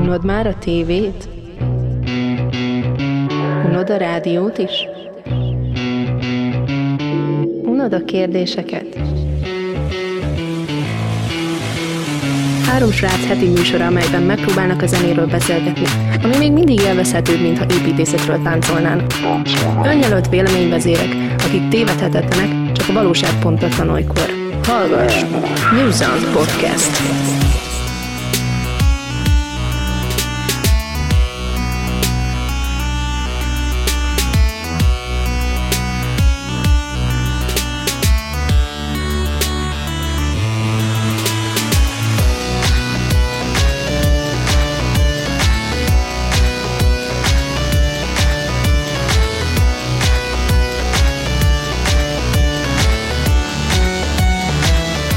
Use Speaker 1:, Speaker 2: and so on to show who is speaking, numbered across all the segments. Speaker 1: Unod már a tévét? Unod a rádiót is? Unod a kérdéseket? Három srác heti műsora, amelyben megpróbálnak a zenéről beszélgetni, ami még mindig élvezhetőbb, mintha építészetről táncolnának. Önjelölt véleményvezérek, akik tévedhetetlenek, csak a valóság pontatlan olykor. Hallgass! New Sounds Podcast.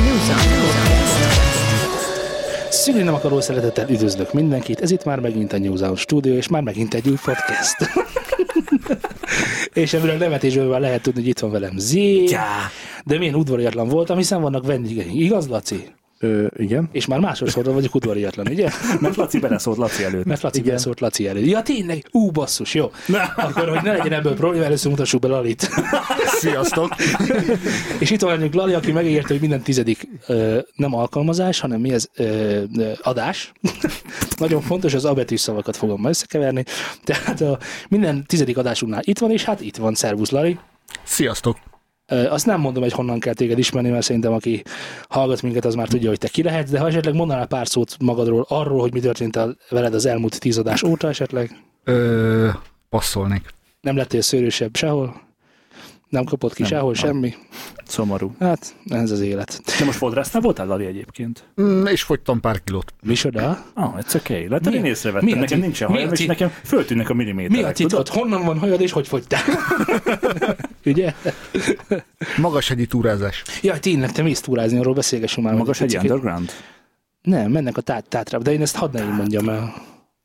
Speaker 1: New Sounds Podcast.
Speaker 2: Szűrni nem akaró szeretettel üdvözlök mindenkit, ez itt már megint a New Zealand Studio, és már megint egy új podcast. és ebből a nevetésből már lehet tudni, hogy itt van velem Zé,
Speaker 3: Tyá.
Speaker 2: de milyen udvariatlan voltam, hiszen vannak vendégeink, igaz Laci?
Speaker 4: Ö, igen.
Speaker 2: És már másodszorra vagyok udvariatlan, ugye?
Speaker 3: Mert Laci beleszólt Laci előtt.
Speaker 2: Mert Laci beszólt Laci elő. Ja tényleg, ú basszus, jó. Akkor, hogy ne legyen ebből probléma, először mutassuk be Lalit.
Speaker 4: Sziasztok!
Speaker 2: És itt van velünk Lali, aki megígérte, hogy minden tizedik ö, nem alkalmazás, hanem mi ez ö, ö, adás. Nagyon fontos, az abetűs szavakat fogom ma összekeverni. Tehát a, minden tizedik adásunknál itt van, és hát itt van, szervusz Lali.
Speaker 4: Sziasztok!
Speaker 2: Ö, azt nem mondom, hogy honnan kell téged ismerni, mert szerintem aki hallgat minket, az már tudja, hogy te ki lehetsz, de ha esetleg mondanál pár szót magadról arról, hogy mi történt el veled az elmúlt tíz adás óta esetleg,
Speaker 4: Ö, passzolnék.
Speaker 2: nem lettél szőrősebb sehol, nem kapott ki nem, sehol nem. semmi.
Speaker 5: Szomorú.
Speaker 2: Hát, ez az élet.
Speaker 3: De most fodrásznál voltál, Lali, egyébként?
Speaker 4: Mm, és fogytam pár kilót.
Speaker 2: Micsoda?
Speaker 3: Ah, ez okay. Lehet, hogy én
Speaker 2: Mi-
Speaker 3: észrevettem.
Speaker 2: mi a
Speaker 3: nekem
Speaker 2: ti-
Speaker 3: nincsen
Speaker 2: mi a
Speaker 3: hajam, és
Speaker 2: ti-
Speaker 3: nekem föltűnnek a milliméterek.
Speaker 2: Mi a titkod? Honnan van hajad, és hogy fogytál? Ugye?
Speaker 4: Magas hegyi túrázás.
Speaker 2: Jaj, tényleg, te mész túrázni, arról beszélgessünk már.
Speaker 3: Magas egy
Speaker 2: Picit.
Speaker 3: underground?
Speaker 2: Nem, mennek a tát, tátra, de én ezt hadd ne így mondjam el.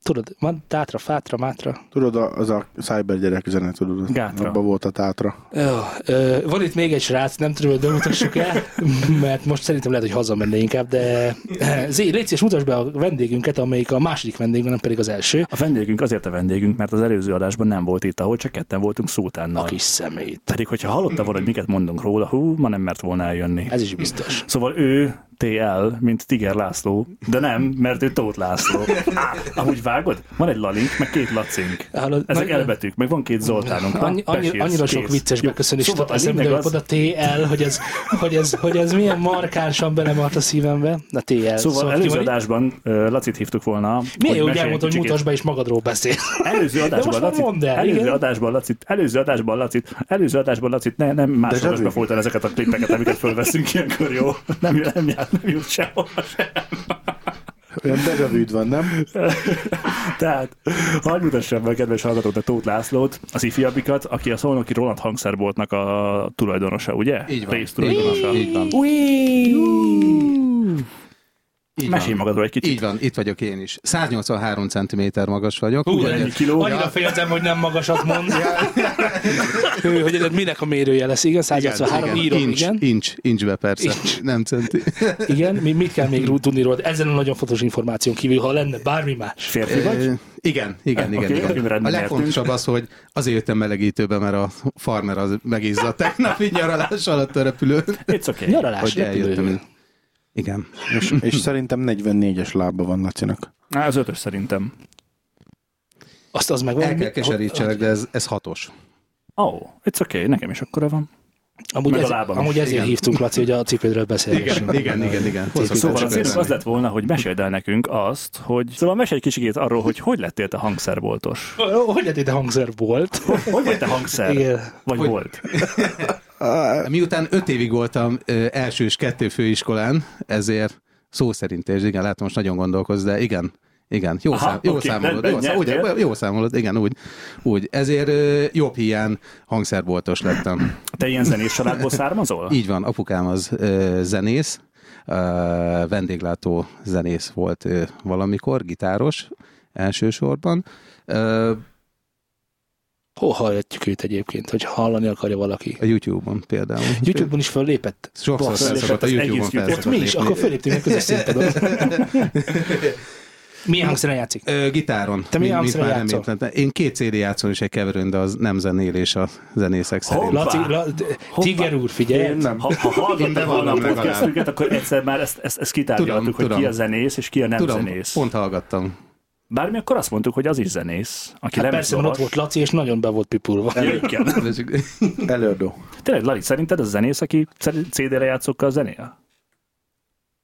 Speaker 2: Tudod, van tátra, fátra, mátra.
Speaker 5: Tudod, a- az a cyber gyerek zene, tudod?
Speaker 3: Gátra.
Speaker 5: Abba volt a tátra.
Speaker 2: Jó, ö, van itt még egy srác, nem tudom, hogy bemutassuk el, mert most szerintem lehet, hogy hazamenne inkább, de eh, Zé, légy szíves, mutasd be a vendégünket, amelyik a második vendégünk, nem pedig az első.
Speaker 3: A vendégünk azért a vendégünk, mert az előző adásban nem volt itt, ahol csak ketten voltunk szótánnal.
Speaker 2: A kis szemét.
Speaker 3: Pedig, hogyha hallotta volna, hogy miket mondunk róla, hú, ma nem mert volna eljönni.
Speaker 2: Ez is biztos.
Speaker 3: Szóval ő TL, mint Tiger László, de nem, mert ő Tóth László. Á, amúgy vágod? Van egy Lalink, meg két Lacink.
Speaker 2: Hallod,
Speaker 3: Ezek
Speaker 2: nagy-
Speaker 3: elbetűk, meg van két Zoltánunk. Na,
Speaker 2: Annyi, annyi,
Speaker 3: besírsz,
Speaker 2: annyira sok
Speaker 3: kész.
Speaker 2: vicces
Speaker 3: Jó,
Speaker 2: beköszönés
Speaker 3: szóval
Speaker 2: szóval
Speaker 3: a
Speaker 2: eszembe,
Speaker 3: lényeg
Speaker 2: hogy
Speaker 3: az-
Speaker 2: oda TL, hogy ez, hogy, ez, hogy ez milyen markánsan belemart a szívembe. Na TL.
Speaker 3: Szóval előző
Speaker 2: ki van-
Speaker 3: adásban ö, Lacit hívtuk volna.
Speaker 2: Milyen jó,
Speaker 3: hogy
Speaker 2: hogy
Speaker 3: mesélj
Speaker 2: elmondta, hogy
Speaker 3: kicsikét.
Speaker 2: mutasd be és magadról beszél.
Speaker 3: Előző adásban
Speaker 2: most már mondd
Speaker 3: Lacit,
Speaker 2: el,
Speaker 3: előző
Speaker 2: igen.
Speaker 3: adásban Lacit, előző adásban Lacit, előző adásban Lacit, ne, nem más
Speaker 5: Deja vu.
Speaker 3: adásban folytál ezeket a klippeket, amiket fölveszünk ilyenkor, jó? Nem, nem, nem, nem jut sehova se.
Speaker 5: Olyan degavűd van, nem?
Speaker 3: Tehát, hagyj mutassam be, kedves hallgatóknak Tóth Lászlót, az ifjabbikat, aki a szolnoki Roland hangszerboltnak a tulajdonosa, ugye? Így van. Rész tulajdonosa.
Speaker 6: Így van. Így
Speaker 3: Mesélj
Speaker 6: van.
Speaker 3: magadról egy kicsit.
Speaker 6: Így van, itt vagyok én is. 183 cm magas vagyok.
Speaker 3: Ugyanennyi kiló.
Speaker 2: Annyira féltem, hogy nem magasat mond. Ő, hogy ez minek a mérője lesz, igen? 183 írom,
Speaker 6: incs,
Speaker 2: igen.
Speaker 6: Incs, incsbe persze,
Speaker 2: Incs.
Speaker 6: nem centi.
Speaker 2: Igen, mi mit kell még rú- tudni rólad? Ezen a nagyon fontos információn kívül, ha lenne bármi más.
Speaker 3: Férfi vagy?
Speaker 6: Ö, igen, igen,
Speaker 3: Oké,
Speaker 6: igen.
Speaker 3: akkor
Speaker 6: igen.
Speaker 3: rendben
Speaker 6: A legfontosabb az, hogy azért jöttem melegítőbe, mert a farmer az megizzadt tegnap így nyaralás alatt a repülőn.
Speaker 3: It's okay.
Speaker 2: Nyaralás,
Speaker 6: Hogy
Speaker 2: repülő.
Speaker 6: eljöttem. Igen.
Speaker 5: És, és szerintem 44-es lába van Lacinak.
Speaker 3: Á, az ötös szerintem.
Speaker 2: Azt az meg
Speaker 6: El
Speaker 2: van.
Speaker 6: kell keserítselek, de ez, ez hatos.
Speaker 3: Ó, oh, it's okay, nekem is akkora van.
Speaker 2: Amúgy,
Speaker 3: Meg a
Speaker 2: ez,
Speaker 3: lábam is.
Speaker 2: amúgy ezért
Speaker 6: Igen.
Speaker 2: hívtunk, Laci, hogy a cipődről beszélgessünk.
Speaker 6: Igen, igen, igen. igen.
Speaker 3: Szóval a
Speaker 6: Hosszú
Speaker 3: célunk az lett volna, hogy meséld el nekünk azt, hogy... Szóval mesélj egy kicsikét arról, hogy hogy lettél te hangszerboltos.
Speaker 2: Ö, Hogy lett ide hangszerbolt?
Speaker 3: Hogy vagy te hangszer?
Speaker 2: Igen.
Speaker 3: Vagy
Speaker 6: Hogy-
Speaker 3: volt?
Speaker 6: Miután öt évig voltam ö, első és kettő főiskolán, ezért szó szerint és igen, látom, most nagyon gondolkoz, de igen, igen, jó,
Speaker 3: Aha,
Speaker 6: szám, jó
Speaker 3: oké,
Speaker 6: számolod,
Speaker 3: rendben,
Speaker 6: jó, szám,
Speaker 3: nyertél.
Speaker 6: ugye, jó számolod, igen, úgy, úgy. Ezért ö, jobb hiány hangszerboltos lettem.
Speaker 3: Te ilyen zenés családból származol?
Speaker 6: Így van, apukám az ö, zenész, ö, vendéglátó zenész volt ö, valamikor, gitáros elsősorban. Ö,
Speaker 2: Hol hallgatjuk őt egyébként, hogy hallani akarja valaki?
Speaker 6: a YouTube-on például.
Speaker 2: YouTube-on is föllépett?
Speaker 6: Sokszor
Speaker 2: Basszus,
Speaker 6: felszokott a
Speaker 3: hát egész
Speaker 6: YouTube-on
Speaker 3: YouTube-ot
Speaker 6: felszokott
Speaker 2: Ott mi is,
Speaker 6: lépni.
Speaker 2: akkor föléptünk a közös színpadon. Milyen hangszeren játszik?
Speaker 6: Ö, gitáron.
Speaker 2: Te milyen
Speaker 6: Mint- mint
Speaker 2: hangszeren
Speaker 6: már
Speaker 2: játszol?
Speaker 6: említettem. Én két CD játszom is egy keverőn, de az nem zenélés a zenészek szerint.
Speaker 3: Hoppá!
Speaker 2: Laci, la, Tiger úr,
Speaker 5: Én
Speaker 2: figyelj! Hát
Speaker 5: nem.
Speaker 3: Ha, ha hallgattak volna a
Speaker 6: bevallom
Speaker 3: podcastünket, akkor egyszer már ezt, ezt, ezt kitárgyaltuk,
Speaker 6: Tudom,
Speaker 3: hogy
Speaker 6: tudom.
Speaker 3: ki a zenész és ki a nem
Speaker 6: Tudom,
Speaker 3: zenész.
Speaker 6: pont hallgattam.
Speaker 3: Bármi akkor azt mondtuk, hogy az is zenész, aki hát
Speaker 2: Persze, mert ott volt Laci, és nagyon be volt pipulva.
Speaker 3: Jöjjön.
Speaker 5: Előadó.
Speaker 3: Tényleg, Lali, szerinted az a zenész, aki cer- CD-re játszokkal zenél?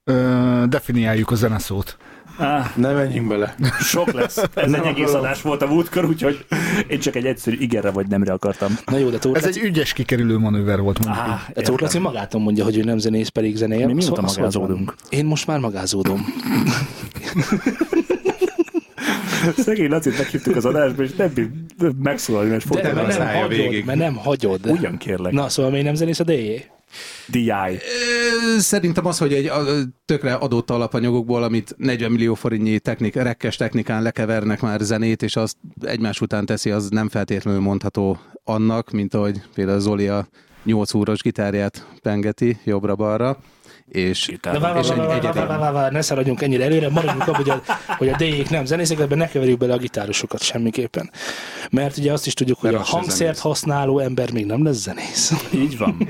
Speaker 4: Ö, definiáljuk a zeneszót.
Speaker 3: Ah,
Speaker 5: Ne menjünk bele.
Speaker 3: sok lesz. Ez egy egész adás volt a múltkor, úgyhogy én csak egy egyszerű igenre vagy nemre akartam.
Speaker 2: Na jó, de Tóth
Speaker 4: Ez
Speaker 2: Laci,
Speaker 4: egy ügyes kikerülő manőver volt mondjuk.
Speaker 3: Ah,
Speaker 4: így.
Speaker 2: de Tóth Laci magától mondja, hogy ő nem zenész, pedig zenél.
Speaker 3: Mi mióta
Speaker 2: Szóval- szóval-
Speaker 3: magázódunk?
Speaker 2: Én most már magázódom.
Speaker 3: Szegény Lacit meghívtuk az adásba, és nem bír megszólalni, mert
Speaker 2: De,
Speaker 6: Fogtad
Speaker 3: fogtam
Speaker 6: a
Speaker 2: mert,
Speaker 3: rá.
Speaker 2: nem
Speaker 6: szája
Speaker 2: hagyod,
Speaker 6: végig.
Speaker 2: mert nem hagyod.
Speaker 3: Ugyan kérlek. Na.
Speaker 2: Na, szóval még nem zenész a DJ?
Speaker 3: DI.
Speaker 6: Ö, Szerintem az, hogy egy ö, tökre adott alapanyagokból, amit 40 millió forintnyi technik, rekkes technikán lekevernek már zenét, és azt egymás után teszi, az nem feltétlenül mondható annak, mint ahogy például Zoli a 8 óros gitárját pengeti jobbra-balra, és,
Speaker 2: De várj,
Speaker 6: és
Speaker 2: várj, várj, várj, várj, várj, várj, ne szaladjunk ennyire előre, maradjunk abban, hogy a, hogy a DJ-k nem zenészek, ebben ne keverjük bele a gitárosokat semmiképpen. Mert ugye azt is tudjuk, hogy
Speaker 6: Mert
Speaker 2: a
Speaker 6: az se
Speaker 2: hangszert
Speaker 6: zenész.
Speaker 2: használó ember még nem lesz zenész.
Speaker 3: Így van.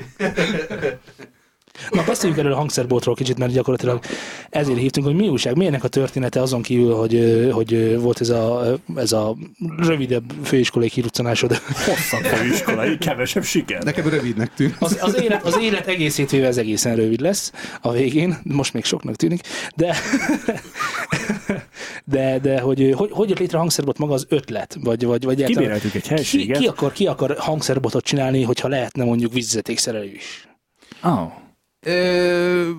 Speaker 2: Na, beszéljünk erről a hangszerboltról kicsit, mert gyakorlatilag ezért hívtunk, hogy mi újság, mi ennek a története azon kívül, hogy, ö, hogy ö, volt ez a, ö, ez a rövidebb főiskolai kiruccanásod.
Speaker 3: Hosszabb főiskolai, kevesebb siker.
Speaker 6: Nekem rövidnek tűnik.
Speaker 2: Az, az, élet, az élet egész hétvéve ez egészen rövid lesz a végén, most még soknak tűnik, de de, de hogy, hogy, hogy jött létre a hangszerbot maga az ötlet? Vagy, vagy, vagy egyáltalán-
Speaker 3: Kibéreltük egy
Speaker 2: ki, ki,
Speaker 3: helységet.
Speaker 2: akar, ki akar hangszerbotot csinálni, hogyha lehetne mondjuk vízvezetékszerelő is?
Speaker 3: Oh.
Speaker 6: Ö,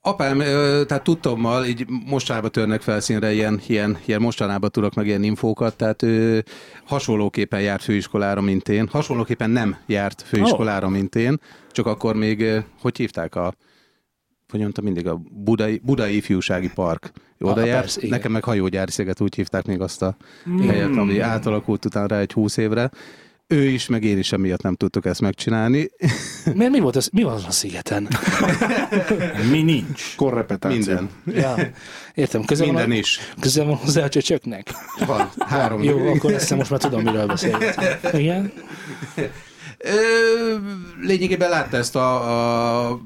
Speaker 6: apám, ö, tehát tudtommal, így mostanában törnek felszínre ilyen, ilyen, ilyen mostanában tudok meg ilyen infókat, tehát ő hasonlóképpen járt főiskolára, mint én. Hasonlóképpen nem járt főiskolára,
Speaker 2: Oh.
Speaker 6: mint én, csak akkor még, ö, hogy hívták a hogy mondtam mindig, a Budai, Budai Ifjúsági Park. Oda
Speaker 2: Ah,
Speaker 6: jár,
Speaker 2: persze, igen. Hmm.
Speaker 6: nekem meg hajógyári sziget, úgy hívták még azt a helyet, ami átalakult utána rá egy húsz évre. Ő is, meg én is emiatt nem tudtuk ezt megcsinálni.
Speaker 2: Mert mi volt az, mi van azon a szigeten?
Speaker 3: Mi nincs.
Speaker 5: Korrepetáció.
Speaker 6: Minden.
Speaker 2: Ja. Értem, közel
Speaker 6: Minden
Speaker 2: van,
Speaker 6: is.
Speaker 2: közel van hozzá a csöcsöknek?
Speaker 6: Van, három.
Speaker 2: Jó, akkor ezt most már tudom, miről beszélünk. Igen?
Speaker 6: Ö, lényegében látta ezt a, a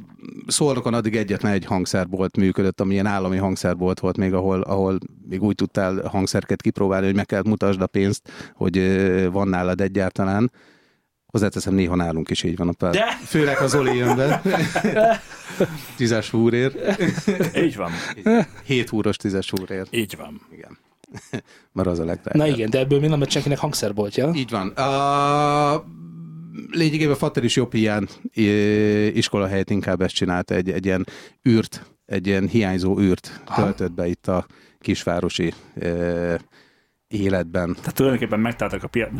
Speaker 6: szolnokon addig egyetlen egy hangszerbolt működött, ami ilyen állami hangszerbolt volt még, ahol, ahol még úgy tudtál hangszerket kipróbálni, hogy meg kellett mutasd a pénzt, hogy ö, van nálad egyáltalán. Hozzáteszem, néha nálunk is így van a pár.
Speaker 2: De!
Speaker 6: Főleg az Oli jön be. tízes húrért.
Speaker 3: Így van.
Speaker 6: Hét húros tízes húrért.
Speaker 3: Így van.
Speaker 6: Igen. Mert az a legdrágább.
Speaker 2: Na igen, de ebből mi nem lett senkinek hangszerboltja.
Speaker 6: Így van. A... Lényegében Fater is jobb hiány ö, iskola helyett inkább ezt csinálta, egy, egy ilyen űrt, egy ilyen hiányzó űrt töltött be itt a kisvárosi ö, életben.
Speaker 3: Tehát tulajdonképpen megtaláltak a piac...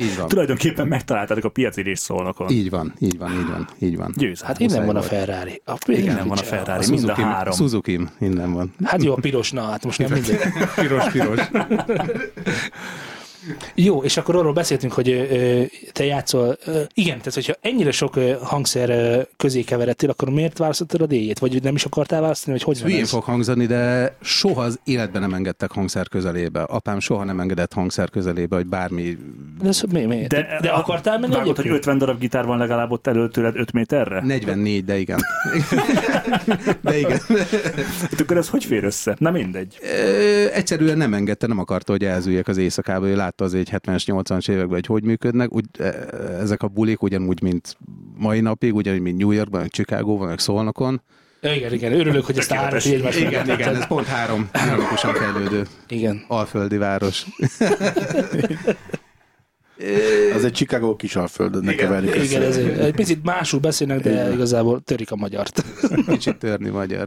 Speaker 6: Így van.
Speaker 3: Tulajdonképpen megtaláltátok a piacirés szólnokon.
Speaker 6: Így van, így van, így van, így van.
Speaker 3: Győzelem.
Speaker 2: Hát innen
Speaker 6: Muszáj
Speaker 2: van a
Speaker 6: volt.
Speaker 2: Ferrari. A
Speaker 3: Innen van a Ferrari, mind a
Speaker 6: Suzuki-m-
Speaker 3: három.
Speaker 6: Suzuki-m innen van.
Speaker 2: Hát jó, a piros, na hát most nem mindegy.
Speaker 6: Piros, piros.
Speaker 2: Jó, és akkor arról beszéltünk, hogy ö, ö, te játszol. Ö, igen, tehát hogyha ennyire sok ö, hangszer ö, közé keveredtél, akkor miért választottad a D-jét? Vagy nem is akartál választani, vagy hogy van
Speaker 6: Hát Hülyén
Speaker 2: ez?
Speaker 6: fog hangzani, de soha az életben nem engedtek hangszer közelébe. Apám soha nem engedett hangszer közelébe, hogy bármi
Speaker 2: De, ez, mi, mi? De, de akartál menni
Speaker 3: Vágod, hogy
Speaker 2: egyébként?
Speaker 3: 50 darab gitár van legalább ott elő tőled 5 méterre?
Speaker 6: 44, de igen. De igen.
Speaker 3: Hát akkor ez hogy fér össze? Na mindegy.
Speaker 6: Ö, egyszerűen nem engedte, nem akarta, hogy elzüljek az éjszakába. Ő látta az egy 70-es, 80-as években, hogy hogy működnek. Úgy, e, ezek a bulik ugyanúgy, mint mai napig, ugyanúgy, mint New Yorkban, meg Chicagóban, meg Szolnokon.
Speaker 2: Igen, igen, örülök, hogy ezt a három
Speaker 3: Tökéletes.
Speaker 2: egymás
Speaker 6: Igen, igen, ez pont három dinamikusan fejlődő
Speaker 2: igen.
Speaker 6: alföldi város.
Speaker 5: Az egy Chicago kisalföldön, ne keverjük össze.
Speaker 2: Igen, ez egy, egy picit másul beszélnek, de igazából törik a magyart.
Speaker 6: Kicsit törni magyar.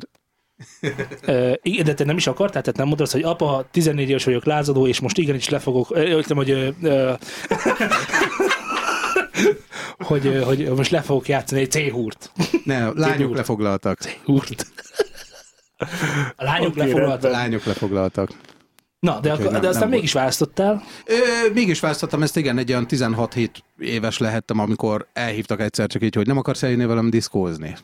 Speaker 2: Ö, igen, de te nem is akartál, tehát nem mondod azt, hogy apa, 14 éves vagyok lázadó, és most igenis le fogok, ö, ö, hogy, ö, ö, hogy, ö, hogy most le fogok játszani egy C-húrt.
Speaker 6: Nem, lányok lefoglaltak.
Speaker 2: Húrt. A lányok
Speaker 3: Oké,
Speaker 2: lefoglaltak.
Speaker 3: rendben.
Speaker 6: Lányok lefoglaltak.
Speaker 2: Na, de,
Speaker 6: Úgyhogy
Speaker 2: akkor,
Speaker 6: nem-
Speaker 2: de aztán
Speaker 6: nem
Speaker 2: mégis választottál.
Speaker 6: Ö, mégis választottam ezt, igen, egy olyan 16 hét éves lehettem, amikor elhívtak egyszer csak így, hogy nem akarsz eljönni velem diszkózni.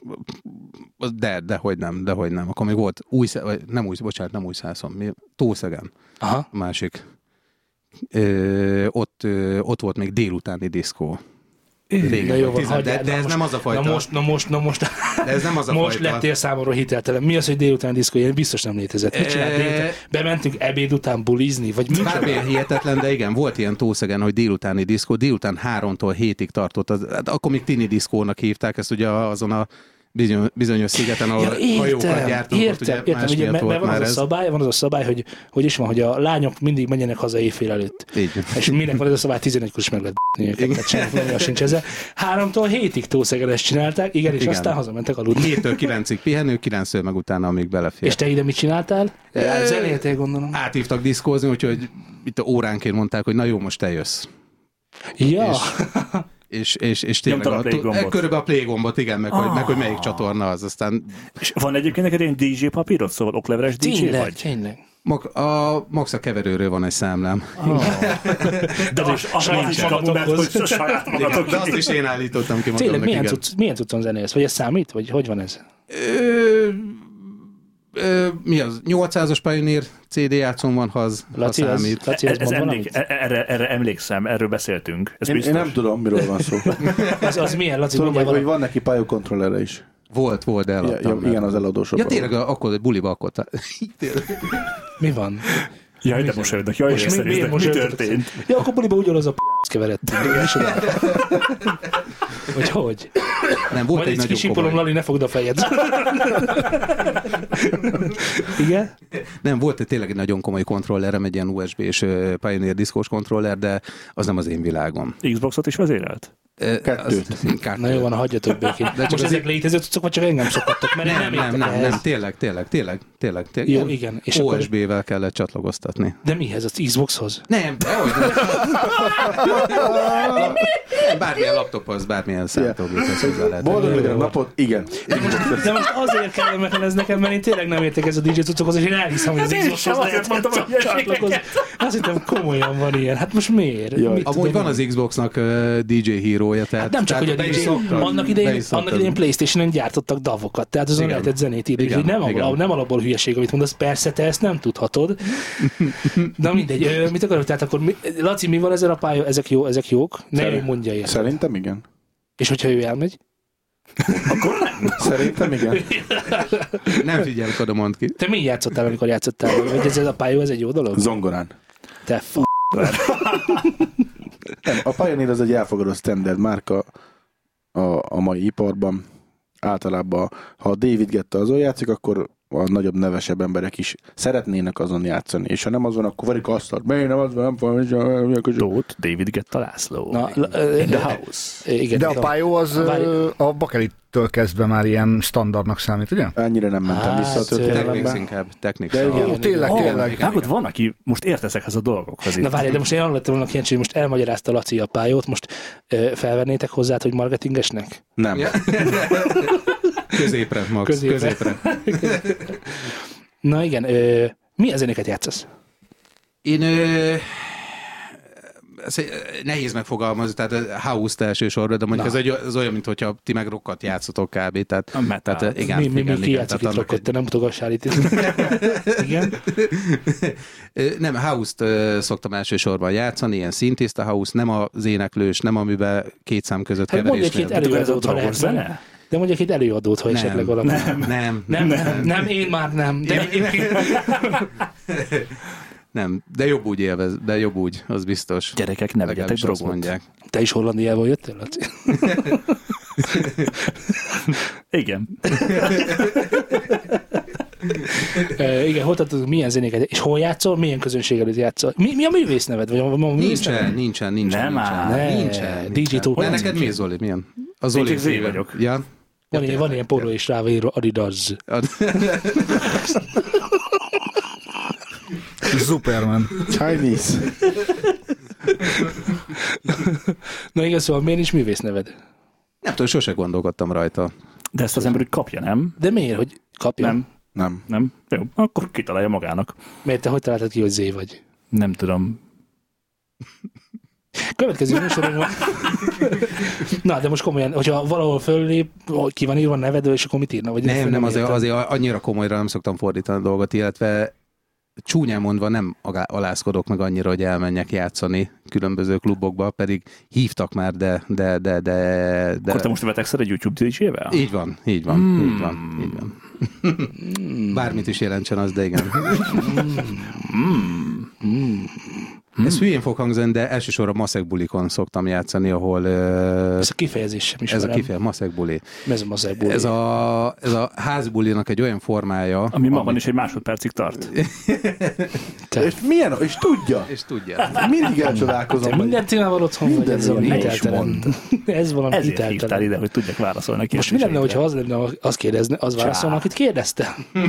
Speaker 6: De, de hogy nem, de hogy nem. Akkor még volt új, Szá- vagy nem új, bocsánat, nem új szászom, mi? Tószegen,
Speaker 2: Aha.
Speaker 6: a másik. Ö, ott, ö, ott volt még délutáni diszkó. Régen,
Speaker 2: Na jó, van,
Speaker 6: 16 de,
Speaker 2: hagyjál, na
Speaker 6: de ez
Speaker 2: most-
Speaker 6: nem az a fajta.
Speaker 2: Na most, na most, na most,
Speaker 6: de ez nem az a
Speaker 2: most
Speaker 6: fajta.
Speaker 2: lettél számomra hiteltelen. Mi az, hogy délután diszkó? Ilyen biztos nem létezett. Mit csinált
Speaker 6: E-
Speaker 2: délután? Bementünk ebéd után bulizni? Vagy mit
Speaker 6: Kb.
Speaker 2: csinált?
Speaker 6: hihetetlen, de igen, volt ilyen tószegen, hogy délutáni diszkó, délután háromtól hétig tartott, az, hát akkor még tini diszkónak hívták, ezt ugye azon a bizony- bizonyos szigeten, ahol
Speaker 2: Ja,
Speaker 6: ja, hajókat
Speaker 2: értem,
Speaker 6: gyártunk, ott
Speaker 2: értem,
Speaker 6: ugye
Speaker 2: értem, ugye, mert,
Speaker 6: másmiatt
Speaker 2: mert
Speaker 6: volt
Speaker 2: van az
Speaker 6: már
Speaker 2: a
Speaker 6: ez.
Speaker 2: szabály, van az a szabály, hogy, hogy is van, hogy a lányok mindig menjenek haza éjfél előtt.
Speaker 6: Így van.
Speaker 2: És minek van ez a szabály, 11-kor is meg lehet b***ni őket, tehát semmi probléma sincs ezzel. Háromtól hétig tószegen ezt csinálták, igen, és
Speaker 6: Igen.
Speaker 2: aztán hazamentek aludni.
Speaker 6: 7-től 9-ig pihenő, 9-től meg utána, amíg belefér.
Speaker 2: És te ide mit csináltál?
Speaker 6: Ö,
Speaker 2: Zenéltél, gondolom.
Speaker 6: átívtak diszkózni, úgyhogy itt óránként mondták, hogy na jó, most te jössz.
Speaker 2: Ja,
Speaker 6: És, és, és tényleg
Speaker 3: Nyomtad a play gombot.
Speaker 6: körülbelül a play gombot, igen, meg, hogy, meg hogy
Speaker 2: Ah.
Speaker 6: melyik csatorna az, aztán
Speaker 3: És van egyébként neked ilyen DJ papírod, szóval okleveres DJ
Speaker 2: tényleg,
Speaker 3: vagy?
Speaker 2: tényleg.
Speaker 6: mag, a Maxa keverőről van egy számlám.
Speaker 2: Hát De
Speaker 3: Az-
Speaker 2: most
Speaker 3: az
Speaker 2: saját
Speaker 3: nincs kapu, mert
Speaker 2: magatokhoz.
Speaker 3: hogy saját magatok.
Speaker 6: De azt is én állítottam ki magamnak.
Speaker 2: Tényleg, milyen,
Speaker 6: igen.
Speaker 2: cucc, milyen cuccon zenélsz? Vagy ez számít? Vagy hogy van ez?
Speaker 6: Ö, ö, mi az? 800-as Pioneer CD játszón van, ha az, ha
Speaker 2: Laci, az,
Speaker 6: számít.
Speaker 2: Laci,
Speaker 3: Ez,
Speaker 2: az
Speaker 3: ez
Speaker 2: mond
Speaker 3: emlék, e-
Speaker 2: valamit?
Speaker 3: erre, erre emlékszem, erről beszéltünk. Ez
Speaker 5: Én, én
Speaker 3: biztos.
Speaker 5: nem tudom, miről van szó.
Speaker 2: Az, az milyen, Laci?
Speaker 5: Tudom,
Speaker 2: mondjál
Speaker 5: hogy, hogy
Speaker 2: valamit.
Speaker 5: van neki pályokontrollere is.
Speaker 6: Volt, volt, de
Speaker 5: Ja, ja,
Speaker 6: eladtam.
Speaker 5: igen, az eladósok.
Speaker 6: Ja, tényleg, akkor egy buliba akkor... tá- Tényleg.
Speaker 2: Mi van?
Speaker 3: Jaj, de most jönnek, jaj,
Speaker 2: Most mi,
Speaker 3: de
Speaker 2: miért
Speaker 3: szerintem
Speaker 2: most
Speaker 3: mi
Speaker 2: öltözött?
Speaker 3: történt?
Speaker 2: Ja, akkor buliba ugyanaz a p***t keveredtünk. Igen, és oda. Hogy hogy?
Speaker 6: Nem, volt
Speaker 2: Majd
Speaker 6: egy
Speaker 2: egy
Speaker 6: nagyon
Speaker 2: kisipolom,
Speaker 6: komoly.
Speaker 2: Lali, ne fogd a fejed. Igen?
Speaker 6: Nem, volt egy tényleg egy nagyon komoly kontrollerem, egy ilyen USB és ö, Pioneer diszkós kontroller, de az nem az én világom.
Speaker 3: Xboxot is vezérelt?
Speaker 6: Ö,
Speaker 5: Kettőt.
Speaker 6: az- kettőt.
Speaker 2: Na jó van, hagyjatok békén. De most
Speaker 6: az-
Speaker 2: ezek létező cuccok, vagy csak engem szokottak, mert én
Speaker 6: Nem,
Speaker 2: nem
Speaker 6: nem,
Speaker 2: értek
Speaker 6: nem, nem,
Speaker 2: ehhez.
Speaker 6: tényleg, tényleg, tényleg, tényleg. tényleg.
Speaker 2: Jó, igen, és
Speaker 6: És
Speaker 2: akkor-
Speaker 6: OSB-vel kellett csatlakoztatni.
Speaker 2: De mihez? Az Xboxhoz?
Speaker 6: Nem, de hogy nem. bármilyen laptophoz, bármilyen számítógéphez hozzá lehet.
Speaker 5: Boldog legyen a napot, igen.
Speaker 2: De most azért kellemetlen ez nekem, mert én tényleg nem értek ez a DJ cuccokhoz, és én elhiszem, hogy az
Speaker 3: Hát én
Speaker 2: Xboxhoz
Speaker 3: sem, azért
Speaker 2: lehet
Speaker 3: mondtam, hogy
Speaker 2: csatlakozni.
Speaker 3: ilyeséget.
Speaker 2: Azt hittem, komolyan van ilyen. Hát most miért?
Speaker 5: Jaj.
Speaker 2: Mit
Speaker 6: Amúgy
Speaker 2: tudom
Speaker 6: van
Speaker 2: én?
Speaker 6: az Xboxnak ö, DJ hírója, tehát...
Speaker 2: Hát nem csak, hogy
Speaker 6: tehát
Speaker 2: a
Speaker 6: be is
Speaker 2: DJ,
Speaker 6: szoktad.
Speaker 2: annak
Speaker 6: Be
Speaker 2: idején,
Speaker 6: is szoktad.
Speaker 2: annak idején Playstation-en gyártottak davokat, tehát azon
Speaker 6: Igen.
Speaker 2: lehetett zenét írni,
Speaker 6: Igen,
Speaker 2: úgyhogy nem,
Speaker 6: igen.
Speaker 2: alapból, nem alapból hülyeség, amit mondasz, persze te ezt nem tudhatod. Na mindegy, ö, mit akarok, tehát akkor mi, Laci, mi van ezen a pálya, ezek, jó, ezek jók, ne ő
Speaker 5: Szerint-
Speaker 2: mondja ilyen.
Speaker 5: Szerintem igen.
Speaker 2: És hogyha ő elmegy,
Speaker 5: Szerintem igen.
Speaker 6: Nem figyelek oda, mondd ki.
Speaker 2: te mi játszottál, amikor játszottál? Vagy ez, ez a pálya, ez egy jó dolog?
Speaker 5: Zongorán.
Speaker 2: Te f***.
Speaker 5: Nem, a Pioneer az egy elfogadott standard márka a, a mai iparban. Általában, ha David Getta azon játszik, akkor a nagyobb, nevesebb emberek is szeretnének azon játszani. És ha nem az van, akkor verik asztalt. Miért nem az van? Nem fogom, és- és- és-
Speaker 3: Tóth David Getta László.
Speaker 2: Na, ö,
Speaker 3: In the house.
Speaker 2: igen,
Speaker 4: De a
Speaker 2: igen.
Speaker 4: pályó az
Speaker 2: Várj.
Speaker 4: ö, a bakelittől kezdve már ilyen standardnak számít, ugye?
Speaker 5: Annyira nem mentem
Speaker 2: Hát,
Speaker 5: vissza a
Speaker 6: Technics
Speaker 5: történelembe.
Speaker 6: inkább,
Speaker 5: De
Speaker 6: technics.
Speaker 5: igen.
Speaker 4: Ó, tényleg,
Speaker 3: Ó,
Speaker 4: tényleg.
Speaker 3: Hát ott van, aki most ért ezekhez a dolgokhoz.
Speaker 2: Na
Speaker 3: itt.
Speaker 2: várj, de most én arra lettem volna kíváncsi, hogy most elmagyarázta Laci a pályót, most ö, felvennétek hozzá, hogy marketingesnek?
Speaker 5: Nem.
Speaker 6: Ja. Középre, Max,
Speaker 2: Középre.
Speaker 6: középre. középre.
Speaker 2: Na igen, ö, milyen zenéket játszasz?
Speaker 6: Én ö, ez egy- nehéz megfogalmazni, tehát house elsősorban, de mondjuk ez, egy, ez olyan, mint hogyha ti meg rockot játszotok kb. Tehát,
Speaker 3: A metal.
Speaker 6: tehát igen,
Speaker 2: mi, mi,
Speaker 6: igen,
Speaker 2: mi, ki
Speaker 6: igen,
Speaker 2: játszik
Speaker 6: tehát
Speaker 2: itt
Speaker 6: annak
Speaker 2: rockot?
Speaker 6: egy,
Speaker 2: Te nem mutogassál itt. igen?
Speaker 6: Ö, Nem, house-t ö, szoktam elsősorban játszani, ilyen szintiszta house, nem az énéklős, nem amiben két szám között
Speaker 2: Hát mondj egy
Speaker 6: keverés
Speaker 2: két
Speaker 6: nem.
Speaker 3: Ez a
Speaker 2: előadót, ha
Speaker 3: drogos
Speaker 2: lehet.
Speaker 3: zene?
Speaker 2: De mondj egy két előadót, ha esetleg valami.
Speaker 6: nem, nem,
Speaker 2: Nem, nem, nem, én már nem. De egyébként
Speaker 6: nem, de jobb úgy élvez, de jobb úgy, az biztos.
Speaker 3: Gyerekek, ne vegyetek
Speaker 6: Legalábbis azt
Speaker 3: drogot.
Speaker 6: mondják.
Speaker 2: te is Hollandiából jöttél, Laci?
Speaker 3: Igen.
Speaker 2: Ö, igen, hol tartozunk, milyen zenéket, és hol játszol, milyen közönség előtt játszol? Mi, mi a művész neved? Vagy a, a, a
Speaker 6: Nincsen, nincsen, nincsen.
Speaker 3: Nem
Speaker 6: nincsen.
Speaker 3: áll.
Speaker 2: Ne,
Speaker 6: nincsen.
Speaker 2: DJ Tóth
Speaker 6: Mert
Speaker 2: nincs.
Speaker 6: neked mi Zoli? Milyen? A Zoli
Speaker 3: csak Z
Speaker 6: féle.
Speaker 3: vagyok.
Speaker 6: Ja?
Speaker 2: Van, ilyen, van ilyen poró és rá van írva Adidas.
Speaker 6: Ad-
Speaker 4: Superman.
Speaker 5: Chinese.
Speaker 2: Na igen, szóval miért nincs művész neved?
Speaker 6: Nem tudom, sose gondolkodtam rajta.
Speaker 3: De ezt az ember úgy kapja, nem?
Speaker 2: De miért, hogy kapja?
Speaker 3: Nem.
Speaker 5: Nem.
Speaker 3: Nem? Jó, akkor kitalálja magának.
Speaker 2: Miért te hogy találtad ki, hogy Z vagy?
Speaker 3: Nem tudom.
Speaker 2: Következő műsorunkban. Na, de most komolyan, hogyha valahol föllép, ki van írva a neved, és akkor mit írna? Vagy
Speaker 6: Nem, nem, azért,
Speaker 2: érted?
Speaker 6: azért annyira komolyra nem szoktam fordítani a dolgot, illetve csúnyán mondva nem agá- alázkodok meg annyira, hogy elmenjek játszani különböző klubokba, pedig hívtak már, de, de, de, de,
Speaker 3: De...
Speaker 6: de.
Speaker 3: Akkor te most vetekszel egy YouTube DJ-vel?
Speaker 6: Így van, így van, így van, így van. Bármit is jelentsen az, de igen. Ez hülyén fog hangzani, de elsősorban maszek bulikon szoktam játszani, ahol ö,
Speaker 2: Ez a kifejezés sem
Speaker 6: ez
Speaker 2: ismerem.
Speaker 6: a kifeje, maszek buli.
Speaker 2: Ez a mazeg buli.
Speaker 6: Ez a, ez a házbulinak egy olyan formája,
Speaker 3: Ami magban is egy másodpercig tart.
Speaker 5: És milyen? És tudja.
Speaker 6: és tudja.
Speaker 5: Mindig elcsodálkozom. hogy-
Speaker 2: Minden témával otthon vagy, ez valami
Speaker 3: ilyen is
Speaker 2: hiteltelen. Ez valami
Speaker 3: Ezért hívtál
Speaker 2: hiteltelen.
Speaker 3: ide, hogy tudjak válaszolni a
Speaker 2: Most mi lenne,
Speaker 3: kérdéseidre.
Speaker 2: hogyha az lenne, az kérdezne, az válaszolna, akit kérdezte?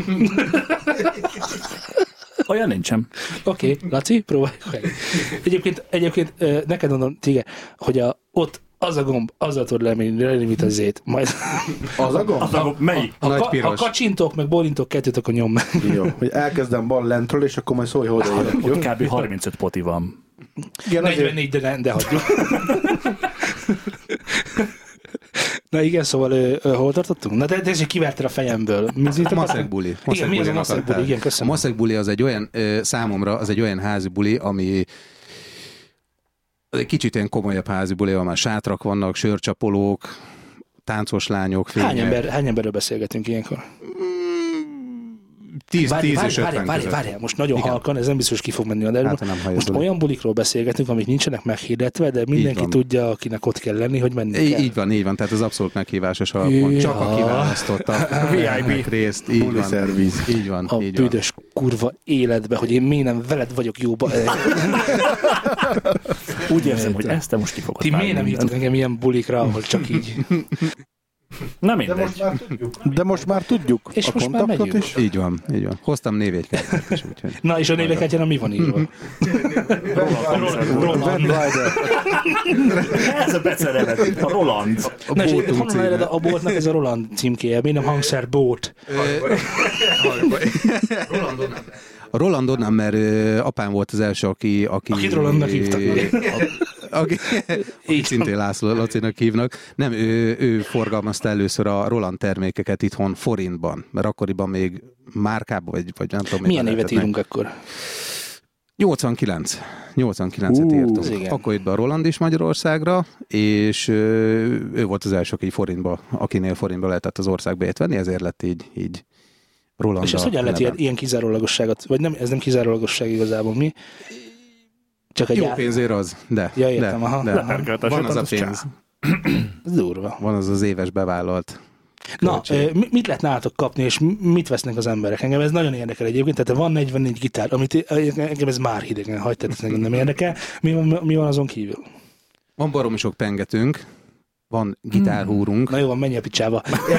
Speaker 3: Olyan nincsen.
Speaker 2: Oké, okay, Laci, próbáljuk meg. Egyébként, egyébként ö, neked mondom, Tige, hogy a, ott az a gomb, azzal tudod lemenni, lelimitazzét. Majd
Speaker 5: Az a gomb?
Speaker 3: Az a, melyik?
Speaker 2: ha,
Speaker 6: nagy
Speaker 2: ka, ha
Speaker 6: piros.
Speaker 2: kacsintok, meg bolintok kettőt, akkor nyom meg.
Speaker 5: Jó, hogy elkezdem bal lentről, és akkor majd szólj, hogy oda jövök, jó?
Speaker 3: Ott kb. 35 poti van.
Speaker 5: Igen, azért
Speaker 2: 44, de, ne, de hagyjuk. Na igen, szóval ö, ö, hol tartottunk? Na de, de ezért kiverted a fejemből. Mi
Speaker 6: Hát,
Speaker 2: az itt Hát a
Speaker 6: Maszek buli.
Speaker 2: Igen, mi az a
Speaker 6: bulinak
Speaker 2: maszek buli?
Speaker 6: adták.
Speaker 2: Igen, köszönöm.
Speaker 6: A maszek buli az egy olyan, ö, számomra az egy olyan házi buli, ami az egy kicsit ilyen komolyabb házi buli, ahol már sátrak vannak, sörcsapolók, táncos lányok, fények.
Speaker 2: Hány, ember, hány emberről beszélgetünk ilyenkor?
Speaker 6: 10,
Speaker 2: Várj,
Speaker 6: 10
Speaker 2: várj,
Speaker 6: és 50
Speaker 2: várj, várj,
Speaker 6: között.
Speaker 2: várj, most nagyon
Speaker 6: Igen.
Speaker 2: halkan, ez nem biztos ki fog menni a derbe.
Speaker 6: Hát, ha nem
Speaker 2: most
Speaker 6: hajazol.
Speaker 2: olyan bulikról beszélgetünk, amik nincsenek meghirdetve, de mindenki
Speaker 6: van.
Speaker 2: tudja, akinek ott kell lenni, hogy menni
Speaker 6: Így,
Speaker 2: kell.
Speaker 6: így van, így van, tehát ez abszolút meghívásos alapon. Csak aki
Speaker 2: Ah.
Speaker 6: választotta VIP részt, így
Speaker 5: buli
Speaker 6: van.
Speaker 5: szerviz.
Speaker 6: Így van,
Speaker 2: a
Speaker 6: így van.
Speaker 2: büdös kurva életbe, hogy én miért nem veled vagyok jóba.
Speaker 3: Úgy érzem, hogy ezt te most ki fogod
Speaker 2: Ti miért
Speaker 3: vágni
Speaker 2: nem
Speaker 3: mindent.
Speaker 2: hívtok engem ilyen bulikra, ahol csak így.
Speaker 3: Na mindegy.
Speaker 5: már tudjuk. De most már tudjuk
Speaker 2: És
Speaker 5: a
Speaker 2: most már
Speaker 5: kontaktot
Speaker 2: megyünk.
Speaker 5: is.
Speaker 6: Így van, így van. Hoztam névjegykártyát is, úgyhogy.
Speaker 2: Na és a néveketjen mi van írva?
Speaker 5: Van Rider.
Speaker 3: Ez a becerevet. A Roland.
Speaker 6: A
Speaker 2: Na és
Speaker 6: bótunk
Speaker 2: honnan
Speaker 6: címe.
Speaker 2: ered a boltnak ez a Roland címkéje? Miért nem hangszer bót?
Speaker 6: A Roland onnan, mert ö, apám volt az első, aki... aki
Speaker 2: Akit Rolandnak hívtak.
Speaker 6: A- Aki, akit szintén László Lacinak hívnak. Nem, ő, ő forgalmazta először a Roland termékeket itthon forintban, mert akkoriban még márkában, vagy, vagy nem tudom. miben
Speaker 2: Milyen évet
Speaker 6: lehetett meg.
Speaker 2: írunk akkor?
Speaker 6: 89.
Speaker 5: Ú,
Speaker 6: 89-et
Speaker 2: az igen.
Speaker 6: írtunk. Akkor jött be a Roland is Magyarországra, és ö, ő volt az első, aki forintba, akinél forintba lehetett az országbét venni, ezért lett így, így Roland.
Speaker 2: És ez hogyan lett ilyen, ilyen kizárólagosságot? Vagy nem, ez nem kizárólagosság igazából, mi? Csak egy
Speaker 6: Jó
Speaker 2: ár-
Speaker 6: pénzért az, de.
Speaker 2: Ja, értem,
Speaker 6: de,
Speaker 2: aha.
Speaker 6: De,
Speaker 2: Aha.
Speaker 3: Leperkeltes,
Speaker 6: van
Speaker 3: hát
Speaker 6: az a
Speaker 3: az csá.
Speaker 6: pénz.
Speaker 2: Ez durva.
Speaker 6: Van az az éves bevállalt.
Speaker 2: Na,
Speaker 6: költség.
Speaker 2: ö, mi- mit lehet nálatok kapni, és mi- mit vesznek az emberek? Engem ez nagyon érdekel egyébként, tehát van 44 gitár, amit én- engem ez már hidegen hagy, tehát ez engem nem érdekel. Mi van, mi van azon kívül?
Speaker 6: Van baromi sok pengetünk, van gitárhúrunk.
Speaker 2: Na jó, van, menj a picsába. Ö,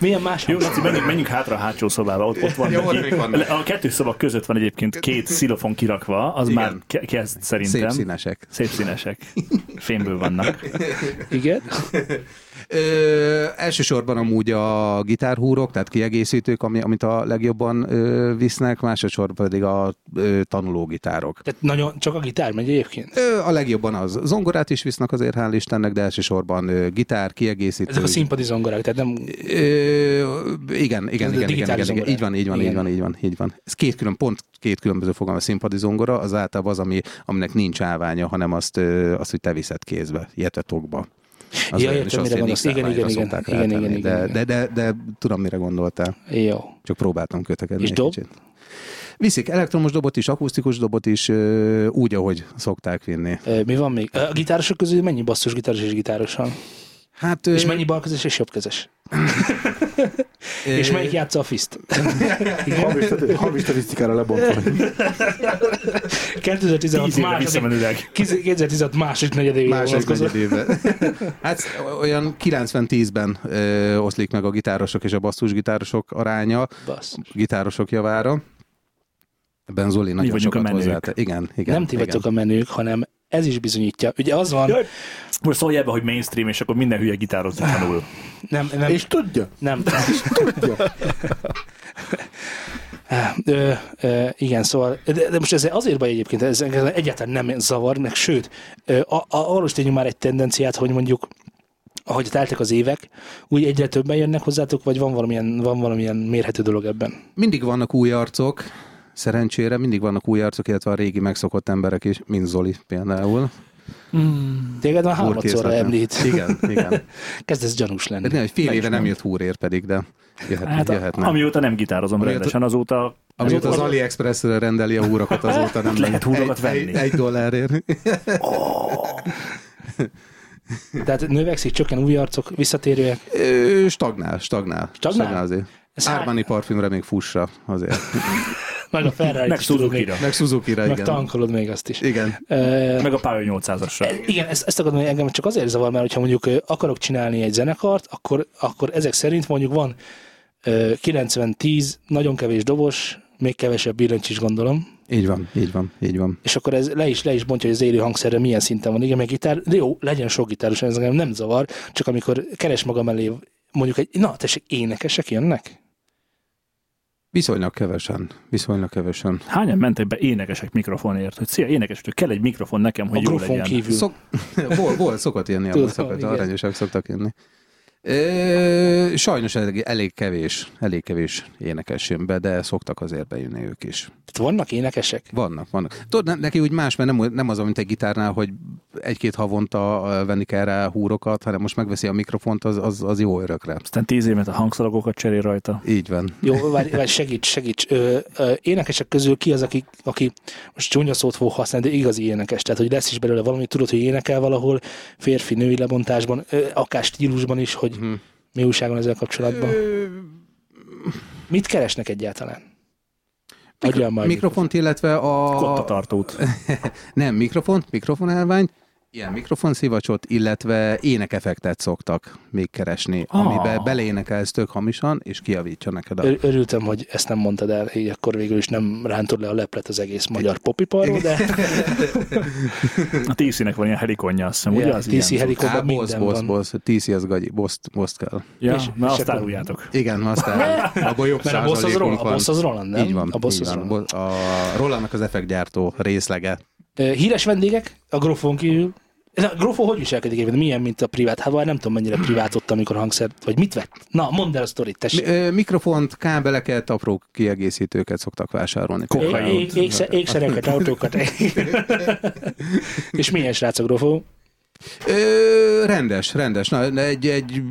Speaker 2: Milyen más?
Speaker 3: Jó, Laci, menjünk, menjünk hátra a hátsó szobába, ott, ott van
Speaker 6: Jó, ott
Speaker 3: neki.
Speaker 6: még vannak.
Speaker 3: A kettő szoba között van egyébként két szilofon kirakva, az
Speaker 6: Igen.
Speaker 3: már ke- kezd szerintem.
Speaker 6: Szép színesek.
Speaker 3: Szép színesek. Fémből vannak.
Speaker 2: Igen.
Speaker 6: Ö, elsősorban amúgy a gitárhúrok, tehát kiegészítők, ami, amit a legjobban ö, visznek, másodszorban pedig a ö, tanulógitárok.
Speaker 2: Tehát nagyon, csak a gitár megy egyébként.
Speaker 6: Ö, a legjobban az. Zongorát is visznak azért, hál' Istennek, de elsősorban ö, gitár, kiegészítő.
Speaker 2: Ezek a színpadi zongorák, tehát nem...
Speaker 6: Ö, igen, igen, igen, igen, igen,
Speaker 2: digitális
Speaker 6: igen,
Speaker 2: zongora.
Speaker 6: Így van, így van,
Speaker 2: Igen.
Speaker 6: így van, így van, így van. Ez két külön, pont két különböző fogalma. A színpadi zongora az általában az, ami, aminek nincs állványa, hanem azt, ö, azt hogy te viszed kézbe, illetve tokba. Az
Speaker 2: Ja,
Speaker 6: olyan
Speaker 2: értem,
Speaker 6: is,
Speaker 2: mire
Speaker 6: azt én
Speaker 2: gondolsz. Igen, igen,
Speaker 6: X-tárványra
Speaker 2: igen,
Speaker 6: szokták
Speaker 2: igen, igen,
Speaker 6: rátenni,
Speaker 2: igen,
Speaker 6: de,
Speaker 2: igen.
Speaker 6: de, de, de, tudom, mire gondoltál.
Speaker 2: Jó.
Speaker 6: Csak próbáltam kötekedni
Speaker 2: És
Speaker 6: egy
Speaker 2: dob?
Speaker 6: kicsit. Viszik elektromos dobot is, akusztikus dobot is, ö, úgy, ahogy szokták vinni.
Speaker 2: Ö, Mi van még? Ö, A gitárosok közül mennyi basszusgitáros és gitáros van?
Speaker 6: Hát, ö,
Speaker 2: És mennyi balkezes és jobbkezes?
Speaker 6: ö,
Speaker 2: És melyik játsza a fiszt?
Speaker 5: Hamis stati- Hamis statisztikára lebontva.
Speaker 2: 2016
Speaker 3: Tíz évre
Speaker 2: második,
Speaker 3: visszamenőleg.
Speaker 2: 2016 második negyedévére
Speaker 6: Másik
Speaker 2: vonatkozó.
Speaker 6: negyedében. hát olyan 90-10-ben ö, oszlik meg a gitárosok és a basszusgitárosok aránya,
Speaker 2: Bassz.
Speaker 6: gitárosok javára. Ebben Zoli nagyon
Speaker 3: vagyunk a
Speaker 6: sokat
Speaker 3: menők.
Speaker 6: hozzátett. Igen, igen.
Speaker 2: Nem ti vagytok a menők, hanem ez is bizonyítja. Ugye az van,
Speaker 3: Jaj. Most szólj ebbe, hogy mainstream, és
Speaker 6: Ah, hát
Speaker 3: akkor minden hülye gitározni tanul.
Speaker 2: nem, nem,
Speaker 5: És tudja.
Speaker 2: nem, Ö, ö, igen, szóval, de, de most ez azért baj egyébként, ez engem egyáltalán nem zavar, meg sőt, ö, a, a, arról is tényleg már egy tendenciát, hogy mondjuk ahogy teltek az évek, úgy egyre többen jönnek hozzátok, vagy van valamilyen, van valamilyen mérhető dolog ebben?
Speaker 6: Mindig vannak új arcok, szerencsére mindig vannak új arcok, illetve a régi megszokott emberek is, mint Zoli például.
Speaker 2: Téged már hármadszorra
Speaker 6: Húrkészletlen.
Speaker 2: említ.
Speaker 6: Igen, igen. Hát
Speaker 2: Kezdesz gyanús lenni.
Speaker 6: De nem, hogy fél
Speaker 2: Meg is
Speaker 6: éve nem jött húrér pedig, de jöhet,
Speaker 2: Hát
Speaker 6: hát
Speaker 2: a-
Speaker 6: jöhetne. Ami,
Speaker 3: Amióta nem gitározom
Speaker 6: Amióta-
Speaker 3: rendesen, azóta
Speaker 6: Amióta az
Speaker 2: azóta-
Speaker 6: AliExpressről rendeli a húrakat, azóta nem
Speaker 3: Lehet húrokat
Speaker 6: egy, egy,
Speaker 3: venni.
Speaker 6: egy dollárért.
Speaker 2: Tehát növekszik, csökken új arcok, visszatérőek.
Speaker 6: Ö, Stagnál, stagnál.
Speaker 2: Stagnál?
Speaker 6: azért.
Speaker 2: Ez
Speaker 6: Ármáni parfümre még fussa azért.
Speaker 2: Meg a ferrari
Speaker 3: meg Suzuki-ra,
Speaker 6: Meg Suzuki-ra,
Speaker 2: Meg
Speaker 6: igen.
Speaker 2: tankolod még azt is.
Speaker 6: Igen.
Speaker 2: Ö,
Speaker 3: meg a Pajó 800-asra.
Speaker 2: igen, ezt, ezt akarom, hogy engem csak azért zavar, mert hogyha mondjuk ö, akarok csinálni egy zenekart, akkor, akkor ezek szerint mondjuk van ö, 90-10, nagyon kevés dobos, még kevesebb billencs is gondolom,
Speaker 6: Így van, így van, így van.
Speaker 2: és akkor ez le is, le is bontja, hogy az élő hangszerre milyen szinten van. Igen, meg gitár, de jó, legyen sok gitáros, ez engem nem zavar, csak amikor keres magam elé mondjuk egy, na tessék, énekesek jönnek?
Speaker 6: Viszonylag kevesen, viszonylag kevesen.
Speaker 3: Hányan mentek be énekesek mikrofonért, hogy szia, énekes, vagyok, kell egy mikrofon nekem,
Speaker 2: A
Speaker 3: hogy jó
Speaker 2: grofon
Speaker 3: legyen.
Speaker 2: kívül.
Speaker 6: Szok... Volt, volt, szokott jönni,
Speaker 2: Tudom,
Speaker 6: abban szokott,
Speaker 2: Hm. igen.
Speaker 6: arányosak szoktak jönni. Ö, sajnos elég, elég kevés, elég kevés énekes jön be, de szoktak azért bejönni ők is.
Speaker 2: Tehát vannak énekesek?
Speaker 6: Vannak, vannak. Tudod, ne- neki úgy más, mert nem, nem az, mint egy gitárnál, hogy egy-két havonta ö, venni kell rá húrokat, hanem most megveszi a mikrofont, az, az, az jó örökre.
Speaker 3: Aztán tíz évet a hangszalagokat cserél rajta.
Speaker 6: Így van.
Speaker 2: Jó, várj, várj segíts, segíts. Ö, ö, énekesek közül ki az, aki, aki most csúnya szót fog használni, de igazi énekes, tehát hogy lesz is belőle valami, tudod, hogy énekel valahol, férfi, női lebontásban, ö, akár stílusban is, hogy
Speaker 6: Mhm.
Speaker 2: mi újság van ezzel kapcsolatban. Mit keresnek egyáltalán? Adjál már.
Speaker 6: Mikrofont, illetve a...
Speaker 3: Kottatartót.
Speaker 6: Nem, mikrofont, mikrofonálványt, ilyen mikrofonszívacsot, illetve énekefektet szoktak még keresni,
Speaker 3: Ah.
Speaker 6: ah. amiben beleénekelsz tök hamisan, és kiavítja neked a...
Speaker 2: Ö- Örültem, hogy ezt nem mondtad el, így akkor végül is nem rántod le a leplet az egész magyar popiparról, de
Speaker 3: A TC-nek van ilyen helikonja, azt hiszem,
Speaker 2: Ja,
Speaker 3: ugye? Az
Speaker 2: TC
Speaker 3: ilyen
Speaker 2: helikon-
Speaker 6: Á,
Speaker 2: minden
Speaker 6: boss, boss,
Speaker 2: van.
Speaker 6: boss, TC az gagyi, boss, boss kell.
Speaker 3: Ja,
Speaker 2: És- és
Speaker 3: na azt
Speaker 2: akkor-
Speaker 3: áruljátok.
Speaker 6: Igen, aztán abból jobb
Speaker 2: mert a boss az, Roland,
Speaker 6: százalékunk
Speaker 2: a
Speaker 6: van.
Speaker 2: boss az Roland, nem?
Speaker 6: Így van,
Speaker 2: A boss
Speaker 6: így
Speaker 2: az
Speaker 6: van.
Speaker 2: Roland.
Speaker 6: Bo- A Rolandnak az effektgyártó részlege.
Speaker 2: Ö, Híres vendégek a grofon kívül. Ez a grofó hogy viselkedik egyébként? Milyen, mint a privát? Hát vagy nem tudom, mennyire privát ott, amikor hangszert, vagy mit vett? Na, mondd el a sztorit,
Speaker 6: Mi-
Speaker 2: tessék.
Speaker 6: ö, Mikrofont, kábeleket, apró kiegészítőket szoktak vásárolni.
Speaker 2: É- é- ékszer- Ékszereket, autókat. És milyen srác a grofó?
Speaker 6: Ö, rendes, rendes. Na, egy, egy,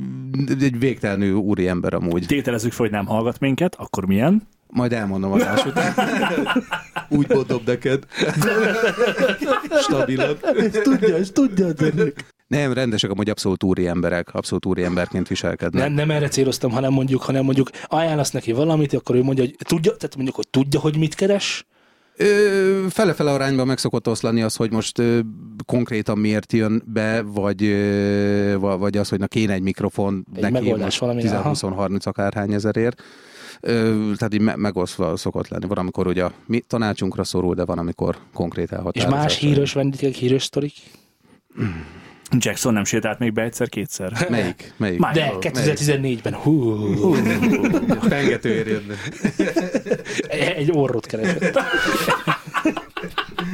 Speaker 6: egy végtelenül úri ember amúgy.
Speaker 3: Tételezzük fel, hogy nem hallgat minket, akkor milyen?
Speaker 6: Majd elmondom adás után. Úgy bodob neked. Stabilabb.
Speaker 2: Tudja, ezt tudja.
Speaker 6: Nem, rendesek amúgy abszolút úri emberek, abszolút úri emberként viselkednek.
Speaker 2: Nem, nem erre céloztam, hanem mondjuk, hanem mondjuk ajánlasz neki valamit, akkor ő mondja, hogy tudja, tehát mondjuk, hogy tudja, hogy mit keres.
Speaker 6: Ö, Fele-fele arányban meg szokott oszlani az, hogy most ö, konkrétan miért jön be, vagy, ö, va- vagy az, hogy na kéne egy mikrofon
Speaker 2: Egy
Speaker 6: neki
Speaker 2: megoldás
Speaker 6: most
Speaker 2: valami,
Speaker 6: 10,
Speaker 2: aha.
Speaker 6: 20, 30 akárhány ezerért. Ö, tehát így me- megosztva szokott lenni. Van, amikor ugye a mi tanácsunkra szorul, de van, amikor konkrét
Speaker 2: És
Speaker 6: elhatározásra.
Speaker 2: más híres vendégek, híres sztorik.
Speaker 3: Jackson nem sétált még be egyszer-kétszer.
Speaker 6: Melyik? Melyik?
Speaker 3: Már-
Speaker 2: De
Speaker 3: Melyik?
Speaker 2: 2014-ben, hú,
Speaker 6: Pengető érjön.
Speaker 2: E, egy orrot keresett.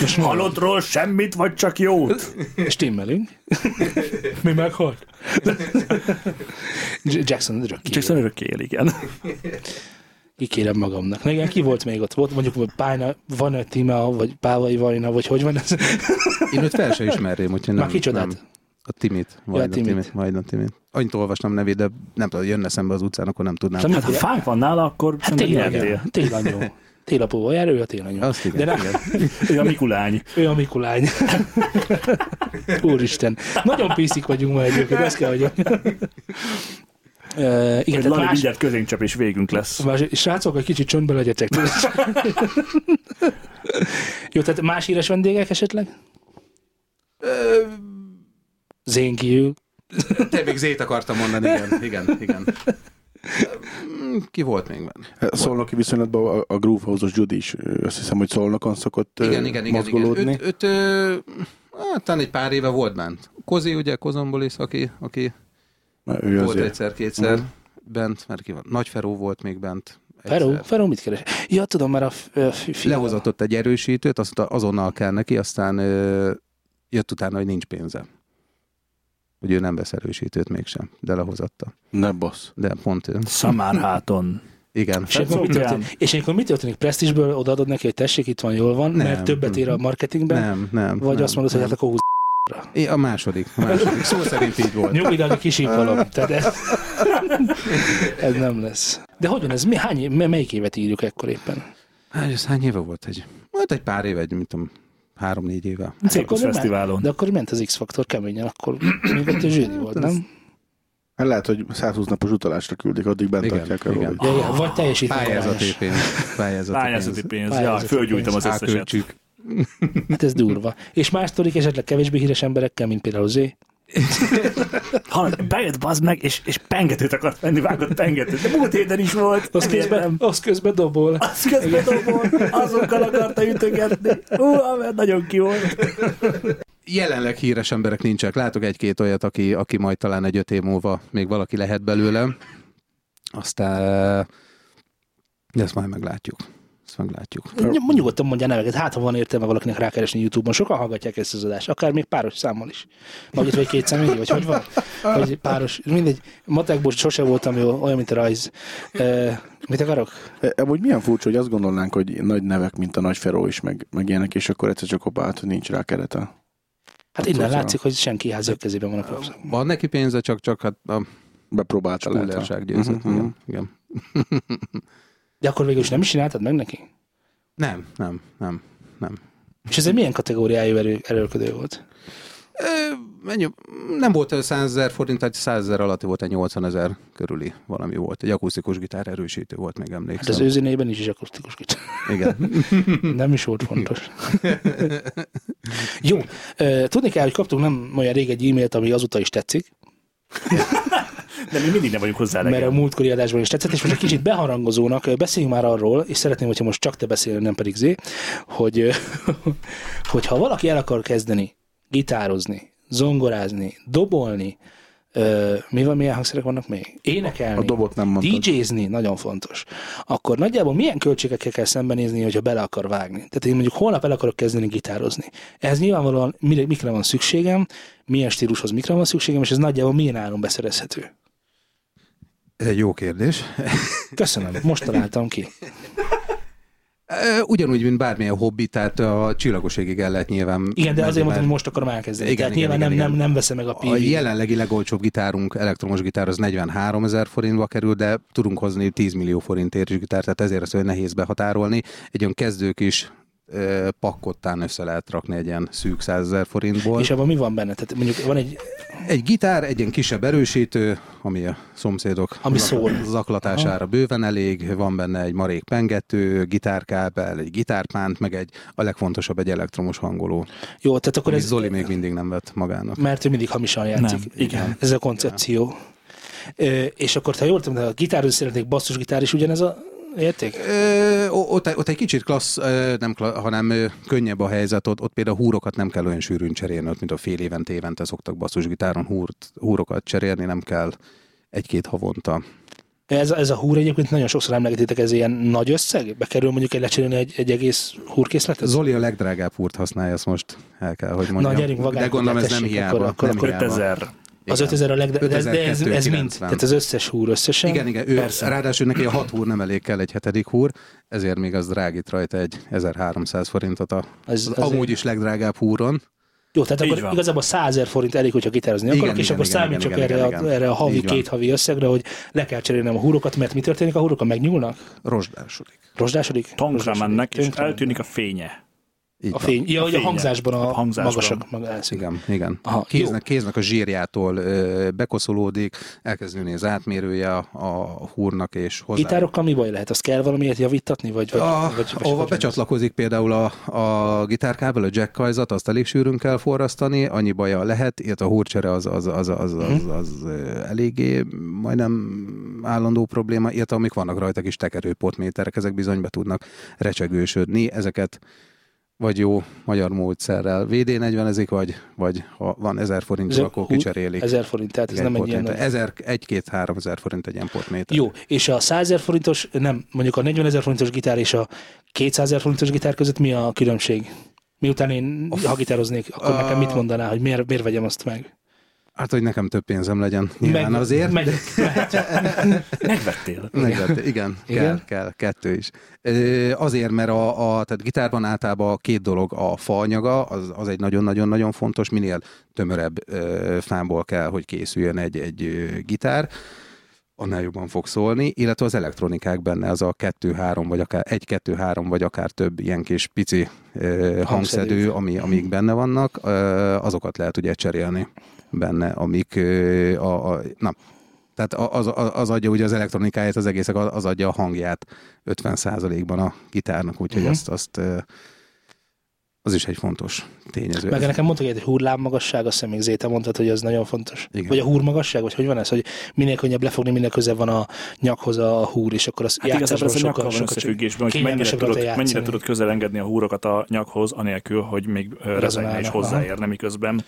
Speaker 2: Most mondom.
Speaker 3: Hallott róla semmit, vagy csak jót?
Speaker 2: Stimmelünk. Mi meghalt? Jackson örökké.
Speaker 3: Jackson örökké él, igen. Hát,
Speaker 2: Kikérem magamnak. Na igen, ki volt még ott? Volt mondjuk Pájna, van Tima, vagy Pávai Vajna, vagy hogy van ez?
Speaker 6: Én őt fel se ismerném, úgyhogy nem.
Speaker 2: Már kicsodát?
Speaker 6: Nem. A Timit. Majd ja, a
Speaker 2: Timit.
Speaker 6: Timit. Majd a Timit. Annyit olvasnám nevét, de nem tudom, jönne szembe az utcán, akkor nem tudnám.
Speaker 3: Hát, ha fánk van nála, akkor
Speaker 2: Hát
Speaker 3: szerintem
Speaker 2: télanyó.
Speaker 3: nyertél.
Speaker 2: Télanyó. Télapóval jár, ő a télanyó.
Speaker 6: Azt igen.
Speaker 2: De nem,
Speaker 6: igen.
Speaker 3: Ő a Mikulány.
Speaker 2: ő a Mikulány. Úristen. Nagyon piszik vagyunk ma egyébként, ezt kell, hogy mondjam. Ö, Igen,
Speaker 3: Hogy
Speaker 2: tehát
Speaker 3: Lali
Speaker 2: más,
Speaker 3: mindjárt közénk csap, és végünk lesz.
Speaker 2: Más, srácok, egy kicsit csöndbe legyetek. Jó, tehát más híres vendégek esetleg? Zén kívül.
Speaker 6: Te még zét akartam mondani, igen, igen, igen. Mm, Ki volt még benne?
Speaker 5: Szolnoki viszonylatban a, a Groovehouse-os Judy is ö, azt hiszem, hogy Szolnokon szokott ö,
Speaker 6: Igen, igen, igen. igen.
Speaker 5: mozgolódni.
Speaker 6: Öt, öt, ö, hát talán egy pár éve volt bent. Kozi, ugye, Kozombolis, aki, aki
Speaker 5: Már ő
Speaker 6: volt
Speaker 5: azért.
Speaker 6: egyszer-kétszer bent, mert ki van. Nagyferó volt még bent
Speaker 2: Feró, Feró mit keres? Ja, tudom, már a f- a f- fi-
Speaker 6: Lehozott ott egy erősítőt, azt mondta, azonnal kell neki, aztán ö, jött utána, hogy nincs pénze. Hogy ő nem vesz erősítőt mégsem, de lehozatta.
Speaker 5: Ne bassz.
Speaker 6: De pont ő.
Speaker 3: Szamárháton.
Speaker 6: Igen.
Speaker 2: És Hát akkor, mi
Speaker 3: Szoknyám.
Speaker 2: történik, és akkor mi történik? Presztisből odaadod neki, hogy tessék, itt van, jól van,
Speaker 6: Nem.
Speaker 2: mert többet ér a marketingben,
Speaker 6: Nem, nem.
Speaker 2: vagy
Speaker 6: nem,
Speaker 2: azt mondod, hogy
Speaker 6: nem.
Speaker 2: hát akkor húz.
Speaker 6: É, a második. A második. Szó szerint így volt.
Speaker 2: Nyugilag kisípolom. Tehát ez, ez nem lesz. De hogyan ez? Mi, hány, év- melyik évet írjuk ekkor éppen?
Speaker 6: Hát, ez hány éve volt egy? Volt egy pár éve, egy, mint tudom, három-négy éve.
Speaker 2: Hát
Speaker 3: Cirkusz
Speaker 2: akkor már-
Speaker 3: Fesztiválon.
Speaker 2: De akkor ment az X-faktor keményen, akkor még ott a zsűri volt, nem?
Speaker 5: Hát lehet, hogy 120 napos utalásra küldik, addig bent
Speaker 6: Igen,
Speaker 5: tartják
Speaker 6: igen.
Speaker 5: el.
Speaker 2: Ja, ja, vagy
Speaker 6: Pályázati
Speaker 2: teljesítményarányos.
Speaker 6: pénz. Pályázati,
Speaker 3: Pályázati pénz. Jaj,
Speaker 2: Pályázati
Speaker 3: fölgyújtam az
Speaker 2: pénz.
Speaker 3: összeset.
Speaker 6: Átköltjük.
Speaker 2: Hát ez durva. És más történik esetleg kevésbé híres emberekkel, mint például Zé.
Speaker 3: Hallod, bejött bazd meg, és, és pengetőt akart venni, vágott pengetőt. De múlt héten is volt.
Speaker 2: Az közben, az közben dobol.
Speaker 3: Azt közben dobol, azokkal akarta ütögetni. Hú, mert nagyon ki volt.
Speaker 6: Jelenleg híres emberek nincsenek. Látok egy-két olyat, aki, aki majd talán egy öt év múlva még valaki lehet belőle. Aztán... De ezt majd meglátjuk. Ezt meglátjuk.
Speaker 2: Ny- Nyugodtan mondja neveket, hát ha van értelme valakinek rákeresni YouTube-on, sokan hallgatják ezt az adást, akár még páros számmal is. Vagy öt vagy két személy, vagy hogy van? Vagy páros, mindegy. Matekból sose voltam jó, olyan, mint a rajz. Ö, mit akarok? Hát
Speaker 5: E, Amúgy milyen furcsa, hogy azt gondolnánk, hogy nagy nevek, mint a nagy Feró is, meg, meg ilyenek, és akkor egyszer csak hoppá, hát, hogy nincs rá kerete.
Speaker 2: Hát innen látszik, hogy senki házja kezében van a program.
Speaker 6: Van neki pénze, csak, csak hát a
Speaker 5: Bepróbálta lehet.
Speaker 6: kullerság győzött.
Speaker 5: Mhm, mhm.
Speaker 6: Igen. igen.
Speaker 2: De akkor végül is nem is csináltad meg neki?
Speaker 6: Nem, nem, nem, nem.
Speaker 2: És ez egy milyen kategóriájú erő, erőlködő volt? Hát
Speaker 6: Ö, Mennyi, nem volt ö, 100 ezer forint, tehát 100 ezer alatti volt, egy 80 ezer körüli valami volt. Egy akusztikus gitár erősítő volt, még
Speaker 2: Hát az
Speaker 6: emlékszem.
Speaker 2: őzinében is is akusztikus kicsit.
Speaker 5: mhm.
Speaker 6: Igen.
Speaker 2: Nem is volt fontos. Jó, ö, tudni kell, hogy kaptunk nem olyan rég egy e-mailt, ami azóta is tetszik,
Speaker 3: De mi mindig nem vagyunk hozzá
Speaker 2: mert a
Speaker 3: elegem.
Speaker 2: múltkori adásban is tetszett, és most egy kicsit beharangozónak, ö, beszéljünk már arról, és szeretném, hogyha most csak te beszélnél, nem pedig Zé, hogy, ö, hogy ha valaki el akar kezdeni gitározni, zongorázni, dobolni, ö, mi van, milyen hangszerek vannak még? Énekelni.
Speaker 5: A dobot nem mondtad.
Speaker 2: DJ-zni nagyon fontos. Akkor nagyjából milyen költségekkel kell szembenézni, hogyha bele akar vágni? Tehát én mondjuk holnap el akarok kezdeni gitározni. Ehhez nyilvánvalóan mire, mikre van szükségem, milyen stílushoz mikre van szükségem, és ez nagyjából milyen áron beszerezhető.
Speaker 6: Ez egy jó kérdés.
Speaker 2: Köszönöm, most találtam ki.
Speaker 6: Ö, Ugyanúgy, mint bármilyen hobbi, tehát a csillagoségig el lehet nyilván...
Speaker 2: Igen, de
Speaker 6: menni,
Speaker 2: azért mondtam,
Speaker 6: mert
Speaker 2: hogy most akarom elkezdeni.
Speaker 6: Igen,
Speaker 2: Igen, Tehát
Speaker 6: igen,
Speaker 2: nyilván nem,
Speaker 6: igen, igen.
Speaker 2: nem, nem veszem meg a
Speaker 6: A
Speaker 2: PV.
Speaker 6: jelenlegi legolcsóbb gitárunk, elektromos gitár az 43 ezer forintba kerül, de tudunk hozni 10 millió forintért is gitárt, tehát ezért az olyan nehéz behatárolni. Egy olyan kezdők is ö, pakkottán össze lehet rakni egy ilyen szűk 100 ezer forintból.
Speaker 2: És abban mi van benne? Tehát mondjuk van egy,
Speaker 6: Egy gitár, egy ilyen kisebb erősítő, ami a szomszédok
Speaker 2: Ami szól.
Speaker 6: zaklatására bőven elég, van benne egy marék pengető, gitárkábel, egy gitárpánt, meg egy, a legfontosabb egy elektromos hangoló.
Speaker 2: jó, tehát akkor
Speaker 6: Amit
Speaker 2: ez, Mm.
Speaker 6: Zoli még mindig nem vett magának.
Speaker 2: mert ő mindig hamisan játszik.
Speaker 3: Nem, igen.
Speaker 2: Ez a koncepció. Ö, és akkor, ha jól tudom, de a gitározni szeretnék basszusgitár is ugyanez a érték?
Speaker 6: Ö, o- ott, ott egy kicsit klassz, ö, nem klassz, hanem ö, könnyebb a helyzet, ott, ott például húrokat nem kell olyan sűrűn cserélni, ott, mint a fél évente, évente szoktak basszusgitáron húrt, húrokat cserélni, nem kell egy-két havonta.
Speaker 2: Ez, ez a húr egyébként nagyon sokszor emlegetitek, ez ilyen nagy összeg? Bekerül mondjuk egy lecserélni egy, egy egész húrkészletet?
Speaker 6: Zoli a legdrágább húrt használja, ezt most el kell, hogy mondjam.
Speaker 2: Na, gyerünk,
Speaker 6: De
Speaker 2: vagánkodjál,
Speaker 6: gondolom ez nem
Speaker 2: tessék,
Speaker 6: hiába.
Speaker 2: akkor- akkor-
Speaker 6: nem
Speaker 2: akkor
Speaker 6: hiába.
Speaker 3: 5000.
Speaker 2: Az
Speaker 6: Igen.
Speaker 2: 5000 a legdrágább, de, ez- de ez, ez mind.
Speaker 6: 5290.
Speaker 2: Tehát az összes húr összesen.
Speaker 6: Igen, igen, ő, ráadásul neki a hat húr nem elég kell egy hetedik húr, ezért még az drágít rajta egy 1300 forintot a,
Speaker 2: Ez-
Speaker 6: az,
Speaker 2: azért-
Speaker 6: amúgy is legdrágább húron.
Speaker 2: Jó, tehát
Speaker 3: Így
Speaker 2: akkor
Speaker 3: van.
Speaker 2: igazából 100 ezer forint elég, hogyha gitározni
Speaker 6: Igen,
Speaker 2: akarok, és
Speaker 6: igen,
Speaker 2: akkor
Speaker 6: igen,
Speaker 2: számít
Speaker 6: igen,
Speaker 2: csak
Speaker 6: igen,
Speaker 2: erre,
Speaker 6: igen,
Speaker 2: a,
Speaker 6: igen.
Speaker 2: erre a havi,
Speaker 6: Így van.
Speaker 2: két havi összegre, hogy le kell cserélnem a húrokat, mert mi történik a húrokkal? Megnyúlnak?
Speaker 6: Rozsdásodik.
Speaker 2: Rozsdásodik?
Speaker 3: Tonkra
Speaker 2: Rozsdásodik.
Speaker 3: mennek, és
Speaker 2: Tönkre mennek.
Speaker 3: eltűnik a fénye.
Speaker 6: Így
Speaker 2: A
Speaker 6: van.
Speaker 2: fény. Ja,
Speaker 3: A
Speaker 2: hogy a
Speaker 3: fénye.
Speaker 2: hangzásban a,
Speaker 3: A hangzásban.
Speaker 2: magasak meg elszűnik.
Speaker 6: Igen, igen.
Speaker 2: Aha,
Speaker 6: Aha,
Speaker 2: jó.
Speaker 6: kéznek, kéznek a zsírjától ö, bekoszolódik, elkezd nőni az átmérője a, a húrnak, és hozzá.
Speaker 2: Gitárokkal mi baj lehet? Azt kell valamiért javítatni? Vagy, vagy,
Speaker 6: a,
Speaker 2: vagy, vagy
Speaker 6: Ah, ahova
Speaker 2: hogy-
Speaker 6: becsatlakozik például a, a gitárkábel, a jackkajzat, azt elég sűrűn kell forrasztani, annyi baja lehet, illetve a húrcsere az, az, az, az,
Speaker 2: Mhm.
Speaker 6: az, az ö, eléggé majdnem állandó probléma, illetve amik vannak rajta kis tekerőpotméterek, ezek bizony be tudnak recsegősödni, ezeket vagy jó magyar módszerrel. VD 40 ezik, vagy, vagy ha van 1000 forint,
Speaker 2: Ez-
Speaker 6: akkor
Speaker 2: hú,
Speaker 6: kicserélik.
Speaker 2: 1000 forint, tehát ez
Speaker 6: Igen,
Speaker 2: nem egy ilyen...
Speaker 6: portméter. 1000, 1 2 3000 forint egy ilyen portméter.
Speaker 2: Jó, és a 100 ezer forintos, nem, mondjuk a 40 ezer forintos gitár és a 200 ezer forintos gitár között mi a különbség? Miután én, ha gitároznék, akkor
Speaker 6: a-
Speaker 2: nekem mit mondaná, hogy miért, miért vegyem azt meg?
Speaker 6: Hát, hogy nekem több pénzem legyen. Nyilván
Speaker 2: meg,
Speaker 6: azért.
Speaker 2: Meg,
Speaker 3: Megvettél.
Speaker 6: Megvett, igen,
Speaker 2: Igen?
Speaker 6: igen, kell, kell, kettő is. Ö, Azért, mert a, a tehát gitárban általában két dolog a faanyaga, az, az egy nagyon-nagyon-nagyon fontos, minél tömörebb ö, fámból kell, hogy készüljön egy, egy ö, gitár, annál jobban fog szólni, illetve az elektronikák benne, az a 2-3, vagy akár 1-2-3, vagy akár több ilyen kis pici ö, hangszedő, ami, amik benne vannak, ö, azokat lehet ugye cserélni benne, amik ö, a, a, na, tehát a- az, az, az adja ugye az elektronikáját, az egészek, az az adja a hangját 50%-ban a gitárnak, úgyhogy
Speaker 2: Mhm.
Speaker 6: uh-huh. azt, azt ö, az is egy fontos tényező.
Speaker 2: meg
Speaker 6: Ez-
Speaker 2: nekem mondtak egy hurlám magasság, azt hiszem még Zéta mondtad, hogy az nagyon fontos.
Speaker 6: Igen.
Speaker 2: Vagy a húr magasság, vagy hogy van ez, hogy minél könnyebb lefogni, minél közebb van a nyakhoz a húr, és akkor az
Speaker 3: Hát igazából ez a
Speaker 2: sokkal,
Speaker 3: nyakkal van
Speaker 2: sokkal
Speaker 3: összefüggésben, hogy mennyire
Speaker 2: kényelmesebb
Speaker 3: tudod,
Speaker 2: rajta
Speaker 3: mennyire
Speaker 2: játszani.
Speaker 3: tudod közel engedni a húrokat a nyakhoz, anélkül, hogy még ö, rezegne és
Speaker 2: Rezonálna, aha.
Speaker 3: hozzáérne, miközben,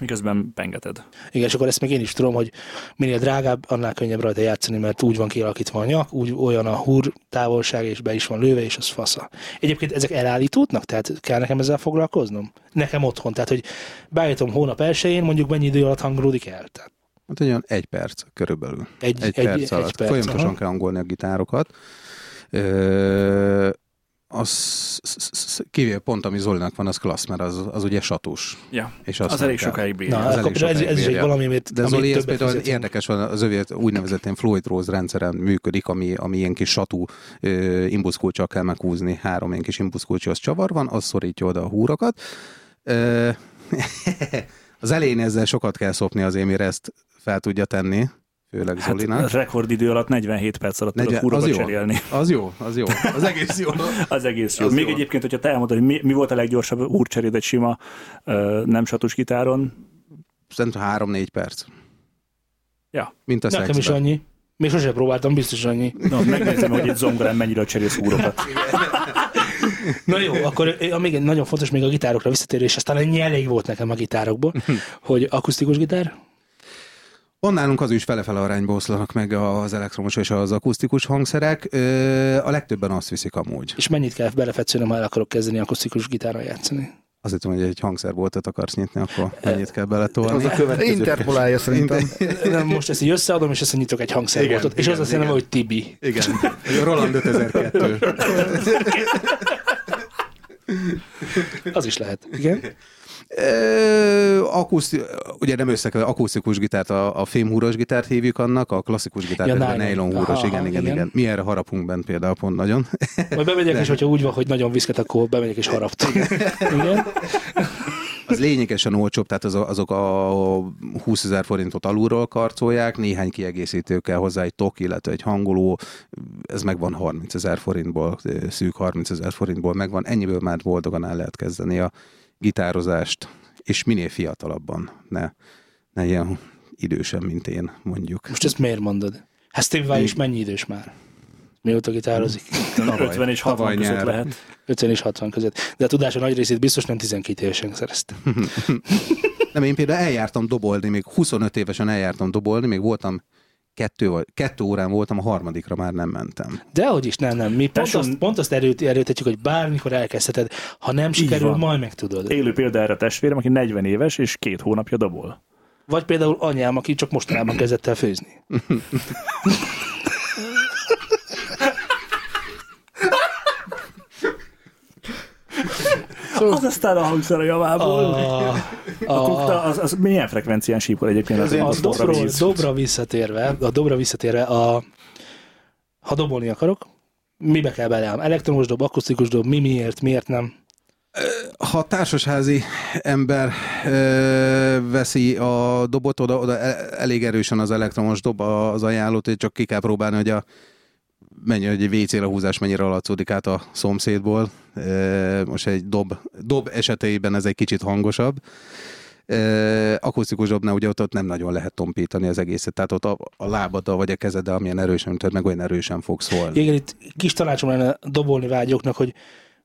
Speaker 3: miközben pengeted.
Speaker 2: Igen, és akkor ezt még én is tudom, hogy minél drágább, annál könnyebb rajta játszani, mert úgy van kialakítva a nyak, úgy olyan a húr távolság, és be is van lőve, és az fasza. Egyébként ezek elállítódnak, tehát kell nekem ezzel foglalkoznom? Nekem otthon, tehát hogy beállítom hónap elsőjén, mondjuk mennyi idő alatt hangolódik el? Tehát
Speaker 6: Hát olyan egy perc körülbelül.
Speaker 2: egy,
Speaker 6: Egy, egy perc alatt. Egy perc, Folyamatosan aha. kell hangolni a gitárokat. Ö, az kivéve pont, ami Zolinak van, az klassz, mert az, az ugye satús.
Speaker 3: Ja,
Speaker 6: És
Speaker 3: az,
Speaker 6: azt
Speaker 3: az
Speaker 6: nem
Speaker 3: elég
Speaker 6: kell.
Speaker 3: sokáig bírja.
Speaker 2: Na,
Speaker 6: az
Speaker 2: akkor
Speaker 6: elég
Speaker 2: például ez, ez
Speaker 6: sokáig
Speaker 2: is egy
Speaker 6: bírja.
Speaker 2: valami, amit,
Speaker 6: De
Speaker 2: amit
Speaker 6: Zoli, ez
Speaker 2: többet
Speaker 6: például
Speaker 2: fizetünk.
Speaker 6: érdekes van, az övé úgynevezett ilyen Floyd Rose rendszeren működik, ami, ami ilyen kis satú ö, imbuszkulcsal kell meghúzni, három ilyen kis imbuszkulcshoz csavar van, az szorítja oda a húrokat. Ö, az elején ezzel sokat kell szopni azért, mire ezt fel tudja tenni, főleg
Speaker 3: Hát
Speaker 6: Zolinak.
Speaker 3: a rekordidő alatt 47 perc alatt tudod
Speaker 6: 40
Speaker 3: húrokat
Speaker 6: az jó.
Speaker 3: cserélni.
Speaker 6: Az jó, az jó. Az egész jó.
Speaker 3: Az egész jó.
Speaker 6: Az
Speaker 3: Még
Speaker 6: jó.
Speaker 3: egyébként, hogyha te elmondod, hogy mi, mi volt a leggyorsabb húrcseréd egy sima ö, nem satus gitáron,
Speaker 6: Szerintem három-négy perc.
Speaker 3: Ja.
Speaker 6: Mint a
Speaker 2: Nekem is
Speaker 6: szexben.
Speaker 2: annyi. Még sose próbáltam, biztos annyi.
Speaker 3: na, megnézem, hogy egy zongorán mennyire cserélsz húrokat.
Speaker 2: Na jó, akkor ö, még egy nagyon fontos még a gitárokra visszatérés, aztán ennyi elég volt nekem a gitárokból, hogy akusztikus gitár,
Speaker 6: Van nálunk az is fele-fele arányba oszlanak meg az elektromos és az akusztikus hangszerek. Ö, A legtöbben azt viszik amúgy.
Speaker 2: és mennyit kell belefetszőnöm, ha el akarok kezdeni akusztikus gitárral játszani.
Speaker 6: Azért mondom, hogy egy hangszerboltot akarsz nyitni, akkor mennyit kell
Speaker 5: Az
Speaker 6: beletolni.
Speaker 5: a következő.
Speaker 4: Interpolálja szerintem.
Speaker 2: Nem, most ezt így összeadom, és aztán nyitok egy hangszerboltot,
Speaker 6: Igen,
Speaker 2: és az
Speaker 6: igen,
Speaker 2: azt jelenti,
Speaker 6: igen.
Speaker 2: hogy Tibi.
Speaker 6: Igen. Roland 5002.
Speaker 2: Az is lehet. Igen?
Speaker 6: Ö, Akuszti, ugye nem összekever, akusztikus gitárt, a, a fémhúros gitárt hívjuk annak, a klasszikus gitárt,
Speaker 2: Ja,
Speaker 6: ja, a
Speaker 2: nylon.
Speaker 6: nejlonhúros,
Speaker 2: Aha,
Speaker 6: igen, igen,
Speaker 2: igen.
Speaker 6: igen, igen. Mi erre harapunk bent például pont nagyon.
Speaker 2: Majd bemegyek, és hogyha úgy van, hogy nagyon viszket, akkor bemegyek és haraptam. Igen?
Speaker 6: Az lényegesen olcsóbb, tehát az, azok a 20 ezer forintot alulról karcolják, néhány kiegészítő kell hozzá, egy tok, illetve egy hangoló, ez megvan 30 ezer forintból, ö, szűk 30 ezer forintból megvan, ennyiből már boldogan el lehet kezdeni a gitározást, és minél fiatalabban, ne, ne ilyen idősen, mint én mondjuk.
Speaker 2: Most ezt miért mondod? Hát Steve Vai is mennyi idős már? Mióta gitározik?
Speaker 3: 50 és 60
Speaker 6: tavaly
Speaker 3: között
Speaker 6: nyáron.
Speaker 3: lehet.
Speaker 2: 50 és 60 között. De a tudása nagy részét biztos nem 12 évesen szerezte.
Speaker 6: Nem, én például eljártam dobolni, még 25 évesen eljártam dobolni, még voltam kettő, vagy- kettő órán voltam, a harmadikra már nem mentem.
Speaker 2: Dehogy is, nem, nem. Mi pont
Speaker 3: Tesóm-
Speaker 2: azt, pont azt erőt, erőtetjük, hogy bármikor elkezdheted. Ha nem sikerül,
Speaker 3: van.
Speaker 2: majd megtudod.
Speaker 3: Élő példa erre testvérem, aki 40 éves és két hónapja dobol.
Speaker 2: Vagy például anyám, aki csak mostanában kezdett el főzni.
Speaker 6: Szóval-
Speaker 3: Az aztán a hangszer a javából.
Speaker 2: A,
Speaker 3: A
Speaker 2: a,
Speaker 3: kukta, az, az milyen frekvencián sípol egyébként? Az
Speaker 2: a
Speaker 3: az dobra
Speaker 2: dobra,
Speaker 3: víz.
Speaker 2: dobra visszatérve, a dobra visszatérve, a, ha dobolni akarok, mibe kell beleállnom? Elektromos dob, akusztikus dob, mi miért, miért nem?
Speaker 6: ha társasázi ember ö, veszi a dobot, oda, oda el- elég erősen az elektromos dob a- az ajánlót, hogy csak ki kell próbálni, hogy a mennyi, hogy egy WC húzás mennyire alatszódik át a szomszédból. Ö, most egy dob, dob esetében ez egy kicsit hangosabb. Ö, akusztikus dobnál ugye ott, ott nem nagyon lehet tompítani az egészet, tehát ott a, a lábaddal vagy a kezeddel, amilyen erősen ütöd, meg olyan erősen fogsz szólni.
Speaker 2: Igen, itt kis tanácsom lenne dobolni vágyoknak, hogy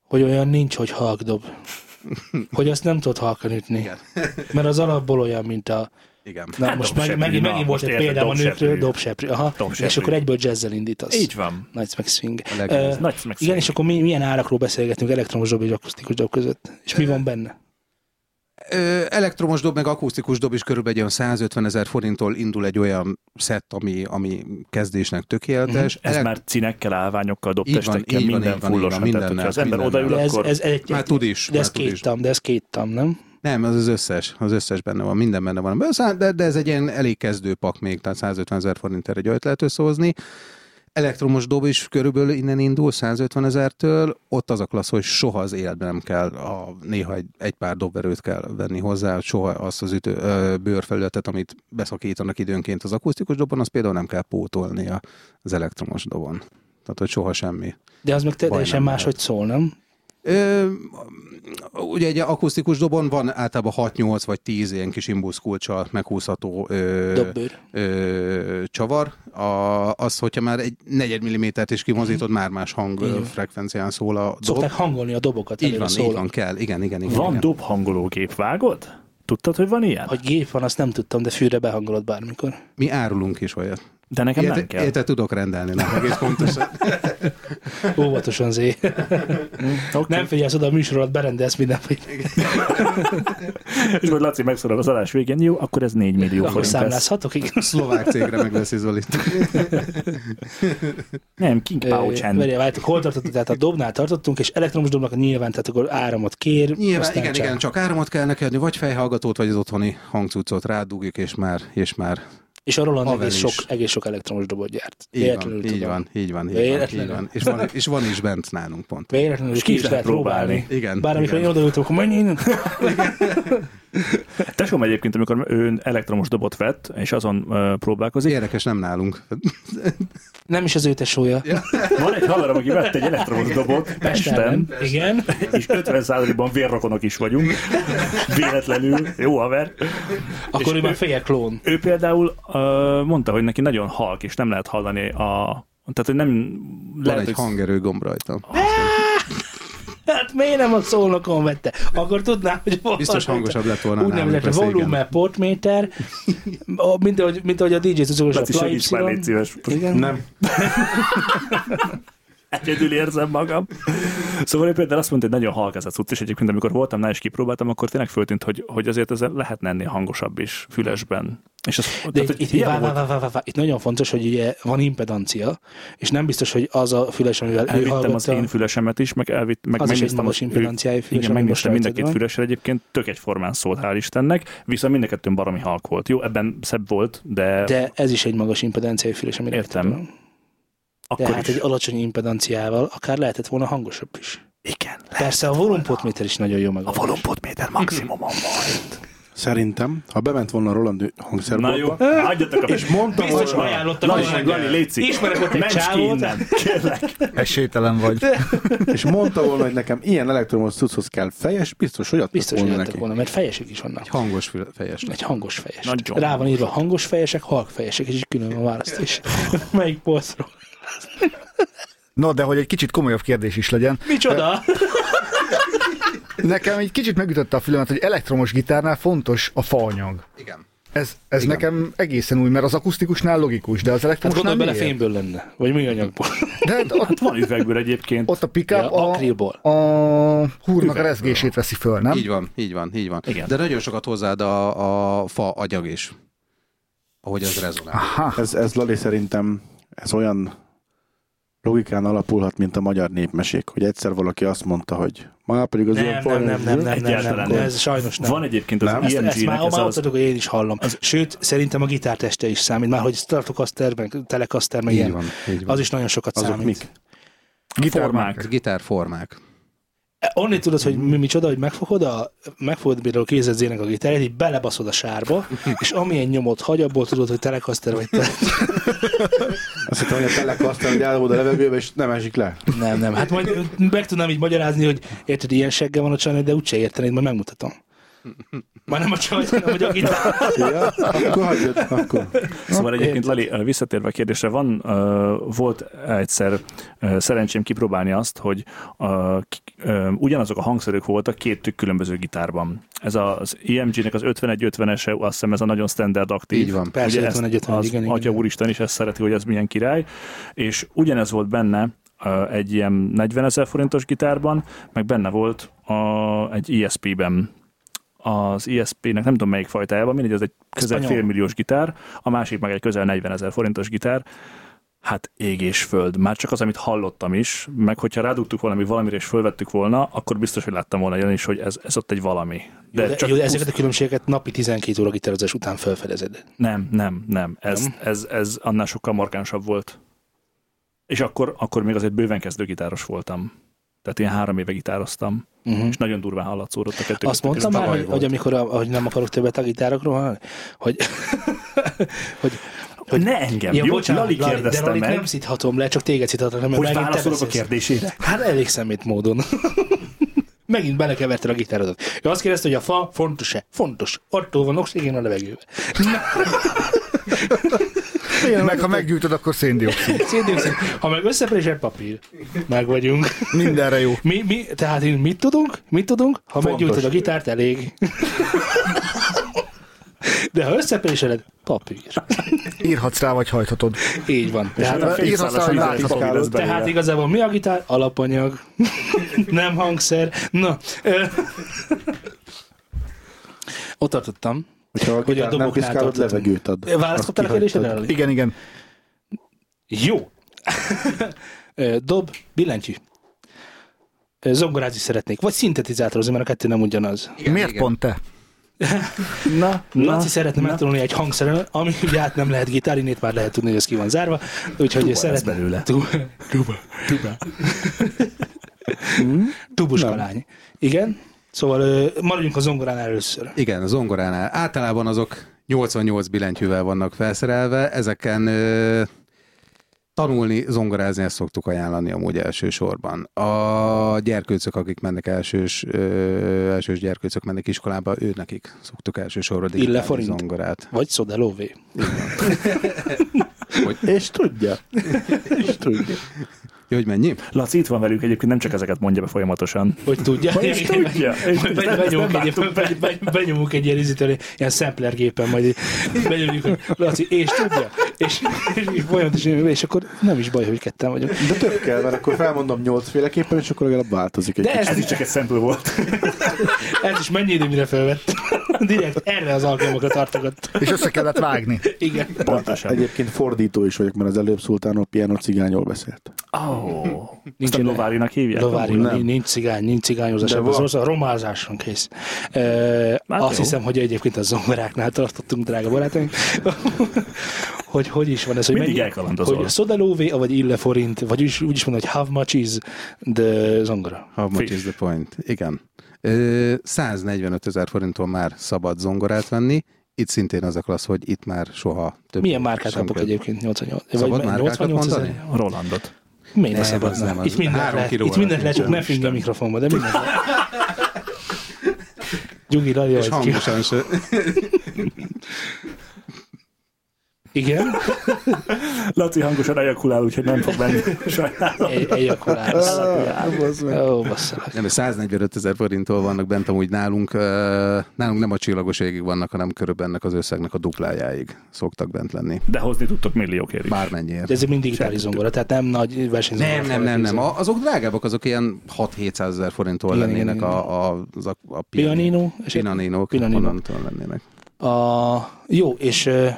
Speaker 2: hogy olyan nincs, hogy halkdob. Hogy azt nem tudod halkan ütni.
Speaker 6: Igen.
Speaker 2: Mert az alapból olyan, mint a...
Speaker 6: Igen.
Speaker 2: Na,
Speaker 3: Hát
Speaker 2: hát most
Speaker 3: dobseprű,
Speaker 2: meg, megint,
Speaker 3: na,
Speaker 2: megint volt
Speaker 3: most
Speaker 2: egy
Speaker 3: érted,
Speaker 2: példám a nőkről,
Speaker 3: dobseprű.
Speaker 2: dobseprű. Aha,
Speaker 3: Dobseprű.
Speaker 2: és akkor egyből jazzel indítasz.
Speaker 3: Így van.
Speaker 2: Nagy meg swing.
Speaker 6: legjobb.
Speaker 2: Ö,
Speaker 3: Nagy meg
Speaker 2: Igen, és akkor mi, milyen árakról beszélgetünk elektromos dob és akusztikus dob között? És mi van benne?
Speaker 6: Ö, Elektromos dob, meg akusztikus dob is körülbelül egy olyan 150 ezer forinttól indul egy olyan szett, ami, ami kezdésnek tökéletes.
Speaker 3: Mhm. Ez
Speaker 6: Elek-
Speaker 3: már cínekkel, állványokkal,
Speaker 6: Így van,
Speaker 3: dobtestekkel,
Speaker 6: így van,
Speaker 3: minden
Speaker 6: így van, így van,
Speaker 3: fullosan. Tehát, hogyha
Speaker 6: mindennel,
Speaker 3: az ember
Speaker 6: mindennel.
Speaker 3: odaül,
Speaker 2: De ez,
Speaker 3: akkor
Speaker 2: ez egy,
Speaker 6: Már tud is.
Speaker 2: de
Speaker 6: már
Speaker 2: ez
Speaker 6: tud
Speaker 2: két
Speaker 6: is.
Speaker 2: tam, de ez két tam, nem?
Speaker 6: Nem, az az összes, az összes benne van, minden benne van. Össze- De, de ez egy ilyen elég kezdőpak még, tehát 150 ezer forintért egy olyat lehet összehozni. Elektromos dob is körülbelül innen indul 150 ezertől, ott az a klassz, hogy soha az életben nem kell, a, néha egy, egy pár dobverőt kell venni hozzá, soha azt az ütő, ö, bőrfelületet, amit beszakítanak időnként az akusztikus dobon, az például nem kell pótolni a- az elektromos dobon. Tehát, hogy soha semmi.
Speaker 2: De az meg teljesen
Speaker 6: nem lehet.
Speaker 2: máshogy szól, nem?
Speaker 6: Ö, ugye egy akusztikus dobon van általában 6-8 vagy 10 ilyen kis imbuszkulcsal meghúzható ö,
Speaker 2: Dobbőr.
Speaker 6: ö, csavar. A, az, hogyha már egy negyed millimétert is kimozítod, már más hang ö, frekvencián szól a dob.
Speaker 2: Mhm. Szokták hangolni a dobokat,
Speaker 6: Így van,
Speaker 2: szól.
Speaker 6: így van, kell. Igen, igen, igen.
Speaker 3: van
Speaker 6: igen.
Speaker 3: dobhangológép, vágod? Tudtad, hogy van ilyen?
Speaker 2: Hogy gép van, azt nem tudtam, de fűre behangolod bármikor.
Speaker 6: Mi árulunk is olyat.
Speaker 3: De nekem nem
Speaker 6: Ilyet,
Speaker 3: kell.
Speaker 6: ilyet tudok rendelni, nem egész pontosan.
Speaker 2: Óvatosan zé. okay. Nem figyelsz oda a műsorodat, berendelsz minden, hogy
Speaker 3: És majd Laci megszólal az adás végén, jó, akkor ez 4 millió
Speaker 2: akkor
Speaker 3: forint lesz.
Speaker 2: számlázhatok. Igen.
Speaker 6: Szlovák cégre megveszi Zoli.
Speaker 3: Nem, King Pao
Speaker 2: Ö,
Speaker 3: Chen.
Speaker 2: Várjál, várjátok, hol tartottunk? Tehát a dobnál tartottunk, és elektromos dobnak nyilván, tehát akkor áramot kér.
Speaker 6: Nyilván,
Speaker 2: aztán
Speaker 6: igen,
Speaker 2: csak-
Speaker 6: igen, csak áramot kell neki adni, vagy fejhallgatót, vagy az otthoni hangcucot rádugjuk, és már, és már
Speaker 2: És a Roland
Speaker 6: Havel
Speaker 2: egész
Speaker 6: is.
Speaker 2: sok, egész sok elektromos dobot gyárt.
Speaker 6: Így van,
Speaker 2: Véletlenül
Speaker 6: így
Speaker 2: tudom.
Speaker 6: van, így van, így van,
Speaker 2: Véletlenül.
Speaker 6: így van. És van, és van is bent nálunk pont.
Speaker 2: Véletlenül ki is
Speaker 3: lehet
Speaker 2: lehet próbálni.
Speaker 3: próbálni.
Speaker 6: Igen,
Speaker 2: Bár amikor én
Speaker 6: igen.
Speaker 2: odaültem, akkor menj innen.
Speaker 3: Tesóm egyébként, amikor ő elektromos dobot vett, és azon ö, próbálkozik,
Speaker 6: Érdekes, nem nálunk.
Speaker 2: Nem is az ő tesója.
Speaker 3: van egy haverom, aki vett egy elektromos dobot Pesten,
Speaker 2: Nem. Igen.
Speaker 3: és 50%-ban vérrokonok is vagyunk, véletlenül, jó haver.
Speaker 2: Akkor ő már fél klón.
Speaker 3: Ő például ö, mondta, hogy neki nagyon halk, és nem lehet hallani a... Tehát, hogy nem
Speaker 6: Van
Speaker 3: lehet,
Speaker 6: egy
Speaker 3: hogy Ah.
Speaker 6: hangerő gomb rajta.
Speaker 2: Hát miért nem a szólnokon vette? Akkor tudnám, hogy van.
Speaker 6: Biztos hangosabb lett volna
Speaker 2: Úgy nem
Speaker 6: nálunk,
Speaker 2: lett,
Speaker 6: persze, igen.
Speaker 2: volume, portméter, a- mint ahogy, mint ahogy a DJ tudsz, a
Speaker 3: Laci, segíts már,
Speaker 2: Pla Y.
Speaker 3: légy szíves.
Speaker 2: Igen.
Speaker 6: Nem.
Speaker 3: Egyedül érzem magam. Szóval ő például azt mondta, hogy nagyon halk ez a cucc, és egyébként amikor voltam nála és kipróbáltam, akkor tényleg föltűnt, hogy, hogy azért ez lehetne ennél hangosabb is fülesben. És az,
Speaker 2: De
Speaker 3: tehát,
Speaker 2: itt,
Speaker 3: hogy
Speaker 2: itt,
Speaker 3: hiába
Speaker 2: vá, vá,
Speaker 3: volt-
Speaker 2: vá, vá, vá, vá. itt nagyon fontos, hogy ugye van impedancia, és nem biztos, hogy az a füles, amivel ő
Speaker 3: elvittem az
Speaker 2: hallgatta,
Speaker 3: én fülesemet is, meg, elvitt, meg
Speaker 2: az is egy
Speaker 3: megnéztem
Speaker 2: magas
Speaker 3: ő-
Speaker 2: impedanciájú füles.
Speaker 3: Igen,
Speaker 2: ami
Speaker 3: megnéztem
Speaker 2: most
Speaker 3: mind a
Speaker 2: rajtad
Speaker 3: két
Speaker 2: van.
Speaker 3: fülesre egyébként, tök egyformán szólt, hál' Istennek, viszont mind a kettőn baromi halk volt. Jó, ebben szebb volt, de, de
Speaker 2: De ez is egy magas impedanciájú füles, ami rajtad
Speaker 3: Értem.
Speaker 2: van.
Speaker 3: akkor
Speaker 2: Tehát
Speaker 3: is.
Speaker 2: hát egy alacsony impedanciával akár lehetett volna hangosabb is.
Speaker 3: Igen,
Speaker 2: Persze a volumpotméter is nagyon jó meg.
Speaker 3: a volumpotméter maximumon volt.
Speaker 5: Szerintem, ha bement volna a Roland
Speaker 3: Na jó,
Speaker 5: hangszerboltba,
Speaker 3: adjatok a
Speaker 5: és mondtam
Speaker 2: Biztos
Speaker 5: volna,
Speaker 2: ajánlottak
Speaker 3: Lali,
Speaker 2: volna.
Speaker 3: Lali, léci.
Speaker 2: Ismerek ott egy
Speaker 3: Menj ki
Speaker 2: csávót.
Speaker 3: innen, kérlek.
Speaker 4: Esélytelen vagy.
Speaker 5: és mondta volna, hogy nekem ilyen elektromos cucchoz kell fejes, biztos, hogy adtak
Speaker 2: Biztos, hogy
Speaker 5: volna
Speaker 2: jöttek
Speaker 5: neki.
Speaker 2: volna, mert fejesek is vannak.
Speaker 6: Egy hangos fül- fejes.
Speaker 2: Egy hangos fejes.
Speaker 3: Nagyon
Speaker 2: Rá van írva hangos fejesek, halk fejesek, és így külön van választás. Melyik polcról?
Speaker 4: No, de hogy egy kicsit komolyabb kérdés is legyen.
Speaker 2: Micsoda?
Speaker 4: Nekem egy kicsit megütötte a fülemet, hogy elektromos gitárnál fontos a faanyag.
Speaker 6: Igen.
Speaker 4: Ez, ez nekem egészen új, mert az akusztikusnál logikus, de az
Speaker 2: Hát
Speaker 4: elektromosnál
Speaker 2: gondolj bele,
Speaker 4: miért?
Speaker 2: fémből lenne. Vagy műanyagból.
Speaker 4: De ott,
Speaker 3: Van üvegből egyébként.
Speaker 4: ott a pick-up
Speaker 2: Ja,
Speaker 4: a,
Speaker 2: akrilból.
Speaker 4: a húrnak a
Speaker 3: Üvegből.
Speaker 4: rezgését veszi föl, nem?
Speaker 6: Így van, így van, így van.
Speaker 3: Igen.
Speaker 6: De nagyon sokat hozzád a, a fa agyag is. Ahogy az rezonál.
Speaker 4: Aha.
Speaker 5: Ez, ez Lali szerintem, ez olyan logikán alapulhat, mint a magyar népmesék, hogy egyszer valaki azt mondta, hogy már pedig az
Speaker 2: Nem,
Speaker 5: olyan
Speaker 2: nem, nem, nem, nem, nem,
Speaker 3: Egyáltalán
Speaker 2: nem,
Speaker 3: nem.
Speaker 2: ez sajnos nem.
Speaker 3: Van egyébként az
Speaker 2: ezt, ezt már
Speaker 3: IMG-nek ez
Speaker 2: már
Speaker 3: az...
Speaker 2: ott hogy én is hallom. Sőt, szerintem a gitárteste is számít. Már hogy Stratocaster, meg Telecaster, meg
Speaker 6: Így
Speaker 2: ilyen.
Speaker 6: van, így van.
Speaker 2: Az is nagyon sokat
Speaker 5: Azok
Speaker 2: számít.
Speaker 5: mik?
Speaker 6: Ez
Speaker 3: formák.
Speaker 6: gitárformák.
Speaker 2: E, Onnét tudod, hogy mi micsoda, hogy megfogod a, megfogod például kézedzének a gitárját, így belebaszod a sárba, és amilyen nyomot hagy, abból tudod, hogy telecaster vagy te.
Speaker 5: Azt hittem, hogy a telekasztán, hogy állod a levegőbe, és nem esik le.
Speaker 2: Nem, nem. Hát majd meg tudnám így magyarázni, hogy érted, ilyen segge van a család, de úgyse értenéd, majd megmutatom. Már nem a csaj, hanem hogy a gitár.
Speaker 5: Ja, akkor hagyjad, akkor.
Speaker 3: Szóval egyébként, Lali, ö, visszatérve a kérdésre, van, ö, volt egyszer ö, szerencsém kipróbálni azt, hogy ö, ki- ö, ugyanazok a hangszerük voltak két tük különböző gitárban. Ez az EMG-nek az 51-50-ese, azt hiszem ez a nagyon standard aktív.
Speaker 5: Így van.
Speaker 2: Persze,
Speaker 3: Ugye
Speaker 2: 51,
Speaker 3: ezt
Speaker 2: 51,
Speaker 3: az
Speaker 2: igen, igen.
Speaker 3: Atya úristen is ezt szereti, hogy ez milyen király. És ugyanez volt benne ö, egy ilyen 40 ezer forintos gitárban, meg benne volt a, egy ESP-ben az ESP-nek, nem tudom melyik fajtájában, mindegy, az egy közel
Speaker 2: Spanyol.
Speaker 3: félmilliós gitár, a másik meg egy közel 40 ezer forintos gitár, hát ég és föld. Már csak az, amit hallottam is, meg hogyha rádugtuk valami valamire és fölvettük volna, akkor biztos, hogy láttam volna jelen is, hogy ez, ez ott egy valami.
Speaker 2: De, de,
Speaker 3: csak
Speaker 2: jó, de
Speaker 3: puszt-
Speaker 2: ezeket a különbségeket napi 12 óra gitározás után felfedezed.
Speaker 3: nem, nem, nem. Ez,
Speaker 2: Nem?
Speaker 3: ez, ez annál sokkal markánsabb volt. És akkor, akkor még azért bőven kezdő gitáros voltam. Tehát én három éve gitároztam,
Speaker 2: Uh-huh.
Speaker 3: és nagyon durván hallatszódott a
Speaker 2: Azt
Speaker 3: kettő. között.
Speaker 2: mondtam
Speaker 5: ez
Speaker 2: már,
Speaker 5: tavaly
Speaker 2: hogy, hogy
Speaker 5: volt.
Speaker 2: amikor a, hogy nem akarok többet a gitárokról, hanem, hogy, hogy, hogy
Speaker 3: ne engem, ja, jó? Bocsánat, Lali
Speaker 2: de
Speaker 3: kérdezte
Speaker 2: Lalit
Speaker 3: meg,
Speaker 2: nem szíthatom le, csak téged szíthatok, nem,
Speaker 3: hogy válaszolok a kérdésére.
Speaker 2: Hát elég szemét módon. Megint belekeverted a gitárodat. Ő azt kérdezte, hogy a fa fontos-e? Fontos. Attól van oxigén a levegőben.
Speaker 4: Meg ha meggyűjtöd, akkor széndiokszid.
Speaker 2: Széndiokszid. Ha meg összeprésel papír, meg vagyunk.
Speaker 4: Mindenre jó.
Speaker 2: Mi, mi, tehát én mit tudunk? Mit tudunk? Ha meggyújtod a gitárt, elég. De ha összepréseled, papír.
Speaker 4: Írhatsz rá, vagy hajthatod.
Speaker 2: Így van.
Speaker 3: Hát,
Speaker 2: Tehát,
Speaker 4: Hát, a írhatsz rá, hogy láthatod.
Speaker 2: tehát igazából mi a gitár? Alapanyag. Nem hangszer. Na. ö, Ott tartottam.
Speaker 5: Hogyha a
Speaker 2: Hogy a
Speaker 5: gitár nem
Speaker 2: doboknál
Speaker 5: piszkálod,
Speaker 2: tartani.
Speaker 5: levegőt ad. Azt
Speaker 2: Választ kaptál a
Speaker 5: kihagytad.
Speaker 2: kérdésedre? Lali?
Speaker 4: Igen, igen.
Speaker 2: Jó. Ö, Dob, billentyű. Ö, Zongorázni szeretnék. Vagy szintetizátorozni, mert a kettő nem ugyanaz.
Speaker 4: igen Miért
Speaker 6: igen.
Speaker 4: igen. pont te?
Speaker 3: Na,
Speaker 2: Laci szeretne megtanulni egy hangszeren, ami ugye át nem lehet gitár, innét már lehet tudni, hogy ez ki van zárva. Úgyhogy ő szeretne...
Speaker 3: belőle.
Speaker 2: Tuba. Tuba. Tuba. Hmm? Tubus kalány. Igen. Szóval ö, maradjunk a zongorán először.
Speaker 6: Igen, a zongoránál. Általában azok 88 billentyűvel vannak felszerelve, ezeken ö, tanulni, zongorázni ezt szoktuk ajánlani amúgy elsősorban. A gyerkőcök, akik mennek elsős, ö, elsős gyerkőcök mennek iskolába, ő nekik szoktuk elsősorban digitális
Speaker 2: Ille forint?
Speaker 6: zongorát.
Speaker 2: Vagy Szoda lóvé.
Speaker 5: És tudja. És tudja.
Speaker 6: Jó, hogy mennyi?
Speaker 3: Laci itt van velünk, egyébként nem csak ezeket mondja be folyamatosan.
Speaker 2: Hogy tudja.
Speaker 3: Hogy is tudja. És
Speaker 2: Majd
Speaker 3: nem-
Speaker 2: benyomunk,
Speaker 3: nem
Speaker 2: egy, beny- beny- benyomunk egy ilyen izítőre, ilyen szempler gépen, majd így benyomjuk, hogy Laci, és tudja. És, és így folyamatosan, és akkor nem is baj, hogy ketten vagyunk.
Speaker 5: De több kell, mert akkor felmondom nyolcféleképpen, és akkor legalább változik egy
Speaker 2: De
Speaker 5: kicsit.
Speaker 2: ez,
Speaker 3: Ez is csak egy szempő volt.
Speaker 2: Ez is mennyi idő, mire felvett. Direkt erre az alkalmakra tartogat.
Speaker 4: És össze kellett vágni.
Speaker 2: Igen.
Speaker 3: Pontosan.
Speaker 5: Egyébként fordító is vagyok, mert az előbb szultánó piano cigányról beszélt.
Speaker 3: Oh.
Speaker 2: Nincs
Speaker 3: Nincs
Speaker 2: ilyen.
Speaker 3: Lovárinak hívják.
Speaker 2: Lovári,
Speaker 5: nem.
Speaker 2: nincs, nincs cigány, nincs cigányozás
Speaker 5: De
Speaker 2: ebben az
Speaker 5: van.
Speaker 2: ország, romázáson kész. E,
Speaker 3: Hát
Speaker 2: azt
Speaker 3: jó.
Speaker 2: hiszem, hogy egyébként a zongoráknál tartottunk, drága barátaink, hogy hogy is van ez, hogy
Speaker 3: Mindig
Speaker 2: mennyi,
Speaker 3: elkalandozol.
Speaker 2: hogy szodalóvé, vagy ille forint, vagy úgy, úgy is mondom, hogy how much is the zongora.
Speaker 6: How much
Speaker 3: Fish.
Speaker 6: is the point? Igen. Ö, 145 ezer forinton már szabad zongorát venni. Itt szintén az a klassz, hogy itt már soha több.
Speaker 2: Milyen márkát kapok
Speaker 6: kell.
Speaker 2: egyébként? 88,
Speaker 6: Szabad
Speaker 2: vagy
Speaker 6: márkákat
Speaker 2: 88 ezer?
Speaker 6: mondani?
Speaker 3: Rolandot.
Speaker 2: Miért ne
Speaker 6: Nem,
Speaker 2: szabad?
Speaker 6: az
Speaker 2: Nem,
Speaker 6: nem, az
Speaker 2: itt mindent
Speaker 6: három
Speaker 2: lehet,
Speaker 6: kiló
Speaker 2: itt mindent lehet,
Speaker 6: alatt.
Speaker 2: csak ne függj a mikrofonba, de mindent lehet. Gyugi, Lali,
Speaker 6: És
Speaker 2: vagy ki.
Speaker 6: hangosan se.
Speaker 2: Igen,
Speaker 3: Laci hangosan ejakulál, úgyhogy nem fog menni. Sajnálom.
Speaker 2: Egy- ejakulálsz.
Speaker 5: Ah, bazd meg.
Speaker 2: Ó, basszalak.
Speaker 6: Nem, 145 ezer forinttól vannak bent amúgy nálunk. Ö, Nálunk nem a csillagoségig vannak, hanem körülbelül ennek az összegnek a duplájáig szoktak bent lenni.
Speaker 3: De hozni tudtok milliókért is.
Speaker 6: Bármennyiért.
Speaker 2: De ez mindig digitális zongora, tehát nem nagy versenyzongora.
Speaker 6: Nem, nem, nem, nem. A- Azok drágábbak, azok ilyen 6-700 ezer forinttól
Speaker 2: Igen,
Speaker 6: lennének
Speaker 2: igen,
Speaker 6: a, a, az a, a
Speaker 2: Pianino, és egy-
Speaker 6: Pinaninok,
Speaker 2: Pianino.
Speaker 6: onnantól lennének.
Speaker 2: A... Jó, és ö,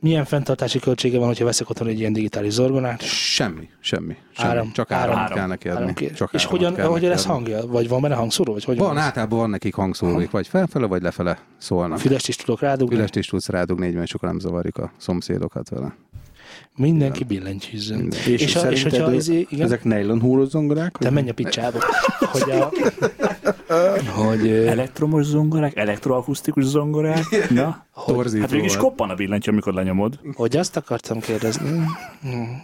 Speaker 2: milyen fenntartási költsége van, hogyha veszek otthon egy ilyen digitális zorgonát?
Speaker 6: Semmi, semmi. semmi.
Speaker 2: Áram.
Speaker 6: Csak áramot
Speaker 2: Áram.
Speaker 6: kell neki adni.
Speaker 2: Három kér.
Speaker 6: Csak
Speaker 2: és
Speaker 6: áramot
Speaker 2: hogyan,
Speaker 6: kell
Speaker 2: hogy
Speaker 6: neki
Speaker 2: lesz
Speaker 6: adni.
Speaker 2: hangja? Vagy van benne hangszóró? Vagy hogy
Speaker 6: Van, általában van nekik hangszóróik, vagy felfele, vagy lefele szólnak.
Speaker 2: Fülest is tudok rádugni.
Speaker 6: Ülest is tudsz rádugni, így van, sokan nem zavarjuk a szomszédokat vele.
Speaker 2: Mindenki billentyűzzön.
Speaker 6: Mindenki.
Speaker 2: És, és, a, és hogyha
Speaker 5: szerinted ő-
Speaker 2: izé, igen?
Speaker 5: ezek nylon húros zongorák?
Speaker 2: Te menj a picsába. Hogy a... Hogy... ö,
Speaker 3: Elektromos zongorák, elektroakusztikus zongorák. Na,
Speaker 6: Torzító
Speaker 3: hát végig is
Speaker 6: volt.
Speaker 3: koppan a billentyű, amikor lenyomod.
Speaker 2: Hogy azt akartam kérdezni, hmm,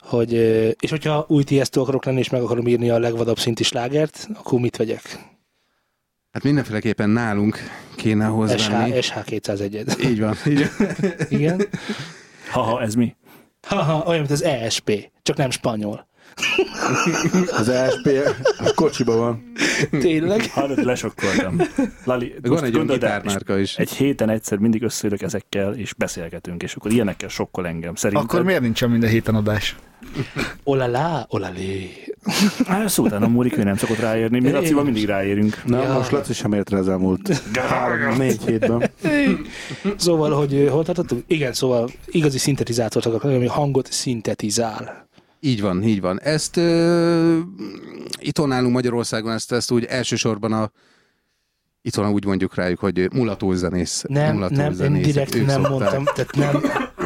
Speaker 2: hogy, ö, és hogyha új tiesto akarok lenni, és meg akarom írni a legvadabb szinti slágert, akkor mit vegyek?
Speaker 6: Hát mindenféleképpen nálunk
Speaker 2: E
Speaker 6: kéne hozzáni.
Speaker 2: SH, SH 201
Speaker 6: Így van. Így van.
Speaker 2: Igen.
Speaker 3: Haha, ez mi?
Speaker 2: Haha, olyan, mint az ESP, csak nem spanyol.
Speaker 5: Az ESP a kocsiba van.
Speaker 2: Tényleg?
Speaker 3: Hallod, lesokkoltam. Lali,
Speaker 6: Van egy olyan
Speaker 3: gondold el,
Speaker 6: gitármárka is.
Speaker 3: Egy héten egyszer mindig összeülök ezekkel, és beszélgetünk, és akkor ilyenekkel sokkol engem. Szerintem...
Speaker 4: Akkor miért nincsen minden héten adás?
Speaker 2: Olalá, olalé.
Speaker 3: Hát ezt utána múlik, hogy nem szokott ráérni. Mi Lacival mindig ráérünk.
Speaker 5: Na,
Speaker 2: Ja.
Speaker 5: ja. most Laci sem ért rá az elmúlt három-négy hétben.
Speaker 2: Szóval, hogy ö, hol tartottunk? Igen, szóval igazi szintetizátort akarok, lenni, ami hangot szintetizál.
Speaker 6: Így van, így van. Ezt ö, itthon nálunk Magyarországon ezt, ezt úgy elsősorban a itthon úgy mondjuk rájuk, hogy mulatózenész.
Speaker 2: Nem, nem, én direkt nem mondtam, tehát nem,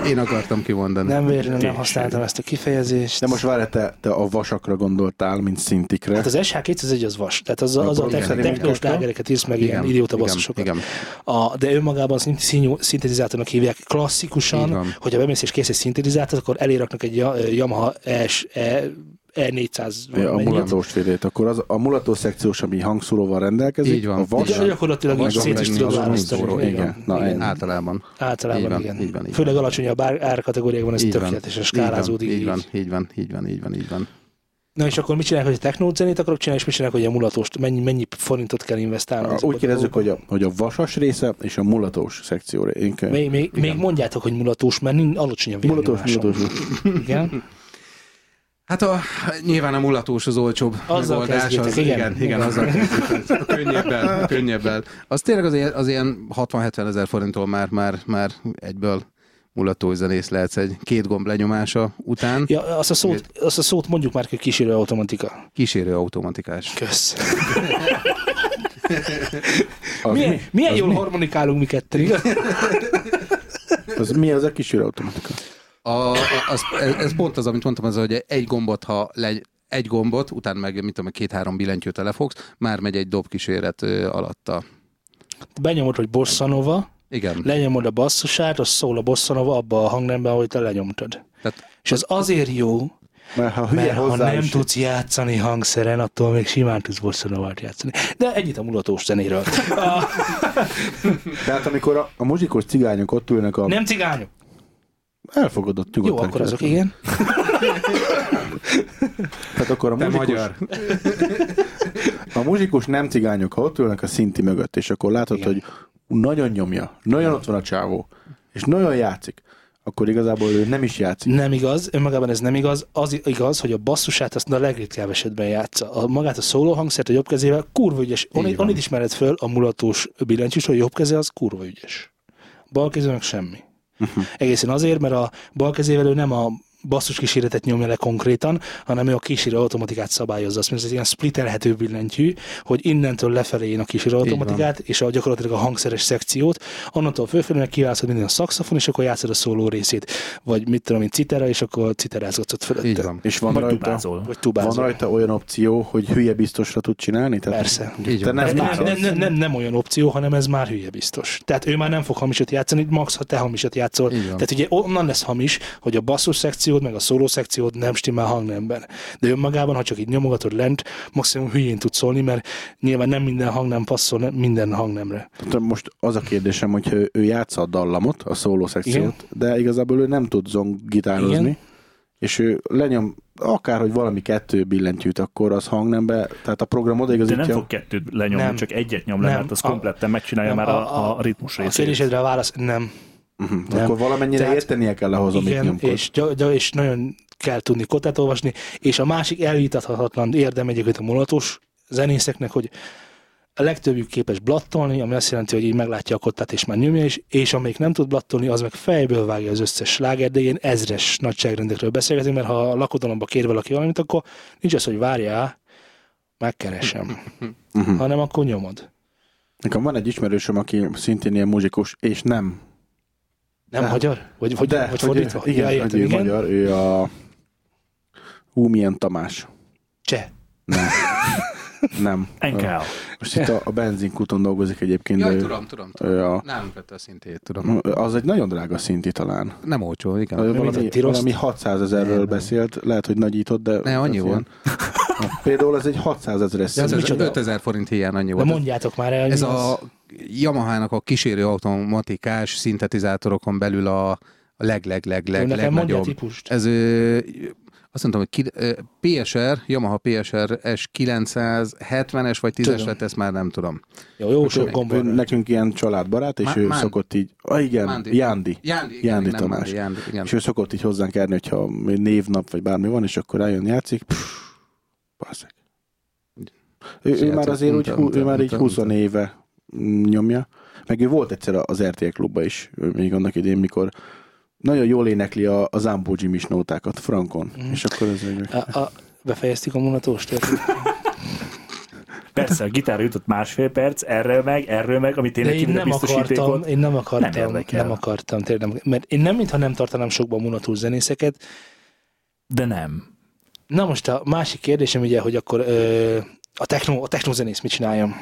Speaker 6: Én akartam kimondani.
Speaker 2: nem véletlenül nem
Speaker 3: Tényleg.
Speaker 2: használtam ezt a kifejezést.
Speaker 5: De most várj, te, te a vasakra gondoltál, mint szintikre.
Speaker 2: Hát az SH 201 az vas, tehát az a, az a
Speaker 5: Akkor
Speaker 2: techn-
Speaker 5: igen.
Speaker 2: technós lágereket írsz meg, ilyen idióta basszusokat.
Speaker 6: Igen,
Speaker 2: A, de önmagában szint- színú- szintetizátornak hívják
Speaker 6: Így
Speaker 2: klasszikusan,
Speaker 6: van.
Speaker 2: hogyha bemész és kész egy szintetizátort, akkor eléraknak egy Ja- Yamaha S, e, E400
Speaker 5: Ja, a
Speaker 2: valamennyit.
Speaker 5: mulatós félét. Akkor az, a mulató szekciós, ami hangszóróval rendelkezik,
Speaker 6: Így van.
Speaker 5: a vas,
Speaker 2: Ugye, gyakorlatilag
Speaker 6: A
Speaker 2: így
Speaker 6: vas-
Speaker 2: szét is
Speaker 6: az
Speaker 2: tudod
Speaker 6: a
Speaker 2: választani.
Speaker 6: hangszóró,
Speaker 5: igen. Na,
Speaker 6: igen.
Speaker 5: én-
Speaker 6: Általában.
Speaker 2: Általában
Speaker 6: Így van,
Speaker 2: igen.
Speaker 6: így van, így
Speaker 2: Főleg alacsonyabb ár, árkategóriákban ez
Speaker 6: Így van.
Speaker 2: tökéletesen
Speaker 6: Így van,
Speaker 2: skálázódik.
Speaker 6: Így van, így van, így van, így van, így van.
Speaker 2: Na és akkor mit csinálják, hogy a technózenét akarok csinálni, és mit csinálják, hogy a mulatost, mennyi, mennyi forintot kell investálni?
Speaker 5: Úgy kérdezzük, hogy a, hogy a vasas része és a mulatós szekció. ré- Én kell-
Speaker 2: Még, még, még mondjátok, hogy mulatós, mert nin- alacsony a
Speaker 5: Mulatós,
Speaker 2: vérnyomásom.
Speaker 5: mulatós.
Speaker 2: Igen.
Speaker 6: Hát a, nyilván a mulatós az olcsóbb
Speaker 2: Azzal
Speaker 6: megoldás. Az,
Speaker 2: kezdjétek, igen.
Speaker 6: igen, igen, igen, azzal kezdjétek. könnyebben, könnyebben. Az tényleg az ilyen, az ilyen 60-70 ezer forinttól már, már, már egyből mulatós zenész lehetsz egy két gomb lenyomása után.
Speaker 2: Ja, azt a, szót, azt a szót mondjuk már, hogy kísérő automatika.
Speaker 6: Kísérő automatikás.
Speaker 2: Kösz.
Speaker 5: Az,
Speaker 2: Milyen,
Speaker 5: mi?
Speaker 2: milyen jól harmonikálunk mi ketten, igaz?
Speaker 5: az mi az a kis űrautomatika?
Speaker 6: A, a, az, ez, ez pont az, amit mondtam, az, hogy egy gombot, ha legy, egy gombot, utána meg, mit tudom, két-három billentyűt telefogsz, már megy egy dobkíséret ö, alatta.
Speaker 2: Benyomod, hogy bosszanova,
Speaker 6: Igen.
Speaker 2: lenyomod a basszusát, az szól a bosszanova abba a hangnemben, ahogy te lenyomtad.
Speaker 6: Tehát
Speaker 2: És az azért jó,
Speaker 5: Mert ha hülye
Speaker 2: Mert ha
Speaker 5: hozzá
Speaker 2: nem
Speaker 5: is,
Speaker 2: tudsz játszani hangszeren, attól még simán tudsz bosszanovalt játszani. De ennyit a mulatós zenéről. A,
Speaker 5: Tehát amikor a, a muzsikos cigányok ott ülnek a
Speaker 2: nem cigányok.
Speaker 5: elfogadott
Speaker 2: Jó,
Speaker 5: nyugodtan.
Speaker 2: akkor azok,
Speaker 5: keresni.
Speaker 2: igen.
Speaker 5: Tehát Hát akkor a
Speaker 6: te
Speaker 5: muzsikus,
Speaker 6: magyar.
Speaker 5: a muzsikus nem cigányok, ha ott ülnek a szinti mögött, és akkor látod,
Speaker 2: Igen.
Speaker 5: hogy nagyon nyomja, nagyon ott van a csávó, és nagyon játszik, akkor igazából ő nem is játszik.
Speaker 2: Nem igaz, önmagában ez nem igaz. Az igaz, hogy a basszusát azt a legritkább esetben játsza. A, magát a szóló hangszert a jobb kezével kurva ügyes.
Speaker 6: Így
Speaker 2: Onit,
Speaker 6: van.
Speaker 2: onit ismered föl a mulatós billentyűs, hogy a jobb keze az kurva ügyes. Bal kezének semmi. Mhm. Egészen azért, mert a bal kezével ő nem a basszus kísérletet nyomja le konkrétan, hanem ő a kísérő automatikát szabályozza. Azt mondja, ez egy ilyen splitterhető billentyű, hogy innentől lefelé én a kísérő automatikát, és a gyakorlatilag a hangszeres szekciót, onnantól fölfelé meg kiválasztod minden a szaxofon, és akkor játszod a szóló részét, vagy mit tudom én, citera, és akkor citerázgatsz ott fölötte.
Speaker 6: Így van.
Speaker 5: És van
Speaker 3: Vagy
Speaker 5: rajta,
Speaker 3: tubázol.
Speaker 2: Vagy
Speaker 5: van
Speaker 2: tubázol.
Speaker 5: rajta olyan opció, hogy hülye biztosra tud csinálni? Tehát,
Speaker 2: Persze.
Speaker 6: Így
Speaker 5: Te
Speaker 6: van.
Speaker 5: nem,
Speaker 2: Ez
Speaker 5: nem,
Speaker 2: nem, nem, nem, nem, nem olyan opció, hanem ez már hülye biztos. Tehát ő már nem fog hamisat játszani, max, ha te hamisat játszol.
Speaker 6: Így van.
Speaker 2: Tehát ugye onnan lesz hamis, hogy a basszus szekciód, meg a szóló szekciód nem stimmel hangnemben. De önmagában, ha csak így nyomogatod lent, maximum hülyén tudsz szólni, mert nyilván nem minden hangnem passzol ne- minden hangnemre.
Speaker 5: Tehát Most az a kérdésem, hogy ő, ő játsza a dallamot, a szóló szekciót, Igen. de igazából ő nem tud zongitározni,
Speaker 2: Igen.
Speaker 5: Igen. és ő lenyom akárhogy valami kettő billentyűt, akkor az hangnembe, tehát a program
Speaker 3: De nem
Speaker 5: odaigazítja.
Speaker 3: fog kettőt lenyomni,
Speaker 2: Nem.
Speaker 3: nem. csak egyet nyom le,
Speaker 2: Nem.
Speaker 3: mert az
Speaker 2: A-
Speaker 3: kompletten megcsinálja
Speaker 2: nem,
Speaker 3: már a, a, a ritmus
Speaker 2: A
Speaker 3: részét.
Speaker 2: kérdésedre a válasz nem.
Speaker 5: Uh-huh.
Speaker 2: Nem.
Speaker 5: Akkor valamennyire
Speaker 2: Tehát-
Speaker 5: tehát, értenie kell ahhoz, amit
Speaker 2: Igen,
Speaker 5: nyomkod.
Speaker 2: és, gy- gy- és nagyon kell tudni kotát olvasni, és a másik elvitathatatlan érdem egyébként a mulatos zenészeknek, hogy a legtöbbjük képes blattolni, ami azt jelenti, hogy így meglátja a kottát, és már nyomja is, és amelyik nem tud blattolni, az meg fejből vágja az összes sláger, de ilyen ezres nagyságrendekről beszélgetünk, mert ha a lakodalomba kér valaki valamit, akkor nincs az, hogy várjál, megkeresem,
Speaker 5: Uh-huh.
Speaker 2: hanem akkor nyomod.
Speaker 5: Nekem van egy ismerősöm, aki szintén ilyen muzsikus, és nem.
Speaker 2: Nem,
Speaker 5: Nem.
Speaker 2: magyar? Vagy, vagy,
Speaker 5: de,
Speaker 2: vagy
Speaker 5: hogy ő-
Speaker 2: fordítva?
Speaker 5: Igen,
Speaker 2: Ja,
Speaker 5: ja,
Speaker 2: értem,
Speaker 5: hogy ő
Speaker 2: igen.
Speaker 5: magyar, ő a... Hú, milyen Tamás.
Speaker 2: Cseh.
Speaker 5: Nem. nem.
Speaker 3: NKL.
Speaker 5: Most itt a, a benzinkuton dolgozik egyébként,
Speaker 6: Jaj,
Speaker 5: de ő-
Speaker 6: tudom, tudom, tudom.
Speaker 5: ő a...
Speaker 6: Nálunk vette a szintét, tudom.
Speaker 5: Az egy nagyon drága szinti talán.
Speaker 6: Nem olcsó, igen.
Speaker 5: Ö,
Speaker 2: mint a
Speaker 5: Valami,
Speaker 2: Tiroszt?
Speaker 5: valami 600 ezerről
Speaker 6: Nem.
Speaker 5: beszélt, lehet, hogy nagyított, de...
Speaker 6: Ne, annyi
Speaker 5: ez
Speaker 6: volt.
Speaker 5: ilyen- Például ez egy 600 ezeres
Speaker 6: Ez,
Speaker 5: szint.
Speaker 6: ez
Speaker 2: micsoda?
Speaker 6: 5000 forint hiány annyi
Speaker 2: De
Speaker 6: volt.
Speaker 2: mondjátok már el,
Speaker 6: Ez a Yamaha-nak a kísérő automatikás szintetizátorokon belül a a leg leg leg leg
Speaker 2: nekem mondja a
Speaker 6: legnagyobb.
Speaker 2: típust.
Speaker 6: Ez ö, azt mondtam, hogy ki, ö, PSR, Yamaha PSR S970-es vagy 10-es
Speaker 2: Tudom.
Speaker 6: lett, ezt már nem tudom.
Speaker 2: Jó, jó sok gomb
Speaker 5: Ő,
Speaker 2: van.
Speaker 5: nekünk ilyen családbarát, és
Speaker 6: Má-
Speaker 5: ő
Speaker 6: Mánd-
Speaker 5: szokott így, ah, igen,
Speaker 6: Mándi.
Speaker 5: Mándi. Jándi.
Speaker 6: Jándi, igen,
Speaker 5: Jándi
Speaker 6: igen, nem
Speaker 5: Tamás.
Speaker 6: Mándi, Jándi, igen.
Speaker 5: És ő szokott így hozzánk járni, hogyha mi névnap vagy bármi van, és akkor eljön játszik. Pff, baszeg. ő, ő
Speaker 6: Sziasztok,
Speaker 5: már azért úgy,
Speaker 6: mondtam,
Speaker 5: hú- ő már
Speaker 6: mondtam,
Speaker 5: így 20 éve mm, nyomja. Meg ő volt egyszer az RTL klubba is, ő még annak idén, mikor nagyon jól énekli a, az Ambó Jimis nótákat frankon.
Speaker 2: Mhm.
Speaker 5: És akkor ez egy...
Speaker 2: A, a, befejeztük a monatós
Speaker 3: Persze, a gitárra jutott másfél perc, erről meg, erről meg, amit
Speaker 2: De
Speaker 3: tényleg
Speaker 2: én
Speaker 3: kívül a
Speaker 2: nem akartam,
Speaker 3: biztosítékot.
Speaker 2: én nem akartam, nem,
Speaker 3: érdekel.
Speaker 2: nem akartam, tényleg, nem- mert én nem, mintha nem tartanám sokba a monatós zenészeket.
Speaker 3: De nem.
Speaker 2: Na most a másik kérdésem ugye, hogy akkor ö, a techno, a technozenész mit csináljam?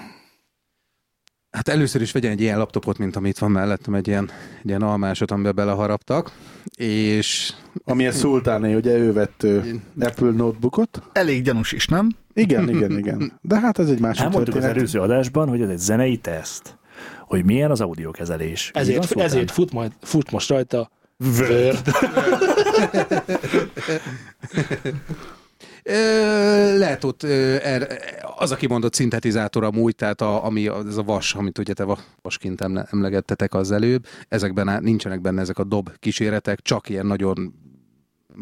Speaker 6: Hát először is vegyen egy ilyen laptopot, mint amit van mellettem, egy ilyen, egy ilyen almásot, amiben beleharaptak, és
Speaker 5: Amilyen Szultáné, ugye ő vett ö, Apple notebookot.
Speaker 4: Elég gyanús is, nem?
Speaker 5: Igen, igen, igen. De hát ez egy másik
Speaker 3: Nem mondtuk az
Speaker 5: történet.
Speaker 3: előző adásban, hogy ez egy zenei teszt, hogy milyen az audiokezelés.
Speaker 2: Ezért, ezért fut, majd, fut most rajta Word.
Speaker 6: Ö, lehet ott ö, er, az, aki mondott szintetizátor amúgy, tehát a, ami az a vas, amit ugye te va- vasként emle- emlegettetek az előbb, ezekben á- nincsenek benne ezek a dob kíséretek, csak ilyen nagyon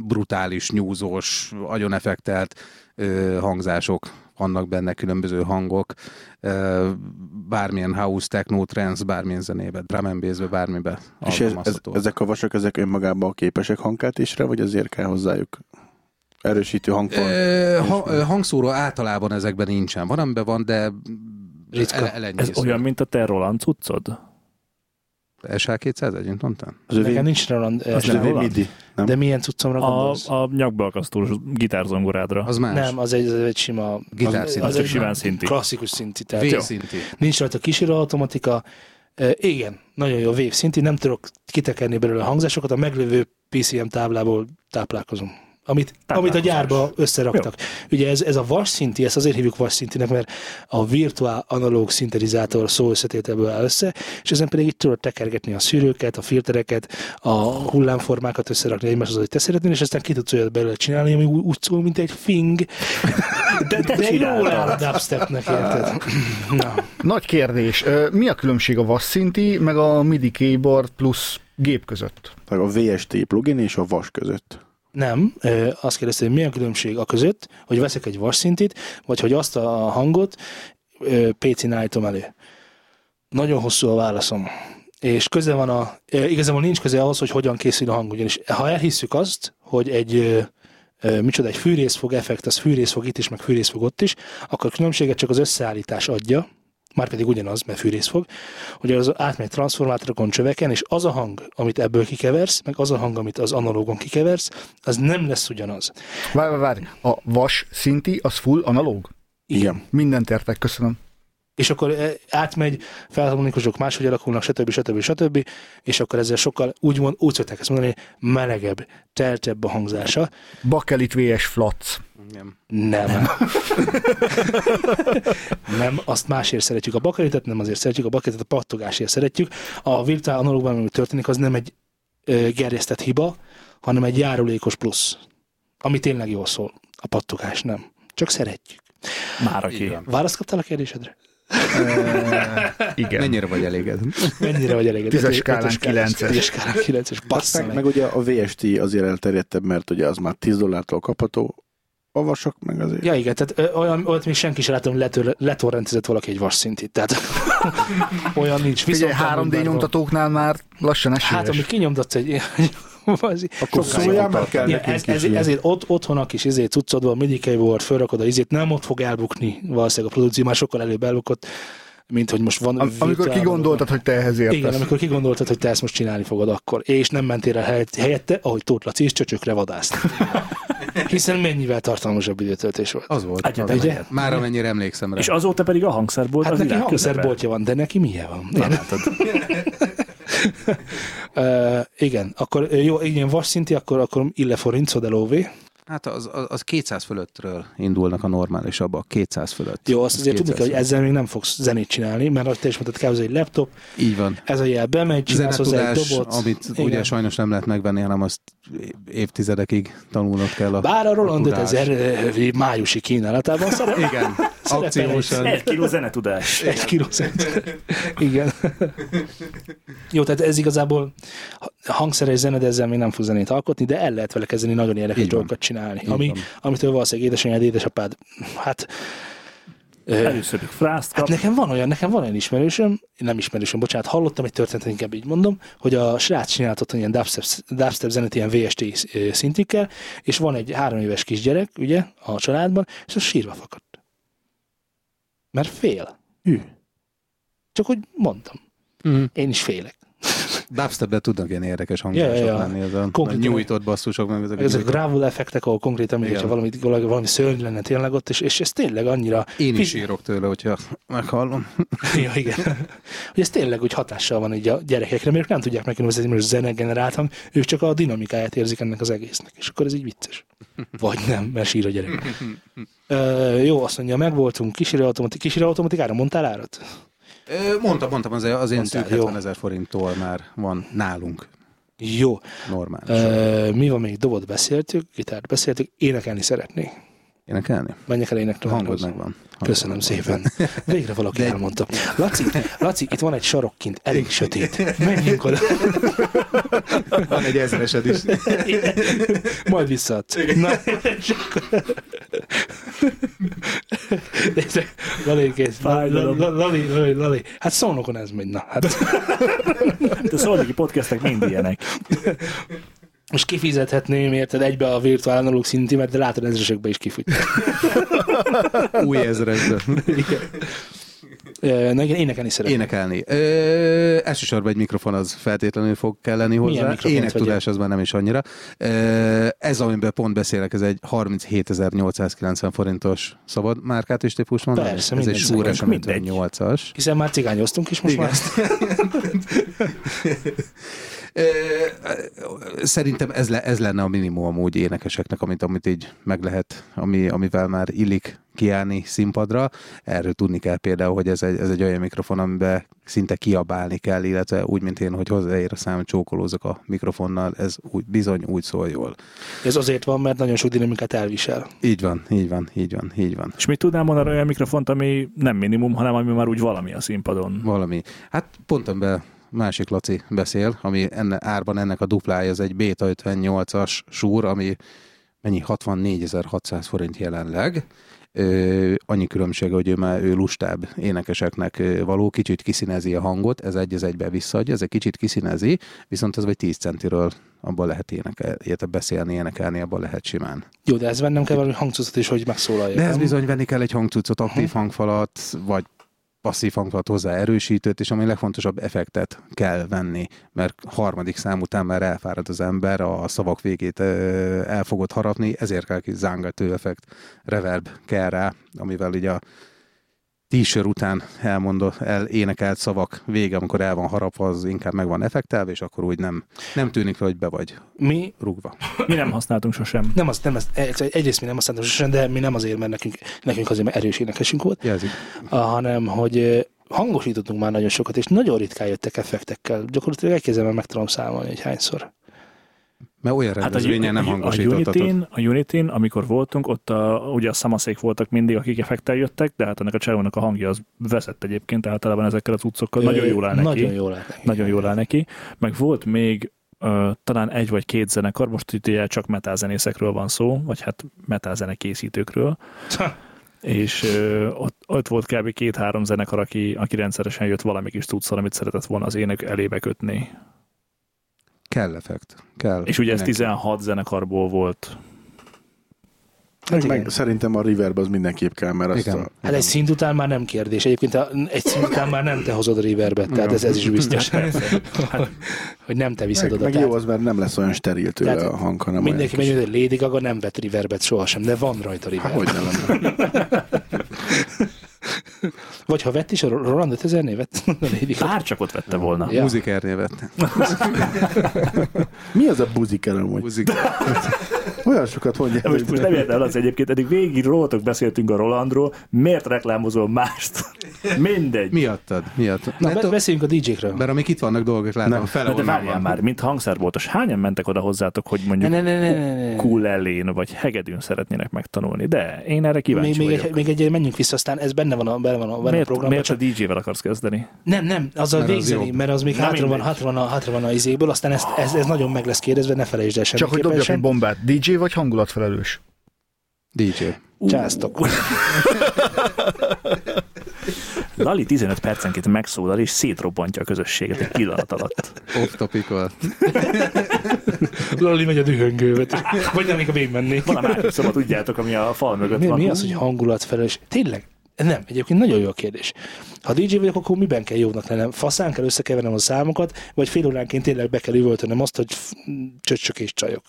Speaker 6: brutális, nyúzós, agyonefektelt ö, hangzások vannak benne, különböző hangok, ö, bármilyen house, techno, trance, bármilyen zenébe, drum and bassbe, bármibe
Speaker 5: És ez, ez,
Speaker 6: alkalmazható.
Speaker 5: ezek a vasok, ezek önmagában képesek hangkeltésre, vagy azért kell hozzájuk erősítő hangfal?
Speaker 6: Ö, ha, ö, hangszóró általában ezekben nincsen. Van, amiben van, de
Speaker 2: Ritka.
Speaker 6: Ritka. Ele,
Speaker 3: Ez olyan, mint a te Roland cuccod?
Speaker 6: SH200 egyébként mondtam?
Speaker 5: Az övé,
Speaker 2: Nekem nincs Roland, ö,
Speaker 5: az övé
Speaker 3: Roland?
Speaker 5: midi, nem?
Speaker 2: de milyen cuccomra
Speaker 3: A,
Speaker 2: gondolsz?
Speaker 3: a nyakba akasztós gitárzongorádra.
Speaker 6: Az más.
Speaker 2: nem, az egy, az egy sima
Speaker 6: Gitárszint.
Speaker 2: az
Speaker 3: Az csak
Speaker 2: egy
Speaker 3: simán szinti.
Speaker 2: klasszikus szinti. Tehát
Speaker 6: V szinti.
Speaker 2: Nincs rajta kísérő automatika. E, igen, nagyon jó wave szinti, nem tudok kitekerni belőle a hangzásokat, a meglévő PCM táblából táplálkozom. Amit, amit a gyárba összeraktak. Ugye ez, ez a vas szinti, ezt azért hívjuk vas szintinek, mert a virtuál analóg szintetizátor szó összetételből áll össze, és ezen pedig így tudod tekergetni a szűrőket, a filtereket, a hullámformákat összerakni egymáshoz, hogy te szeretnél, és aztán ki tudsz olyat belőle csinálni, ami úgy, úgy szól, mint egy fing. De, de, de jól áll a dubstepnek, érted? Na.
Speaker 4: Nagy kérdés. Ö, Mi a különbség a vasszinti, meg a MIDI keyboard plusz gép között?
Speaker 5: A VST plugin és a vas között.
Speaker 2: Nem, ö, azt kérdezte, hogy mi a különbség a között, hogy veszek egy vasszintit, vagy hogy azt a hangot ö, PC-n állítom elő. Nagyon hosszú a válaszom. És köze van a, ö, igazából nincs köze ahhoz, hogy hogyan készül a hang, ugyanis ha elhisszük azt, hogy egy ö, ö, micsoda, egy fűrészfog effekt, az fűrészfog itt is, meg fűrészfog ott is, akkor a különbséget csak az összeállítás adja, már pedig ugyanaz, mert fűrészfog, hogy az átmegy transformátorokon, csöveken, és az a hang, amit ebből kikeversz, meg az a hang, amit az analógon kikeversz, az nem lesz ugyanaz.
Speaker 4: Várj, várj, várj. A vas szinti az full analóg?
Speaker 5: Igen.
Speaker 4: Mindent értek, köszönöm.
Speaker 2: És akkor eh, átmegy, felharmonikusok máshogy alakulnak, stb. stb. stb. És akkor ezzel sokkal úgymond úgy szokták ezt mondani, melegebb, teltebb a hangzása.
Speaker 4: Bakelit VS Flatz.
Speaker 6: Igen.
Speaker 2: Nem. nem, azt másért szeretjük a bakelitet, nem azért szeretjük a bakelitet, a pattogásért szeretjük. A virtuál analógban, ami történik, az nem egy ö, gerjesztett hiba, hanem egy járulékos plusz, ami tényleg jól szól. A pattogás nem. Csak szeretjük.
Speaker 3: Már aki.
Speaker 2: Választ kaptál a kérdésedre?
Speaker 4: Igen.
Speaker 6: Mennyire vagy elégedett?
Speaker 2: Mennyire vagy elégedett?
Speaker 4: Tízes
Speaker 2: Ötös
Speaker 4: skálán
Speaker 2: skálás,
Speaker 4: kilences.
Speaker 2: Tízes skálán kilences. Bassza
Speaker 5: Meg,
Speaker 2: meg.
Speaker 5: meg ugye a VST azért elterjedtebb, mert ugye az már 10 dollártól kapható, a vasok meg azért.
Speaker 2: Ja, igen, tehát ö, olyan, olyat még senki sem látom, hogy letör, letorrentezett valaki egy vas szintit. Tehát olyan nincs.
Speaker 4: Figyelj,
Speaker 2: amúgy már
Speaker 4: 3D
Speaker 2: van.
Speaker 4: nyomtatóknál már lassan
Speaker 2: Hát,
Speaker 4: esélyes.
Speaker 2: amit kinyomtatsz egy... Akkor
Speaker 5: Akkor szóljál, mert kell
Speaker 2: Ja,
Speaker 5: nekünk
Speaker 2: ez,
Speaker 5: is
Speaker 2: ez,
Speaker 5: ilyen.
Speaker 2: ezért ott, otthon a kis izét cuccodva, a midi keyboard, fölrakod a izét, nem ott fog elbukni valószínűleg a produkció, már sokkal előbb elbukott, mint hogy most van.
Speaker 4: Am- amikor
Speaker 2: virtuál-
Speaker 4: kigondoltad, hogy te ehhez
Speaker 2: Igen,
Speaker 4: értesz.
Speaker 2: amikor kigondoltad, hogy te ezt most csinálni fogod akkor, és nem mentél el helyett- helyette, ahogy Tóth Laci is csöcsökre vadászt. Hiszen mennyivel tartalmasabb időtöltés volt.
Speaker 6: Az volt.
Speaker 3: Egyetem.
Speaker 6: Az.
Speaker 2: Ugye?
Speaker 6: Már amennyire emlékszem rá.
Speaker 3: És azóta pedig a hangszerbolt
Speaker 2: Hát
Speaker 3: az
Speaker 2: neki
Speaker 3: világ közepén.
Speaker 2: hangszerboltja van, de neki milyen van?
Speaker 3: Na,
Speaker 6: hát
Speaker 3: látod.
Speaker 2: Ö, igen, akkor ö, jó, igen, vas szinti, akkor, akkor ille forint, szóda lóvé.
Speaker 6: Hát az, az, az 200 fölöttről indulnak a normálisabbak, 200 fölött.
Speaker 2: Jó, azt
Speaker 6: Az
Speaker 2: azért tudni kell, hogy
Speaker 6: 200
Speaker 2: ezzel még nem fogsz zenét csinálni, mert ahogy te is mondtad, kell hozzá egy laptop,
Speaker 6: Így van.
Speaker 2: ez a jel bemegy, e- csinálsz hozzá egy
Speaker 6: Zenetudás,
Speaker 2: dobot.
Speaker 6: amit
Speaker 2: Igen.
Speaker 6: ugye sajnos nem lehet megvenni, hanem azt évtizedekig tanulnod kell a
Speaker 2: Bár a Roland
Speaker 6: tudás.
Speaker 2: 5000 eh, májusi kínálatában szeret,
Speaker 6: Igen,
Speaker 2: Szeretem
Speaker 6: akciósan.
Speaker 3: Egy kiló zenetudás.
Speaker 2: egy kiló szent. Igen. Jó, tehát ez igazából ha- hangszeres zene, de ezzel még nem fog zenét alkotni, de el lehet vele kezdeni nagyon érdekes
Speaker 6: Így van.
Speaker 2: dolgokat csinálni,
Speaker 6: Így
Speaker 2: ami,
Speaker 6: van.
Speaker 2: amitől valószínűleg édesanyád, édesapád, hát ö,
Speaker 3: Először ők frászt
Speaker 2: Hát
Speaker 3: kap.
Speaker 2: nekem van olyan, nekem van olyan ismerősöm, nem ismerősöm, bocsánat, hallottam egy történetet, inkább így mondom, hogy a srác csinált ott ilyen dubstep, dubstep zenét ilyen VST szintikkel, és van egy három éves kisgyerek, ugye, a családban, és az sírva fakadt. Mert fél.
Speaker 5: Hű.
Speaker 2: Csak úgy mondtam,
Speaker 6: Mhm.
Speaker 2: én is félek.
Speaker 6: Dubstepben tudnak ilyen érdekes hangzások
Speaker 2: Ja, ja, ja.
Speaker 6: lenni, ez a
Speaker 2: Konkrétan-
Speaker 6: nyújtott basszusok, meg ezek a
Speaker 2: Ezek a
Speaker 6: nyújtott-
Speaker 2: gravel effektek, ahol konkrétan még,
Speaker 6: Igen.
Speaker 2: hogyha valami, valami szörny lenne tényleg ott, és, és ez tényleg annyira
Speaker 6: Én is
Speaker 2: Fiz-
Speaker 6: írok tőle, hogyha meghallom.
Speaker 2: Ja, igen. Hogy ez tényleg úgy hatással van így a gyerekekre, mert ők nem tudják megkülönbözni, hogy most zene generált hang, ők csak a dinamikáját érzik ennek az egésznek, és akkor ez így vicces. Vagy nem, mert sír a gyerek. Ö, jó, azt mondja, megvoltunk, kísérő automati- kísérő automatikára mondtál árat?
Speaker 6: Ö, Mondtam, mondtam, az, az ilyen
Speaker 2: Mondtál,
Speaker 6: szűk
Speaker 2: jó.
Speaker 6: 70 ezer forinttól már van nálunk
Speaker 2: Jó.
Speaker 6: normális.
Speaker 2: Ö, mi van még? Dobot beszéltük, gitárt beszéltük, énekelni szeretnék.
Speaker 6: Énekelni?
Speaker 2: Menjek el énekelni.
Speaker 6: Hangod megvan. Hangod
Speaker 2: Köszönöm
Speaker 6: megvan.
Speaker 2: szépen. Végre valaki
Speaker 6: De-
Speaker 2: elmondta. Laci, Laci, itt van egy sarok kint, elég sötét. Menjünk oda.
Speaker 6: Van egy ezresed is.
Speaker 2: Majd visszaadsz. Na, és akkor- Nézd, Lali, kész. Lali,
Speaker 3: Fájdalom.
Speaker 2: Lali, Lali, Lali. Hát szónokon ez megy, na. Hát,
Speaker 3: De szolnoki podcastek mind ilyenek.
Speaker 2: most kifizethetném, érted, egybe a virtuál analóg szintimet, de látod, ezresekbe is kifogy.
Speaker 6: Új ezresben.
Speaker 2: Ö, Na igen, énekelni szeretném.
Speaker 6: Énekelni. Ö, elsősorban egy mikrofon az feltétlenül fog kelleni
Speaker 2: Milyen
Speaker 6: hozzá.
Speaker 2: mikrofont
Speaker 6: Énektudás az már nem is annyira. Ö, ez, amiben pont beszélek, ez egy 37.890 forintos szabad márkát és típus van.
Speaker 2: Persze,
Speaker 6: ez egy
Speaker 2: mindegy,
Speaker 6: Shure
Speaker 2: nekünk
Speaker 3: mindegy.
Speaker 6: 8-as.
Speaker 2: Hiszen már cigányoztunk is, most
Speaker 6: Igen.
Speaker 2: már ezt.
Speaker 6: Ö, Szerintem ez, le, ez lenne a minimum amúgy énekeseknek, amit, amit így meg lehet, ami, amivel már illik kiállni színpadra. Erről tudni kell például, hogy ez egy, ez egy olyan mikrofon, amiben szinte kiabálni kell, illetve úgy, mint én, hogy hozzáér a szám, csókolózok a mikrofonnal, ez úgy, bizony úgy szól jól.
Speaker 2: Ez azért van, mert nagyon sok dinamikát elvisel.
Speaker 6: Így van, így van, így van, így van.
Speaker 3: És mit tudnám mondani olyan mikrofont, ami nem minimum, hanem ami már úgy valami a színpadon.
Speaker 6: Valami. Hát pont amiben másik Laci beszél, ami enne, árban ennek a duplája, ez egy Beta 58-as súr, ami mennyi? 64.600 forint jelenleg. Ö, annyi különbség, hogy ő már ő lustább énekeseknek ö, való, kicsit kiszínezi a hangot, ez egy az egybe visszaadja, ez egy kicsit kiszínezi, viszont ez vagy 10 centiről abban lehet énekel, illetve beszélni, énekelni, abban lehet simán.
Speaker 2: Jó, de ez vennem kell valami hangcucot is, hogy megszólalja.
Speaker 6: De ez bizony venni kell egy hangcuccot, aktív hangfalat, vagy passzív hangfalat hozzá erősítőt, és ami legfontosabb effektet kell venni, mert harmadik szám után már elfárad az ember, a szavak végét ö, el fogod harapni, ezért kell kis zángató effekt, reverb kell rá, amivel ugye a t-shirt után elmondott, elénekelt szavak vége, amikor el van harapva, az inkább meg van effektelve, és akkor úgy nem, nem tűnik fel, hogy be vagy
Speaker 2: Mi
Speaker 6: rúgva.
Speaker 3: Mi nem használtunk sosem.
Speaker 2: nem az, nem az, egyrészt mi nem azt sosem, de mi nem azért, mert nekünk, nekünk azért, mert erős énekesünk volt,
Speaker 6: Jelzik.
Speaker 2: Ah, hanem hogy ö, hangosítottunk már nagyon sokat, és nagyon ritkán jöttek effektekkel. Gyakorlatilag egy kezemben meg tudom számolni, hogy hányszor.
Speaker 6: Mert olyan rendezvényen nem
Speaker 3: Hát A
Speaker 6: hangosítottatok.
Speaker 3: Unitin, a Unitin, amikor voltunk, ott a, ugye a szamaszék voltak mindig, akik effektel jöttek, de hát ennek a csávónak a hangja az vezett egyébként általában ezekkel az utcokkal. Nagyon
Speaker 2: Ö,
Speaker 3: jól áll neki.
Speaker 2: Nagyon jól áll neki.
Speaker 3: Nagyon jól áll neki. Meg volt még ö, talán egy vagy két zenekar, most itt ugye csak metázenészekről van szó, vagy hát metázene készítőkről, és ö, ott, ott volt kb. két-három zenekar, aki, aki rendszeresen jött valami kis tudszal, amit szeretett volna az ének elébe kötni.
Speaker 6: Kell effekt. Kell.
Speaker 3: És ugye ez
Speaker 6: Mindenki.
Speaker 3: 16 zenekarból volt
Speaker 5: Meg,
Speaker 2: Hát igen.
Speaker 5: meg szerintem a Reverb az mindenképp kell, mert azt
Speaker 6: Igen.
Speaker 5: a,
Speaker 2: Hát egy szint után már nem kérdés. Egyébként a, egy szint után már nem te hozod a reverbet, tehát ez, ez is biztos.
Speaker 3: Hát,
Speaker 2: hogy nem te viszed
Speaker 5: meg,
Speaker 2: oda.
Speaker 5: meg jó
Speaker 2: Tehát
Speaker 5: az, mert nem lesz olyan steril tőle
Speaker 2: Tehát
Speaker 5: a hang, hanem
Speaker 2: mindenki
Speaker 5: olyan
Speaker 2: megmondja, hogy Lady Gaga nem vett reverbet sohasem, de van rajta
Speaker 5: kis- Há,
Speaker 3: Hát,
Speaker 2: reverb.
Speaker 5: hogy ne lenne.
Speaker 2: Vagy ha vett is, a Roland 5000 névet. a Lady Gaga.
Speaker 3: Bár csak ott vette volna.
Speaker 2: Ja.
Speaker 6: Muzikernél vettem.
Speaker 5: Mi az a buziker amúgy?
Speaker 6: Muziker.
Speaker 5: Olyan sokat mondják,
Speaker 3: Most, most nem értem az egyébként, eddig végig rólatok beszéltünk a Rolandról, miért reklámozol mást? Mindegy.
Speaker 6: Miattad, miattad.
Speaker 2: Na,
Speaker 6: Mert
Speaker 2: be-
Speaker 6: a-
Speaker 2: beszéljünk a DJ-kről.
Speaker 6: mert amik itt vannak dolgok, látom,
Speaker 3: Na,
Speaker 6: fele
Speaker 3: de várjál már, mint hangszerboltos, hányan mentek oda hozzátok, hogy mondjuk
Speaker 2: Ne, ne, ne, ne, ne, ne.
Speaker 3: kulelén vagy hegedűn szeretnének megtanulni, de én erre kíváncsi
Speaker 2: Még, még,
Speaker 3: vagyok.
Speaker 2: egy, még egy, menjünk vissza, aztán ez benne van a, benne van a, benne a
Speaker 3: miért,
Speaker 2: programban.
Speaker 3: miért
Speaker 2: csak-
Speaker 3: a DJ-vel akarsz kezdeni?
Speaker 2: Nem, nem, az a
Speaker 6: Mert az
Speaker 2: végzeni,
Speaker 6: jobb.
Speaker 2: mert az még
Speaker 3: Na,
Speaker 2: hátra van,
Speaker 3: mindegy.
Speaker 2: hátra van, a, hátra van a izéből, aztán ezt, ez, ez nagyon meg lesz kérdezve, ne felejtsd el
Speaker 4: Csak hogy
Speaker 2: semmiképpen
Speaker 4: dobjak egy
Speaker 2: sem.
Speaker 4: bombát. DJ vagy hangulatfelelős?
Speaker 6: DJ.
Speaker 2: Császtok.
Speaker 3: Lali 15 percenként megszólal és szétrobbantja a közösséget egy pillanat alatt.
Speaker 6: Off topic volt.
Speaker 2: Lali megy a dühöngőbe. Vagy nem, még a végig menni.
Speaker 3: Van a másik szoba, tudjátok, ami a fal mögött
Speaker 2: Mi,
Speaker 3: van.
Speaker 2: mi az, hogy hangulatfelelős? Tényleg? Nem, egyébként nagyon jó a kérdés. Ha DJ vagyok, akkor miben kell jobbnak lennem? Faszán kell összekevernem a számokat, vagy fél óránként tényleg be kell üvöltönem azt, hogy f- csöcsök és csajok.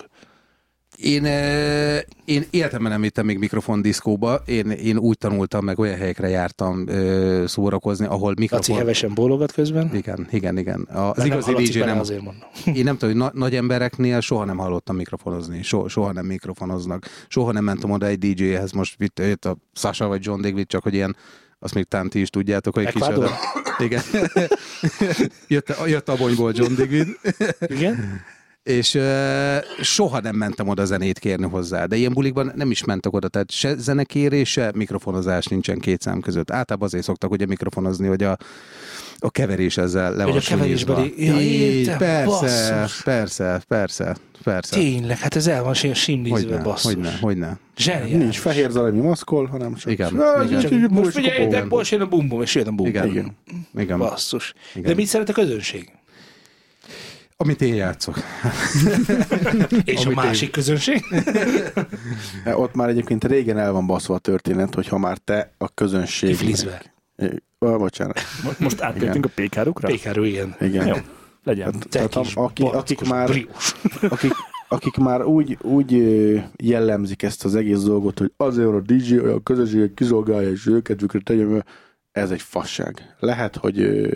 Speaker 6: Én, eh, én életemben nem vittem még mikrofondiszkóba, én, én úgy tanultam, meg olyan helyekre jártam eh, szórakozni, ahol
Speaker 2: Laci
Speaker 6: mikrofon...
Speaker 2: hevesen bólogat közben.
Speaker 6: Igen, igen, igen. Az
Speaker 2: Nem,
Speaker 6: igazi
Speaker 2: ha Laci
Speaker 6: DJ
Speaker 2: bele
Speaker 6: nem,
Speaker 2: azért mondom.
Speaker 6: Én nem tudom, hogy na- nagy embereknél soha nem hallottam mikrofonozni, so- soha nem mikrofonoznak, soha nem mentem oda egy DJ-hez, most itt jött a Sasha vagy John Diglit, csak hogy ilyen, azt még tán ti is tudjátok, hogy
Speaker 2: Ecuador?
Speaker 6: kicsoda. Igen. jött, a- jött abonyból John Diglit,
Speaker 2: Igen?
Speaker 6: és uh, soha nem mentem oda zenét kérni hozzá, de ilyen bulikban nem is mentek oda, tehát se zenekérés, se mikrofonozás nincsen két szám között. Általában azért szoktak ugye mikrofonozni, hogy a, a keverés ezzel le
Speaker 2: Hogy
Speaker 6: van
Speaker 2: a keverésbeli-
Speaker 6: súlyozva.
Speaker 2: Ja,
Speaker 6: Így,
Speaker 2: értem,
Speaker 6: persze,
Speaker 2: basszus.
Speaker 6: persze, persze, persze.
Speaker 2: Tényleg, hát ez el van sim- simlízve,
Speaker 6: Hogyne,
Speaker 2: basszus.
Speaker 6: hogyne, hogyne.
Speaker 2: Zseniális.
Speaker 5: Nincs fehér zalemi maszkol, hanem csak...
Speaker 6: Igen,
Speaker 5: Ah,
Speaker 6: igen.
Speaker 5: csak- csak-
Speaker 2: Hát Most
Speaker 5: most
Speaker 2: figyeljetek,
Speaker 5: kopogom.
Speaker 2: most jön a bumbum, és jön a bumbum.
Speaker 6: Igen.
Speaker 5: Igen.
Speaker 6: Igen. Igen.
Speaker 2: Basszus. De
Speaker 6: Igen.
Speaker 2: mit szeret a közönség?
Speaker 6: Amit én játszok.
Speaker 2: És
Speaker 6: Amit
Speaker 2: a másik közönség?
Speaker 5: E, Ott már egyébként régen el van baszva a történet, hogy ha már te a közönség...
Speaker 2: Kiflizve.
Speaker 5: Ah, bocsánat.
Speaker 3: Mo- Most áttértünk a PK-rukra?
Speaker 2: Pékáró, igen.
Speaker 5: Igen.
Speaker 3: Jó, legyen.
Speaker 5: Hát, Tehát
Speaker 2: Te kis
Speaker 5: aki- akik
Speaker 2: barackos
Speaker 5: már-
Speaker 2: briós.
Speaker 5: akik, akik már úgy, úgy ö, jellemzik ezt az egész dolgot, hogy azért a DJ a közösséget kizolgálja, és ő kedvükre tegyen, ez egy fasság. Lehet, hogy ö,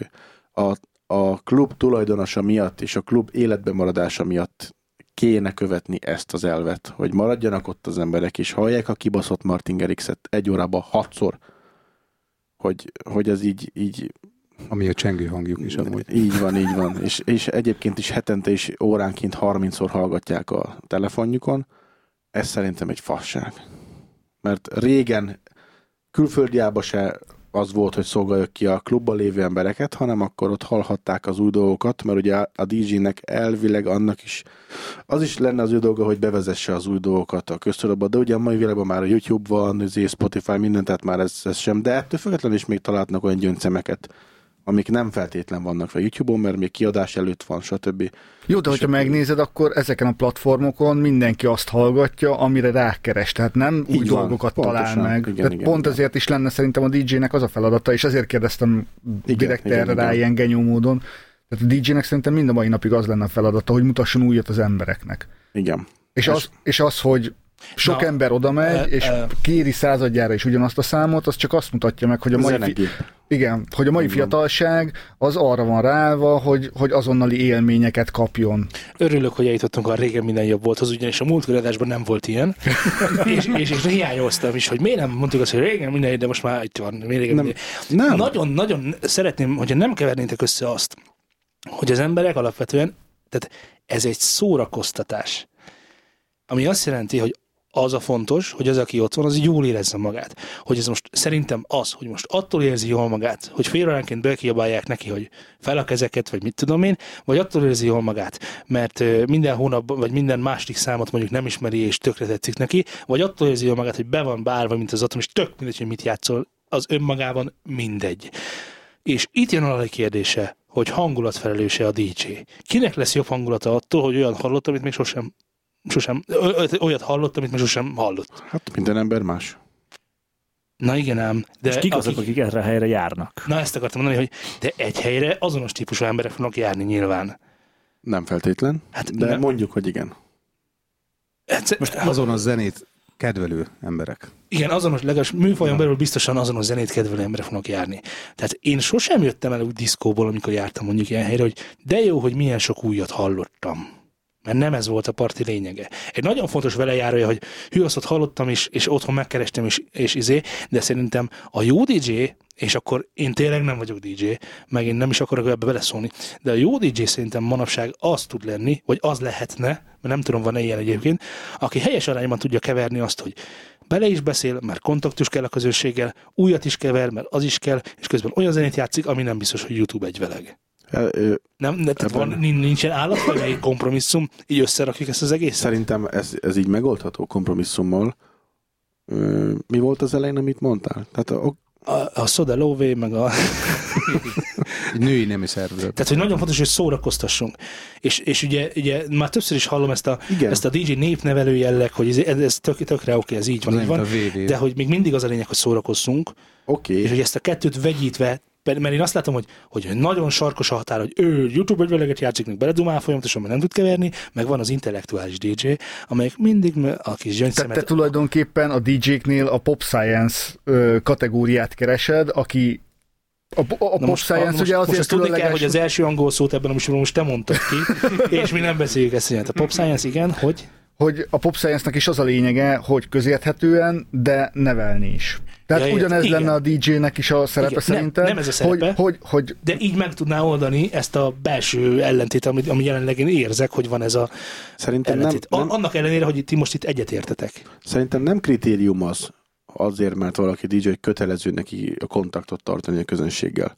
Speaker 5: a, a klub tulajdonosa miatt és a klub életben maradása miatt kéne követni ezt az elvet, hogy maradjanak ott az emberek, és hallják a kibaszott Martin Gerixet egy órában hatszor, hogy, hogy ez így, így
Speaker 6: Ami a csengő hangjuk is amúgy.
Speaker 5: így van, így van. És, és egyébként is hetente is óránként 30-szor hallgatják a telefonjukon. Ez szerintem egy fasság. Mert régen külföldiába se az volt, hogy szolgáljuk ki a klubban lévő embereket, hanem akkor ott hallhatták az új dolgokat, mert ugye a DJ-nek elvileg annak is az is lenne az ő dolga, hogy bevezesse az új dolgokat a köztudatba, de ugye a mai világban már a YouTube van, az izé, Spotify, minden, tehát már ez, ez sem, de ettől függetlenül is még találnak olyan gyöngyszemeket, amik nem feltétlen vannak fel YouTube-on, mert még kiadás előtt van, stb.
Speaker 4: Jó, de hogyha megnézed, akkor ezeken a platformokon mindenki azt hallgatja, amire rákeres, tehát nem
Speaker 5: Így
Speaker 4: új
Speaker 5: van,
Speaker 4: dolgokat
Speaker 5: pontosan.
Speaker 4: talál meg.
Speaker 5: Igen,
Speaker 4: tehát
Speaker 5: igen,
Speaker 4: pont
Speaker 5: igen.
Speaker 4: ezért is lenne szerintem a DJ-nek az a feladata, és ezért kérdeztem
Speaker 5: Igen,
Speaker 4: direkt
Speaker 5: igen,
Speaker 4: erre rá
Speaker 5: igen.
Speaker 4: ilyen genyó módon. Tehát a DJ-nek szerintem mind a mai napig az lenne a feladata, hogy mutasson újat az embereknek.
Speaker 5: Igen.
Speaker 4: És
Speaker 5: Ez-
Speaker 4: az, és az hogy sok
Speaker 2: Na, e-
Speaker 4: ember oda
Speaker 2: ö,
Speaker 4: megy, és
Speaker 2: ö.
Speaker 4: kéri századjára is ugyanazt a számot, az csak azt mutatja meg, hogy a mai, fi-
Speaker 5: Zenegép.
Speaker 4: igen, hogy a mai fiatalság az arra van ráva, hogy, hogy azonnali élményeket kapjon.
Speaker 2: Örülök, hogy eljutottunk a régen minden jobb volthoz, ugyanis a múlt kiadásban nem volt ilyen. és, és, és, hiányoztam is, hogy miért nem mondtuk azt, hogy régen minden jobb, de most már itt van. Miért régen
Speaker 5: Nem.
Speaker 2: minden-
Speaker 5: Nem.
Speaker 2: Nagyon-nagyon szeretném, hogyha nem kevernétek össze azt, hogy az emberek alapvetően, tehát ez egy szórakoztatás. Ami azt jelenti, hogy az a fontos, hogy az, aki ott van, az jól érezze magát. Hogy ez most szerintem az, hogy most attól érzi jól magát, hogy fél óránként bekiabálják neki, hogy fel a kezeket, vagy mit tudom én, vagy attól érzi jól magát, mert ö, minden hónapban, vagy minden másik számot mondjuk nem ismeri, és tökre tetszik neki, vagy attól érzi jól magát, hogy be van bárva, mint az atom, és tök mindegy, hogy mit játszol, az önmagában mindegy. És itt jön a nagy kérdése, hogy hangulatfelelőse a DJ. Kinek lesz jobb hangulata attól, hogy olyan hallott, amit még sosem sosem, ö- ö- olyat hallott, amit még sosem hallott.
Speaker 5: Hát minden ember más.
Speaker 2: Na igen ám, de
Speaker 3: És kik azok,
Speaker 2: akik-
Speaker 3: akik erre a helyre járnak?
Speaker 2: Na ezt akartam mondani, hogy de egy helyre azonos típusú emberek fognak járni nyilván.
Speaker 5: Nem feltétlen,
Speaker 2: Hát
Speaker 5: de
Speaker 2: nem.
Speaker 5: mondjuk, hogy igen.
Speaker 2: Egyszer, Most az,
Speaker 6: Azon a zenét kedvelő emberek.
Speaker 2: igen, azonos, legalábbis műfajon belül biztosan azonos zenét kedvelő emberek fognak járni. Tehát én sosem jöttem el úgy diszkóból, amikor jártam mondjuk ilyen helyre, hogy de jó, hogy milyen sok újat hallottam. mert nem ez volt a parti lényege. Egy nagyon fontos velejárója, hogy hű, azt ott hallottam, és, és otthon megkerestem, és, és izé, de szerintem a jó DJ, és akkor én tényleg nem vagyok DJ, meg én nem is akarok ebbe beleszólni, de a jó DJ szerintem manapság az tud lenni, vagy az lehetne, mert nem tudom, van-e ilyen egyébként, aki helyes arányban tudja keverni azt, hogy bele is beszél, mert kontaktus kell a közönséggel, újat is kever, mert az is kell, és közben olyan zenét játszik, ami nem biztos, hogy YouTube egyveleg.
Speaker 5: E, ö,
Speaker 2: Nem, ne, tehát van,
Speaker 5: Ebben-
Speaker 2: nin- nincsen állatfajai kompromisszum, így összerakjuk ezt az egészet.
Speaker 5: Szerintem ez, ez így megoldható kompromisszummal. Ö, Mi volt az elején, amit mondtál? Tehát a,
Speaker 2: A, a Soda Lové, meg a...
Speaker 6: Egy női nemi szervezet.
Speaker 2: Tehát, hogy nagyon fontos, hogy szórakoztassunk. És, és ugye, ugye már többször is hallom ezt a,
Speaker 5: igen,
Speaker 2: ezt a DJ népnevelő jelleg, hogy ez, ez, ez tök, tökre oké, ez így van,
Speaker 6: Az
Speaker 2: így
Speaker 6: van, a
Speaker 2: van.
Speaker 6: VV.
Speaker 2: De hogy még mindig az a lényeg, hogy szórakozzunk,
Speaker 5: oké,
Speaker 2: és hogy ezt a kettőt vegyítve, pe- mert én azt látom, hogy, hogy nagyon sarkos a határ, hogy ő YouTube egyveleget játszik, meg beledumál folyamatosan, mert nem tud keverni, meg van az intellektuális DJ, amelyik mindig m- a kis
Speaker 4: Tehát
Speaker 2: gyöngyszemet...
Speaker 4: te tulajdonképpen a DJ-knél a pop science ö, kategóriát keresed, aki a, po- a
Speaker 2: Na
Speaker 4: pop science
Speaker 2: most,
Speaker 4: ugye azért
Speaker 2: most azt tudni kell,
Speaker 4: különleges,
Speaker 2: hogy az első angol szót ebben a műsorban most te mondtad ki, és mi nem beszéljük ezt ilyen. A pop science, igen, hogy?
Speaker 4: hogy a pop science-nek is az a lényege, hogy közérthetően, de nevelni is. Tehát
Speaker 2: Ja,
Speaker 4: ja, ugyanez
Speaker 2: igen.
Speaker 4: igen. lenne a DJ-nek is a szerepe
Speaker 2: Igen.
Speaker 4: igen.
Speaker 2: Nem-
Speaker 4: szerintem.
Speaker 2: nem ez a szerepe.
Speaker 4: Hogy, hogy, hogy
Speaker 2: De így meg tudná oldani ezt a belső ellentét, amit, ami jelenleg én érzek, hogy van ez a
Speaker 5: szerintem nem,
Speaker 2: ellentét. Nem,
Speaker 5: nem,
Speaker 2: Annak ellenére, hogy ti most itt egyetértetek.
Speaker 5: szerintem nem kritérium az, azért, mert valaki DJ hogy kötelező neki a kontaktot tartani a közönséggel.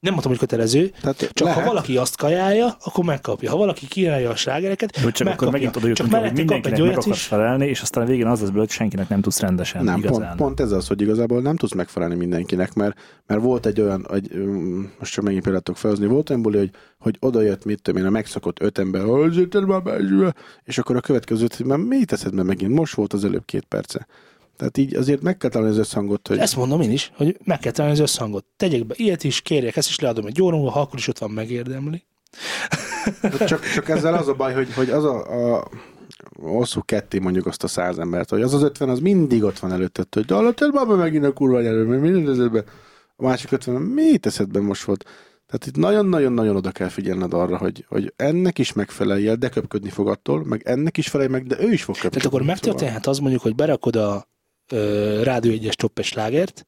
Speaker 2: Nem mondtam, hogy kötelező,
Speaker 5: Tehát
Speaker 2: csak
Speaker 5: lehet,
Speaker 2: ha valaki azt kajálja, akkor megkapja. Ha valaki kínálja a slágereket,
Speaker 3: Hogy csak
Speaker 2: megkapja.
Speaker 3: akkor megint oda jutunk,
Speaker 2: csak
Speaker 3: el, hogy
Speaker 2: mellette kap egy
Speaker 3: mindenkinek meg
Speaker 2: olyat
Speaker 3: akarsz
Speaker 2: is.
Speaker 3: felelni, és aztán a végén az lesz belőle, hogy senkinek nem tudsz rendesen,
Speaker 5: nem,
Speaker 3: igazán.
Speaker 5: pont, pont, ez az, hogy igazából nem tudsz megfelelni mindenkinek, mert, mert volt egy olyan, egy, öm, most csak megint példát tudok felhozni, volt olyan buli, hogy, hogy oda jött, mit tudom én, a megszokott öt ember, "Hogy jöttél már be?" és akkor a következőt, mert mi teszed meg megint? Most volt az előbb két perce. Tehát így azért meg kell találni az összhangot, hogy
Speaker 2: Ezt mondom én is, hogy meg kell találni az összhangot. Tegyek be ilyet is, kérjek, ezt is leadom egy óra, múlva, ha akkor is ott van, megérdemli.
Speaker 5: Hát Csak, csak ezzel az a baj, hogy, hogy az a, a osszuk ketté mondjuk azt a száz embert, hogy az az ötven az mindig ott van előtted, hogy de hallottad már be megint a kurva nyelvű, mert minden teszed be. A másik ötven, mi teszed be most volt? Tehát itt nagyon-nagyon-nagyon oda kell figyelned arra, hogy, hogy ennek is megfeleljél, de köpködni fog attól, meg ennek is felelj meg, de ő is fog köpködni.
Speaker 2: Tehát akkor
Speaker 5: Szóval
Speaker 2: megtörténhet az mondjuk, hogy berakod a ö, Rádió 1-es toppes slágert,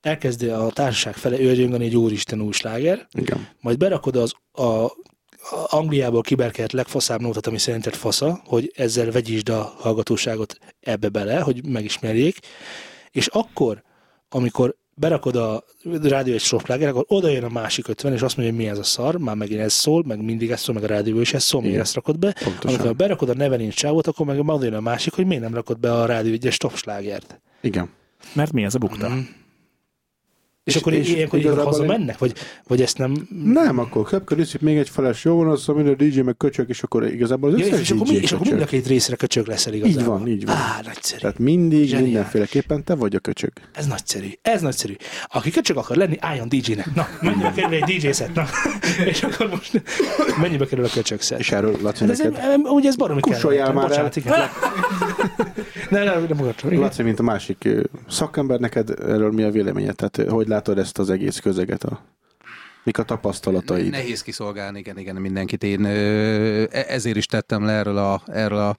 Speaker 2: elkezd a társaság fele őrjöngeni egy úristen új sláger,
Speaker 5: Igen.
Speaker 2: majd berakod az a, a Angliából kiberkelt legfaszább nótát, ami szerinted fasza, hogy ezzel vegyítsd a hallgatóságot ebbe bele, hogy megismerjék, és akkor, amikor berakod a rádió egy sofláger, akkor oda jön a másik 50, és azt mondja, hogy mi ez a szar, már megint ez szól, meg mindig ez szól, meg a rádió is ez szól, miért
Speaker 5: Igen.
Speaker 2: ezt rakod be.
Speaker 5: Pontosan.
Speaker 2: Amikor berakod a neve nincs sávot, akkor meg oda jön a másik, hogy miért nem rakod be a rádió egyes topslágert.
Speaker 5: Igen.
Speaker 3: Mert mi ez a bukta?
Speaker 2: Mm.
Speaker 3: Mm.
Speaker 2: És,
Speaker 5: És-
Speaker 2: akkor
Speaker 5: és
Speaker 2: ilyenkor, ilyenkor
Speaker 5: igazából
Speaker 2: haza
Speaker 5: én-
Speaker 2: mennek? Vagy, vagy ezt nem...
Speaker 5: Nem, akkor köpködsz, itt még egy feles jó van, azt mondja, a DJ meg köcsök, és akkor igazából az
Speaker 2: Ja,
Speaker 5: összes
Speaker 2: és, akkor
Speaker 5: DJ
Speaker 2: mi, és akkor
Speaker 5: köcsög.
Speaker 2: mind a két részre köcsög leszel
Speaker 5: Így
Speaker 2: igazából.
Speaker 5: van, így van.
Speaker 2: Á, nagyszerű.
Speaker 5: Tehát mindig,
Speaker 2: Zseniális.
Speaker 5: mindenféleképpen te vagy a köcsög.
Speaker 2: Ez nagyszerű. Ez nagyszerű. Aki köcsög akar lenni, álljon DJ-nek. Na, mennyibe kerül egy DJ szett? Na, és akkor most mennyibe kerül a köcsög szett?
Speaker 5: És erről Laci
Speaker 2: Hát ez,
Speaker 5: neked...
Speaker 2: em, ugye ez baromi kell.
Speaker 5: Kussoljál már el.
Speaker 2: Bocsánat, igen. Nem, nem, nem akartam. Igen.
Speaker 5: Laci, mint a másik ö, szakember, neked erről mi a véleményed? Tehát ö, hogy látod ezt az egész közeget? A, mik a tapasztalataid?
Speaker 6: Nehéz kiszolgálni, igen, igen, mindenkit. Én ö, e- ezért is tettem le erről a, erről a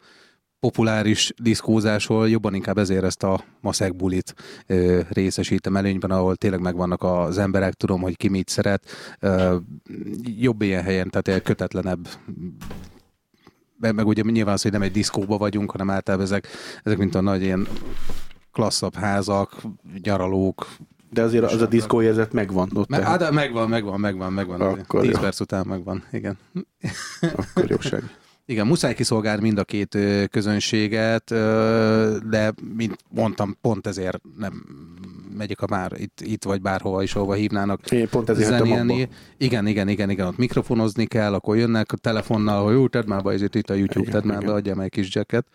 Speaker 6: populáris diszkózásról, jobban inkább ezért ezt a maszek bulit ö, részesítem előnyben, ahol tényleg megvannak az emberek, tudom, hogy ki mit szeret. Ö, jobb ilyen helyen, tehát ilyen kötetlenebb meg meg ugye nyilván az, hogy nem egy diszkóba vagyunk, hanem általában ezek, ezek mint a nagy ilyen klasszabb házak, nyaralók,
Speaker 5: De azért az a diszkóérzet megvan ott.
Speaker 6: Me-
Speaker 5: tehát
Speaker 6: Á, de megvan, megvan, megvan, megvan.
Speaker 5: Akkor
Speaker 6: Tíz
Speaker 5: jó.
Speaker 6: perc után megvan, igen. hát-
Speaker 5: akkor jóság.
Speaker 6: Igen, muszáj kiszolgálni mind a két ö, közönséget, ö, de mint mondtam, pont ezért nem megyek a már itt, itt vagy bárhova is, ahova hívnának
Speaker 5: Én pont ezért hagytam abba.
Speaker 6: zenélni. Igen, igen, igen, igen, ott mikrofonozni kell, akkor jönnek a telefonnal, hogy jó, tedd már be, ezért itt a YouTube,
Speaker 5: Igen,
Speaker 6: tedd már
Speaker 5: igen.
Speaker 6: be, adjál meg egy kis jacket.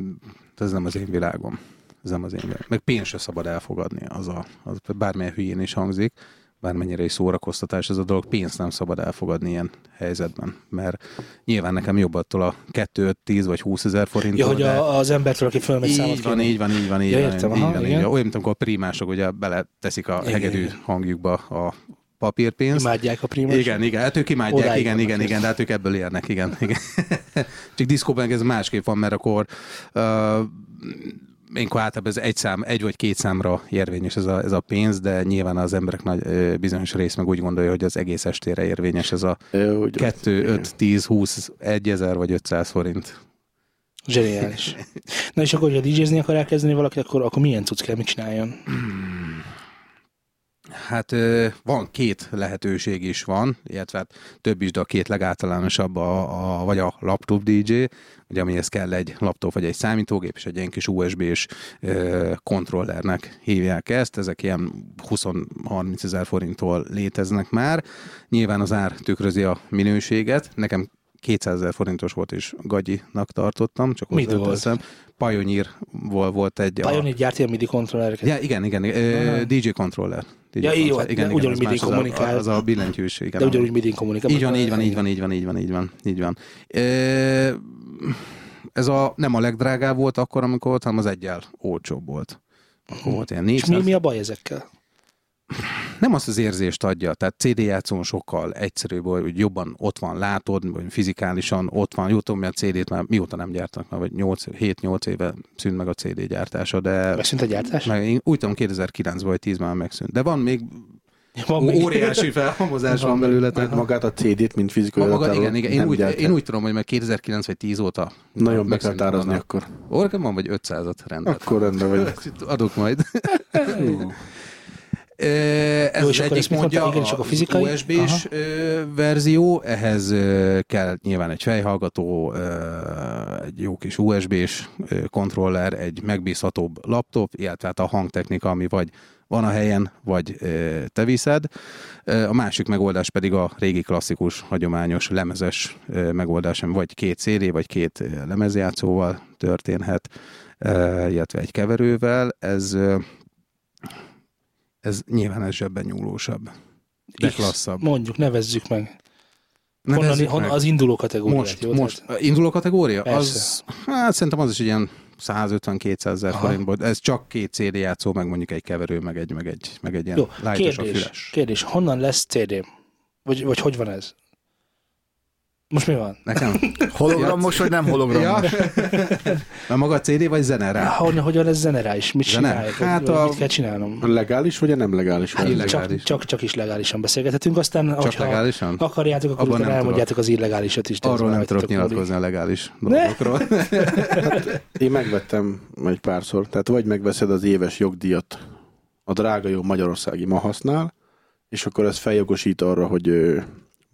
Speaker 6: Mm, Ez nem az én világom. Ez nem az én világom. Meg pénzt se szabad elfogadni, az, a, az bármilyen hülyén is hangzik, bármennyire is szórakoztatás ez a dolog, pénzt nem szabad elfogadni ilyen helyzetben, mert nyilván nekem jobb attól a 2, 5, 10 vagy 20 ezer forinttól,
Speaker 2: Ja, hogy
Speaker 6: de-
Speaker 2: a, az embertől, aki fölmegy számot
Speaker 6: így van,
Speaker 2: kérni.
Speaker 6: így van, így van, így
Speaker 2: Ja,
Speaker 6: van,
Speaker 2: értem,
Speaker 6: így
Speaker 2: aha,
Speaker 6: van, így
Speaker 2: igen.
Speaker 6: van. Olyan, mint amikor a primások ugye beleteszik a
Speaker 2: Igen,
Speaker 6: hegedű
Speaker 2: igen.
Speaker 6: hangjukba a papírpénzt.
Speaker 2: Imádják a prímus.
Speaker 6: Igen, igen, hát ők imádják,
Speaker 2: Odáig
Speaker 6: igen,
Speaker 2: vannak
Speaker 6: igen,
Speaker 2: ők.
Speaker 6: igen, de hát ők ebből érnek, igen. igen. Csak diszkóban ez másképp van, mert akkor uh, én akkor általában ez egy, szám, egy vagy két számra érvényes ez a, ez a pénz, de nyilván az emberek nagy ö, bizonyos rész meg úgy gondolja, hogy az egész estére érvényes ez a
Speaker 5: Ő, úgy
Speaker 6: 2, 5, 10, 20, 1000 vagy 500 forint.
Speaker 2: Zseniális. Na és akkor, hogyha DJ-zni akar elkezdeni valaki, akkor, akkor milyen cucc kell, mit csináljon?
Speaker 6: Hát ö, van két lehetőség is van, illetve hát több is, de a két legáltalánosabb a, a, vagy a laptop DJ, ugye amihez kell egy laptop vagy egy számítógép, és egy ilyen kis USB-s ö, kontrollernek hívják ezt. Ezek ilyen 20-30 ezer forinttól léteznek már. Nyilván az ár tükrözi a minőséget. Nekem 200 ezer forintos volt, és gagyinak tartottam, csak
Speaker 2: Mit volt?
Speaker 6: hozzáteszem. Pioneer-ból volt egy... a-
Speaker 2: Pioneer gyártja a MIDI kontrollereket.
Speaker 6: Ja, igen, igen. igen. Ö, DJ controller. DJ
Speaker 2: Ja, így van, de ugyanúgy
Speaker 6: az
Speaker 2: mindig
Speaker 6: más, az a-
Speaker 2: kommunikál.
Speaker 6: Az a billentyűs, igen.
Speaker 2: De ugyanúgy MIDI kommunikál.
Speaker 6: Így van, így van, így van, így van, így van, így van, így van. Ö, Ez a, nem a legdrágább volt akkor, amikor volt, hanem az egyel olcsóbb volt. Akkor volt
Speaker 2: És
Speaker 6: ilyen
Speaker 2: mi,
Speaker 6: 400
Speaker 2: mi a baj ezekkel?
Speaker 6: nem azt az érzést adja, tehát CD játszón sokkal egyszerűbb, hogy úgy jobban ott van, látod, vagy fizikálisan ott van, jó tudom, mert a CD-t már mióta nem gyártanak, már vagy 8, 7-8 éve szűnt meg a CD gyártása, de...
Speaker 2: Megszűnt a gyártás?
Speaker 6: Meg, én úgy tudom, 2009-ben vagy 10 már megszűnt. De van még
Speaker 2: Van még-
Speaker 6: óriási felhamozás van belőle. Tehát
Speaker 5: Tehát magát a CD-t, mint fizikai
Speaker 6: hát- ma maga,
Speaker 5: adatáról
Speaker 6: igen, igen. Én
Speaker 5: nem
Speaker 6: úgy,
Speaker 5: gyártják.
Speaker 6: én úgy tudom, hogy meg 2009 vagy 10 óta.
Speaker 5: Nagyon be kell
Speaker 6: megszűnt
Speaker 5: tárazni
Speaker 6: volna.
Speaker 5: akkor.
Speaker 6: Orgán van, vagy 500-at rendelt.
Speaker 5: Akkor rendben vagy.
Speaker 6: Ezt itt adok majd. Ö, Ez
Speaker 2: Jó,
Speaker 6: Jó,
Speaker 2: és
Speaker 6: az
Speaker 2: akkor ezt
Speaker 6: egyik
Speaker 2: mit
Speaker 6: mondja,
Speaker 2: mondtál? Igen,
Speaker 6: a,
Speaker 2: csak a fizikai?
Speaker 6: USB-s ö, verzió, ehhez ö, kell nyilván egy fejhallgató, ö, egy jó kis USB-s ö, kontroller, egy megbízhatóbb laptop, illetve hát a hangtechnika, ami vagy van a helyen, vagy ö, te viszed. Ö, A másik megoldás pedig a régi klasszikus, hagyományos lemezes ö, megoldás, ami vagy két CD, vagy két ö, lemezjátszóval történhet, ö, illetve egy keverővel. Ez ö, ez nyilván ez zsebben nyúlósabb. De
Speaker 2: X.
Speaker 6: klasszabb.
Speaker 2: Mondjuk, nevezzük meg. Honnan,
Speaker 6: Nevezzük
Speaker 2: honnan
Speaker 6: meg.
Speaker 2: az induló kategóriát.
Speaker 6: most,
Speaker 2: jó?
Speaker 6: most. Induló kategória?
Speaker 2: Persze.
Speaker 6: Az, hát szerintem az is egy ilyen 150-200 ezer
Speaker 2: Aha.
Speaker 6: forint volt. Ez csak két CD játszó, meg mondjuk egy keverő, meg egy, meg egy, meg egy ilyen
Speaker 2: Jó,
Speaker 6: lightos a
Speaker 2: kérdés,
Speaker 6: füles.
Speaker 2: kérdés, honnan lesz CD-m? Vagy, vagy hogy van ez? Most mi van?
Speaker 6: Nekem?
Speaker 4: Hologramos vagy nem
Speaker 6: ja?
Speaker 4: hologramos?
Speaker 6: Mert maga a CD vagy zene rá?
Speaker 2: Honnan, hogyan lesz zene rá is? Mit
Speaker 6: Zene?
Speaker 2: csinálják?
Speaker 6: Hát
Speaker 2: Hát a...
Speaker 6: a-
Speaker 2: Mit kell csinálnom?
Speaker 5: Legális vagy a nem legális?
Speaker 6: Hát
Speaker 5: verzió?
Speaker 6: illegális.
Speaker 2: Csak, csak, csak is legálisan beszélgethetünk, aztán csak
Speaker 6: Csak
Speaker 2: hogyha legális?
Speaker 6: legálisan?
Speaker 2: akarjátok, akkor
Speaker 6: Abban
Speaker 2: utána
Speaker 6: nem
Speaker 2: elmondjátok az illegálisat is. de ez
Speaker 6: Arról
Speaker 2: már
Speaker 6: nem tudok
Speaker 2: vettetek múlik.
Speaker 6: nyilatkozni a legális dolgokról.
Speaker 5: Én megvettem egy párszor. Tehát vagy megveszed az éves jogdíjat, a drága jó magyarországi ma használ, és akkor ez feljogosít arra, hogy ö,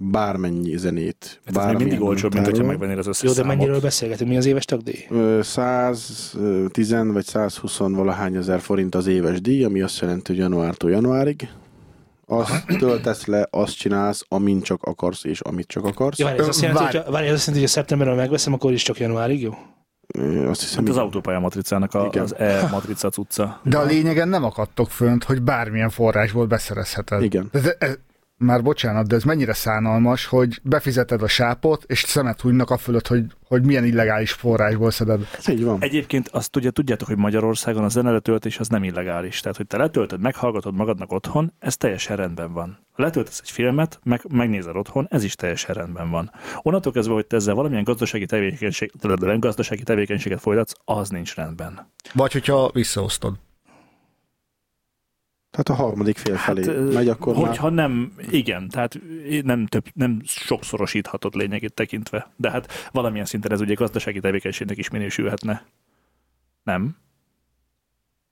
Speaker 5: bármennyi zenét,
Speaker 3: Hát ez még mindig olcsóbb, mint hogyha megvennél az összes
Speaker 2: Jó, de
Speaker 3: számot.
Speaker 2: mennyiről beszélgetünk? Mi az éves tagdíj?
Speaker 5: 110 vagy 120 valahány ezer forint az éves díj, ami azt jelenti, hogy januártól januárig. Azt töltesz le, azt csinálsz, amin csak akarsz, és amit csak akarsz.
Speaker 2: Ja, várj, ez azt jelenti,
Speaker 4: Várj.
Speaker 2: hogy, várj, ez azt jelenti, hogy a szeptemberben megveszem, akkor is csak januárig, jó?
Speaker 5: Ö, Azt hiszem,
Speaker 3: Hát az
Speaker 5: igen.
Speaker 3: autópálya matricának a,
Speaker 5: Igen.
Speaker 3: az E E-matrica utca.
Speaker 4: De a lényegen nem akadtok fönt, hogy bármilyen forrásból beszerezheted.
Speaker 5: Igen.
Speaker 4: Ez, ez, már bocsánat, de ez mennyire szánalmas, hogy befizeted a sápot, és szemet hújnak a fölött, hogy, hogy milyen illegális forrásból szeded.
Speaker 5: Ez így van.
Speaker 3: Egyébként azt ugye tudjátok, hogy Magyarországon a zeneletöltés az nem illegális. Tehát, hogy te letöltöd, meghallgatod magadnak otthon, ez teljesen rendben van. Letöltesz egy filmet, meg, megnézed otthon, ez is teljesen rendben van. Onnantól kezdve, hogy te ezzel valamilyen gazdasági, tevékenység, gazdasági tevékenységet folytatsz, az nincs rendben.
Speaker 4: Vagy hogyha visszaosztod.
Speaker 5: Tehát a harmadik fél felé
Speaker 3: Hát, ö,
Speaker 5: megy, akkor már...
Speaker 3: hogyha nem, igen, tehát nem, több, nem sokszorosíthatod lényegét tekintve. De hát valamilyen szinten ez ugye gazdasági tevékenységnek is minősülhetne. Nem?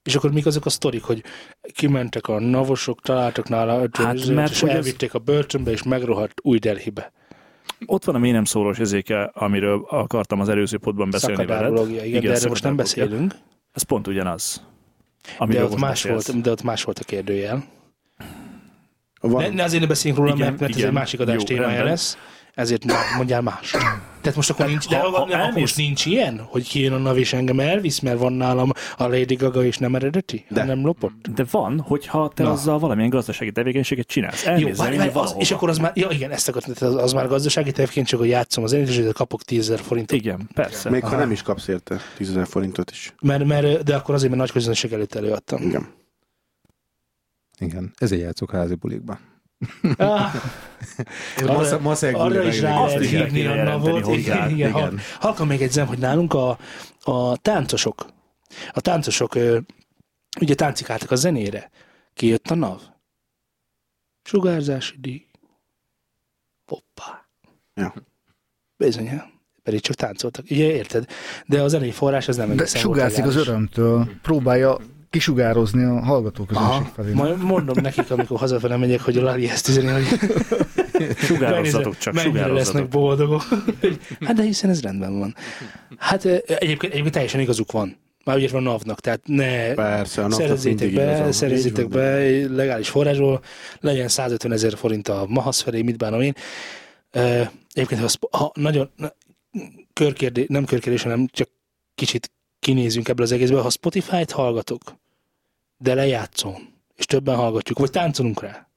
Speaker 2: És akkor mik azok a sztorik, hogy kimentek a navosok, találtak nála öt
Speaker 3: Hát,
Speaker 2: hát,
Speaker 3: mert
Speaker 2: és
Speaker 3: hogy ez-
Speaker 2: elvitték a börtönbe, és megrohadt új Delhibe.
Speaker 3: Ott van a mély nem szólós érzéke, amiről akartam az előző podban beszélni veled.
Speaker 2: Szakadárológia, igen, igen, de erről most nem
Speaker 3: szakadárológia.
Speaker 2: beszélünk.
Speaker 3: Ez pont ugyanaz.
Speaker 2: De
Speaker 3: amiről
Speaker 2: ott,
Speaker 3: most
Speaker 2: más
Speaker 3: beszélsz.
Speaker 2: volt, de ott más volt a kérdőjel.
Speaker 5: Van,
Speaker 2: Ne, ne azért ne beszéljünk róla,
Speaker 3: Igen,
Speaker 2: mert, mert ez
Speaker 3: igen.
Speaker 2: egy másik adás
Speaker 3: Jó,
Speaker 2: témája
Speaker 3: rendben. Hát,
Speaker 2: lesz, ezért ne- mondjál más. Tehát most akkor nincs, de
Speaker 3: ha-
Speaker 2: ha,
Speaker 3: ha
Speaker 2: ha nem, akkor
Speaker 3: elmész-
Speaker 2: most nincs ilyen, hogy kijön a NAV és engem elvisz, mert van nálam a Lady Gaga és nem eredeti, de. hanem lopott.
Speaker 3: De van, hogyha te Na. azzal valamilyen gazdasági tevékenységet csinálsz.
Speaker 2: Jó,
Speaker 3: Elmész
Speaker 2: várj,
Speaker 3: zenélni
Speaker 2: várj, az,
Speaker 3: valahova.
Speaker 2: és akkor az már, ja igen, ezt akartam, tehát az, az már gazdasági tevként csak, hogy játszom az zenét, és ezért kapok 10 000 forintot.
Speaker 3: Igen, persze.
Speaker 5: még ha nem is kapsz érte 10 000 forintot is.
Speaker 2: Mert, mert, de akkor azért, mert nagy közönség előtt előadtam.
Speaker 5: Igen.
Speaker 6: Igen, ezért játszok házi bulikba.
Speaker 2: Ah,
Speaker 6: Masz- maszek
Speaker 2: arra is rá
Speaker 3: Azt
Speaker 2: lehet
Speaker 3: is el
Speaker 2: hívni
Speaker 3: kéne
Speaker 2: Anna
Speaker 3: jelenteni
Speaker 2: volt.
Speaker 3: hozzá,
Speaker 2: Igen, igen.
Speaker 6: igen.
Speaker 2: igen. Halkan megjegyzem, hogy nálunk a, a táncosok, a táncosok ö, ugye táncikáltak a zenére. Kijött a NAV. Sugárzási díj. Hoppá.
Speaker 5: Ja.
Speaker 2: Bizony, hát, pedig csak táncoltak. Ugye érted? De a zenei forrás az nem
Speaker 4: De
Speaker 2: egészen volt
Speaker 4: sugárzik az
Speaker 2: legális.
Speaker 4: örömtől, próbálja kisugározni a hallgatóközönség felé.
Speaker 2: Majd mondom nekik, amikor hazafele megyek, hogy a Lali ezt üzeni, hogy
Speaker 3: Sugározzatok csak,
Speaker 2: Mennyire lesznek
Speaker 3: sugározzatok.
Speaker 2: boldogok. hát de hiszen ez rendben van. Hát ö, egyébként, egyébként teljesen igazuk van. Már ugye van NAV-nak, tehát ne
Speaker 5: Persze, a napnak
Speaker 2: szerezzétek
Speaker 5: mindig igaza
Speaker 2: be,
Speaker 5: van.
Speaker 2: szerezzétek
Speaker 5: Így van.
Speaker 2: be legális forrásból, legyen 150 ezer forint a mahasz felé, mit bánom én. Ö, Egyébként, ha, szpo- ha nagyon na, körkérdés, nem körkérdés, hanem csak kicsit kinézünk ebből az egészből, ha Spotify-t hallgatok, de lejátszom, és többen hallgatjuk, vagy táncolunk rá,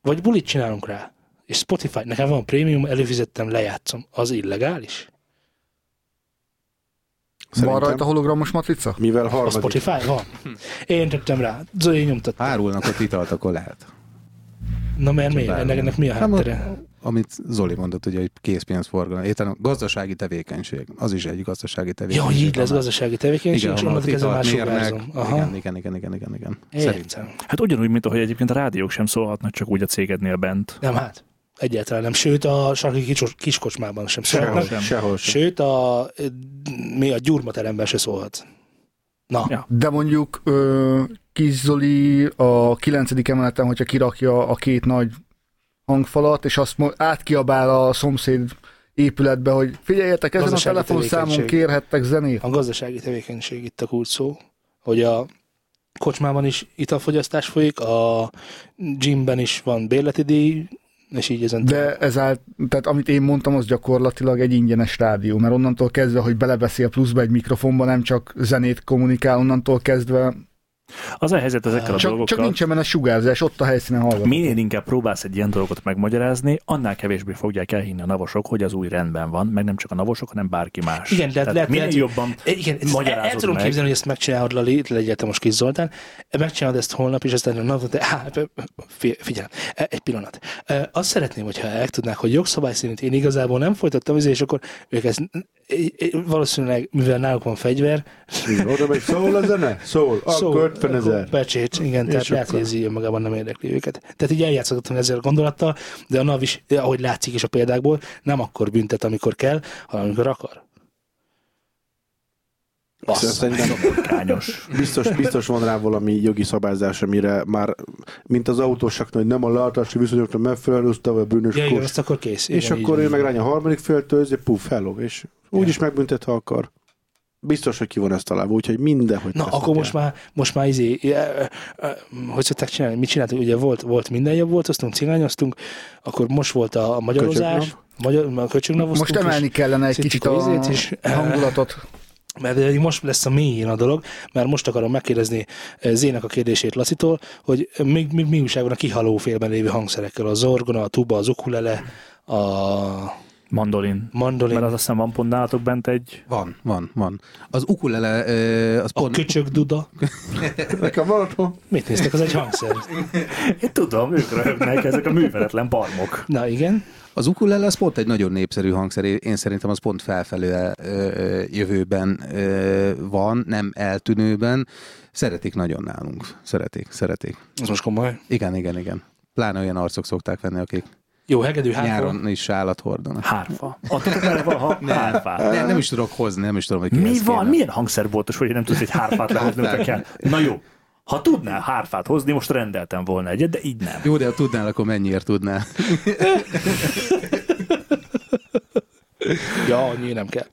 Speaker 2: vagy bulit csinálunk rá, és Spotify, nekem van prémium, előfizettem, lejátszom. Az illegális?
Speaker 4: Van
Speaker 5: Szerintem.
Speaker 4: rajta hologramos matrica?
Speaker 5: Mivel
Speaker 2: A
Speaker 5: harmadik,
Speaker 2: Spotify van. Én tettem rá. Zoli nyomtatta.
Speaker 6: Árulnak ott italt, akkor lehet.
Speaker 2: Na mert miért? Ennek, ennek mi a
Speaker 6: Nem,
Speaker 2: háttere?
Speaker 6: Amit Zoli mondott, ugye, hogy készpénzforgalom. Éppen a gazdasági tevékenység. Az is egy gazdasági
Speaker 2: Ja,
Speaker 6: tevékenység.
Speaker 2: hogy így lesz
Speaker 6: amely-
Speaker 2: gazdasági tevékenység,
Speaker 6: Igen,
Speaker 2: és
Speaker 6: ahol
Speaker 2: onnantól
Speaker 6: ott
Speaker 2: kezdve már
Speaker 6: italt mérnek.
Speaker 2: sugárzom. Aha.
Speaker 6: Igen, igen, igen, igen, igen, igen. Szerintem.
Speaker 2: Értem.
Speaker 3: Hát ugyanúgy, mint ahogy egyébként a rádiók sem szólhatnak csak úgy a cégednél bent.
Speaker 2: Nem, hát. Egyáltalán nem. Sőt, a sarki kicsos, kiskocsmában sem szólhatnak.
Speaker 3: sem.
Speaker 5: sehol sem.
Speaker 2: Sőt, a, mi a gyurmateremben se szólhat. Na,
Speaker 3: Ja.
Speaker 4: De mondjuk ö, Kis Zoli a kilencedik emeleten, hogyha kirakja a két nagy hangfalat, és azt mo- átkiabál a szomszéd épületbe, hogy figyeljetek, ezen a
Speaker 2: Gazdasági
Speaker 4: telefonszámon
Speaker 2: tevékenység.
Speaker 4: kérhettek zenét.
Speaker 2: a gazdasági tevékenység itt a kulcs szó, hogy a kocsmában is italfogyasztás folyik, a gymben is van bérleti díj, és így ezen
Speaker 4: De ezált, tehát amit én mondtam, az gyakorlatilag egy ingyenes rádió, mert onnantól kezdve, hogy belebeszél pluszba egy mikrofonba, nem csak zenét kommunikál, onnantól kezdve,
Speaker 3: Az a helyzet ezekkel a
Speaker 4: csak, csak
Speaker 3: dolgokkal.
Speaker 4: nincsen benne sugárzás, ott a helyszínen hallgat.
Speaker 3: Minél inkább próbálsz egy ilyen dolgot megmagyarázni, annál kevésbé fogják elhinni a navosok, hogy az új rendben van, meg nem csak a navosok, hanem bárki más.
Speaker 2: Igen, de hát
Speaker 3: Tehát
Speaker 2: lehet,
Speaker 3: minél
Speaker 2: lehet-
Speaker 3: jobban
Speaker 2: Igen, ezt el, el
Speaker 3: magyarázod
Speaker 2: tudom
Speaker 3: meg.
Speaker 2: képzelni, hogy ezt megcsinálod, Lali, itt legyeltem most Kis Zoltán, megcsinálod ezt holnap, és aztán na, de, á, fi- figyelem, e, egy pillanat. E, Azt szeretném, hogyha el tudnák, hogy jogszabály szerint én igazából nem folytattam, izé, és akkor ők ezt e, e, valószínűleg, mivel náluk van fegyver,
Speaker 5: Igen, Oda megy, szól a zene? Szól, akkor 50 ezer.
Speaker 2: Becsét, igen, tehát lehet, hogy ez így önmagában nem érdekli őket. Tehát így eljátszottam ezzel a gondolattal, de a NAV is, ahogy látszik is a példákból, nem akkor büntet, amikor kell, hanem amikor akar.
Speaker 5: Szóval
Speaker 2: Bassza.
Speaker 5: Szerintem
Speaker 3: Kányos.
Speaker 5: biztos, biztos van rá valami jogi szabályzás, amire már, mint az autósaknak, hogy nem a látási viszonyoknak megfelelően, az tavaly bűnös
Speaker 2: Ja, igen,
Speaker 5: kurs.
Speaker 2: azt akkor kész.
Speaker 5: És
Speaker 2: igen,
Speaker 5: akkor
Speaker 2: így
Speaker 5: ő
Speaker 2: van.
Speaker 5: meg rány a harmadik féltől, ez egy puf, hello, és úgyis megbüntet, ha akar. Biztos, hogy ki van ezt találva, úgyhogy mindenhogy
Speaker 2: Na, akkor most már, most már izé, e, e, e, hogy szokták csinálni, mit csináltuk, ugye volt, volt minden jobb, volt, osztunk, cigányoztunk, akkor most volt a, a magyarozás,
Speaker 5: Köcsögnap.
Speaker 2: magyar, a köcsögnavoztunk
Speaker 4: Most emelni
Speaker 2: is,
Speaker 4: kellene egy
Speaker 2: szittük
Speaker 4: kicsit
Speaker 2: a
Speaker 4: a
Speaker 2: izét is.
Speaker 4: hangulatot.
Speaker 2: mert pedig most lesz a mélyén a dolog, mert most akarom megkérdezni eh, Zének a kérdését Lacitól, hogy mi, mi, mi újság van a kihaló félben lévő hangszerekkel, a zorgona, a tuba, az ukulele, a
Speaker 3: Mandolin.
Speaker 2: mandolin,
Speaker 3: Mert az azt hiszem van pont nálatok bent egy...
Speaker 6: Van, van, van. Az ukulele, ö, az
Speaker 2: a
Speaker 6: pont...
Speaker 2: köcsög duda.
Speaker 5: Nekem van otthon.
Speaker 2: Mit néztek, az egy hangszer.
Speaker 3: Én tudom, ők röhögnek, ezek a műveletlen barmok.
Speaker 2: Na igen.
Speaker 6: Az ukulele az pont egy nagyon népszerű hangszer, én szerintem az pont felfelő ö, ö, jövőben ö, van, nem eltűnőben. Szeretik nagyon nálunk. Szeretik, szeretik.
Speaker 2: Az most komoly.
Speaker 6: Igen, igen, igen. Pláne olyan arcok szokták venni, akik
Speaker 2: Jó, hegedű
Speaker 6: hát,
Speaker 2: hátra.
Speaker 6: nyáron is állat hordanak.
Speaker 3: Hárfa. Adtok vele valaha hárfát.
Speaker 6: Nem, nem is tudok hozni, nem is tudom, hogy
Speaker 3: Mi
Speaker 6: kihez
Speaker 3: van?
Speaker 6: kéne.
Speaker 3: Milyen hangszer volt, és hogy nem tudsz egy hárfát lehozni, hogyha kell? Na jó. Ha tudnál hárfát hozni, most rendeltem volna egyet, de így nem.
Speaker 6: Jó, de ha tudnál, akkor mennyiért tudnál?
Speaker 2: Ja, annyi nem kell.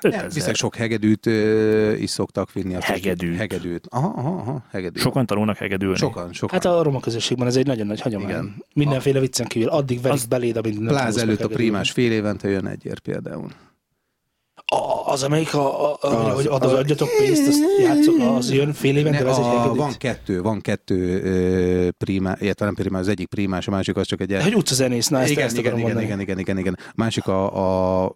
Speaker 3: 5000.
Speaker 6: Viszont sok hegedűt ö, is szoktak vinni. azt is tud-
Speaker 3: Hegedűt.
Speaker 6: Hegedűt. Aha, aha, aha, hegedűt.
Speaker 3: Sokan tanulnak hegedülni.
Speaker 6: Sokan, sokan.
Speaker 2: Hát a roma közösségben ez egy nagyon nagy hagyomány.
Speaker 6: Igen.
Speaker 2: Mindenféle viccen kívül. Addig verik az beléd, amíg nem
Speaker 6: Pláz
Speaker 2: tanulsz
Speaker 6: előtt a
Speaker 2: meg
Speaker 6: primás fél évente jön egy ér például.
Speaker 2: A, az, amelyik a, a, a,
Speaker 5: Az-
Speaker 2: hogy ad,
Speaker 5: az-
Speaker 2: adjatok pénzt, azt játszok, az jön fél évente,
Speaker 6: Ne,
Speaker 2: ez egy
Speaker 6: a,
Speaker 2: hegedűt.
Speaker 6: van kettő, van kettő ö, primá, illetve nem primá, az egyik primás, a másik az csak egy...
Speaker 2: De Hogy utcazenész, na ezt,
Speaker 6: igen,
Speaker 2: ezt
Speaker 6: igen,
Speaker 2: akarom
Speaker 6: igen,
Speaker 2: mondani.
Speaker 6: igen, igen, igen, igen. A másik a, a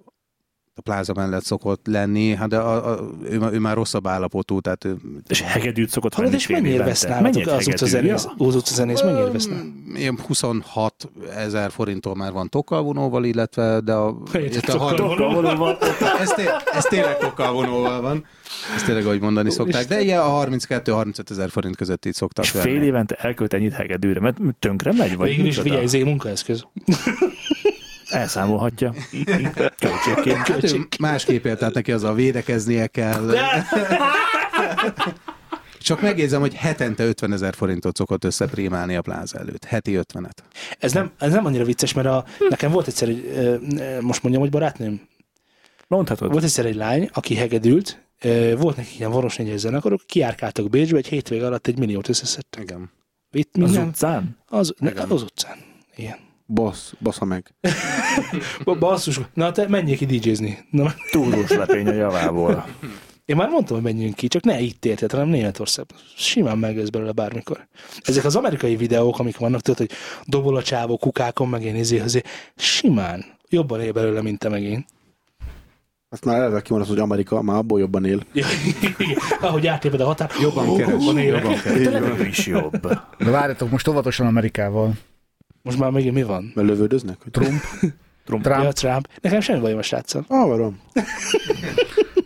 Speaker 6: a pláza mellett szokott lenni, hát de a, a, ő, már- ő már rosszabb állapotú, tehát ő,
Speaker 3: És hegedűt szokott
Speaker 2: Hallod,
Speaker 3: venni
Speaker 2: és
Speaker 3: fél
Speaker 2: mennyire
Speaker 3: évente.
Speaker 2: vesz nálatok
Speaker 3: Mennyit
Speaker 2: az
Speaker 3: hegedű?
Speaker 2: utcazenész? Az utcazenész mennyire vesz nálatok?
Speaker 6: Mm, ilyen 26 ezer forinttól már van tokkal illetve de a, illetve a har-
Speaker 3: Gondolva,
Speaker 6: ez, té- ez tényleg tokkal van. Ez tényleg, ahogy mondani szokták. De ilyen a 32-35 ezer forint között így szoktak
Speaker 3: És
Speaker 6: venni.
Speaker 3: fél évente elkölt ennyit hegedűre, mert tönkre megy, vagy
Speaker 2: Végül is
Speaker 3: micsoda?
Speaker 2: figyelj, ez egy munkaeszköz.
Speaker 3: Elszámolhatja. Költségként.
Speaker 6: Hát ő másképp él, tehát neki az a védekeznie kell. Csak megjegyzem, hogy hetente 50 ezer forintot szokott összeprémálni a pláza előtt. Heti 50-et.
Speaker 2: Ez nem, ez nem annyira vicces, mert a, nekem volt egyszer, egy, ö, ö, most mondjam, hogy barátnőm,
Speaker 3: Mondhatod.
Speaker 2: Volt egyszer egy lány, aki hegedült, ö, volt neki ilyen Varos négyes zenekarok, kiárkáltak Bécsbe, egy hétvég alatt egy milliót összeszedtek.
Speaker 6: Igen.
Speaker 2: Itt
Speaker 3: Az
Speaker 2: minden,
Speaker 3: utcán?
Speaker 2: az, ne, az utcán. Igen.
Speaker 5: Basz, basza meg.
Speaker 2: Ba- Basszus, na te menjél ki DJ-zni. Na,
Speaker 3: Túrós lepény a javából.
Speaker 2: én már mondtam, hogy menjünk ki, csak ne itt érted, hanem Németországban. Simán megjössz belőle bármikor. Ezek az amerikai videók, amik vannak, tudod, hogy dobol a csávó kukákon, meg én izé, azért simán. Jobban él belőle, mint te meg én.
Speaker 5: Azt már eleve kimondod, hogy Amerika már abból jobban él.
Speaker 2: Ja, igen. Ahogy átléped a határ,
Speaker 6: Jobban
Speaker 5: Oh.
Speaker 6: keres. Jobban keres.
Speaker 3: De levegő is jobb.
Speaker 4: De várjatok, most óvatosan Amerikával.
Speaker 2: most már még mi van?
Speaker 5: Mert lövődöznek. Hogy...
Speaker 4: Trump,
Speaker 2: Trump. Ja,
Speaker 4: Trump.
Speaker 2: Trump. Nekem semmi bajom a sráccal.
Speaker 5: Alvarom.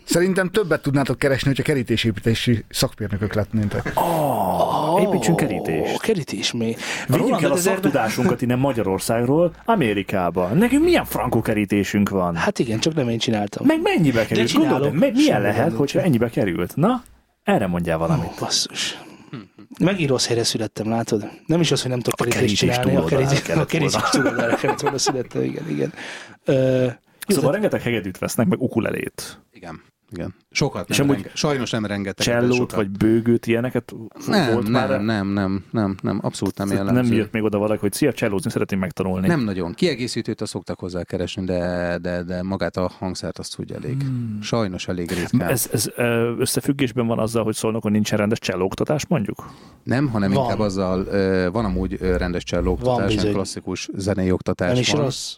Speaker 4: Szerintem többet tudnátok keresni, hogyha kerítésépítési szakmérnökök letnéntek.
Speaker 3: Oh, építsünk kerítést.
Speaker 2: Ó, kerítés mi?
Speaker 3: Vigyünk el a
Speaker 2: 5000-be?
Speaker 3: szaktudásunkat innen Magyarországról Amerikába. Nekünk milyen frankó kerítésünk van?
Speaker 2: Hát igen, csak nem én csináltam.
Speaker 3: Meg mennyibe került?
Speaker 2: csinálom.
Speaker 3: Gondolod, meg milyen
Speaker 2: Semmi
Speaker 3: lehet,
Speaker 2: gond
Speaker 3: hogyha ennyibe került? Na, erre mondjál valamit.
Speaker 2: Ó, basszus.
Speaker 3: Hm,
Speaker 2: Megint rossz helyre születtem, látod? Nem is az, hogy nem tudok kerítést
Speaker 3: kerítés
Speaker 2: csinálni. A
Speaker 3: túloldalára
Speaker 2: kerítés, a
Speaker 3: kellett
Speaker 2: kerítés túloldalára kellett volna születtem, igen, igen. Ö, jó,
Speaker 3: Szóval rengeteg hegedűt vesznek, meg ukulelét.
Speaker 6: Igen. Igen. Sokat nem
Speaker 3: És amúgy
Speaker 6: renge- Sajnos nem rengeteg. de
Speaker 3: Csellót,
Speaker 6: sokat.
Speaker 3: vagy bőgőt, ilyeneket
Speaker 6: nem,
Speaker 3: volt
Speaker 6: nem,
Speaker 3: már.
Speaker 6: nem, nem, nem, nem, abszolút nem jellemző.
Speaker 3: nem jött még oda valaki, hogy szia, csellózni szeretném megtanulni.
Speaker 6: Nem nagyon. Kiegészítőt azt szoktak hozzá keresni, de, de, de magát a hangszert azt úgy elég. Hmm. Sajnos elég ritkán. Ez...
Speaker 3: Ez, ez ö, összefüggésben van azzal, hogy szólnak, hogy nincsen rendes csellóktatás, mondjuk?
Speaker 6: Nem, hanem
Speaker 2: Van.
Speaker 6: van. inkább azzal, ö, van amúgy ö, rendes
Speaker 2: Van
Speaker 6: csellóoktatás,
Speaker 2: bizony.
Speaker 6: meg klasszikus zenei oktatás
Speaker 2: Nem is
Speaker 6: van.
Speaker 2: rossz.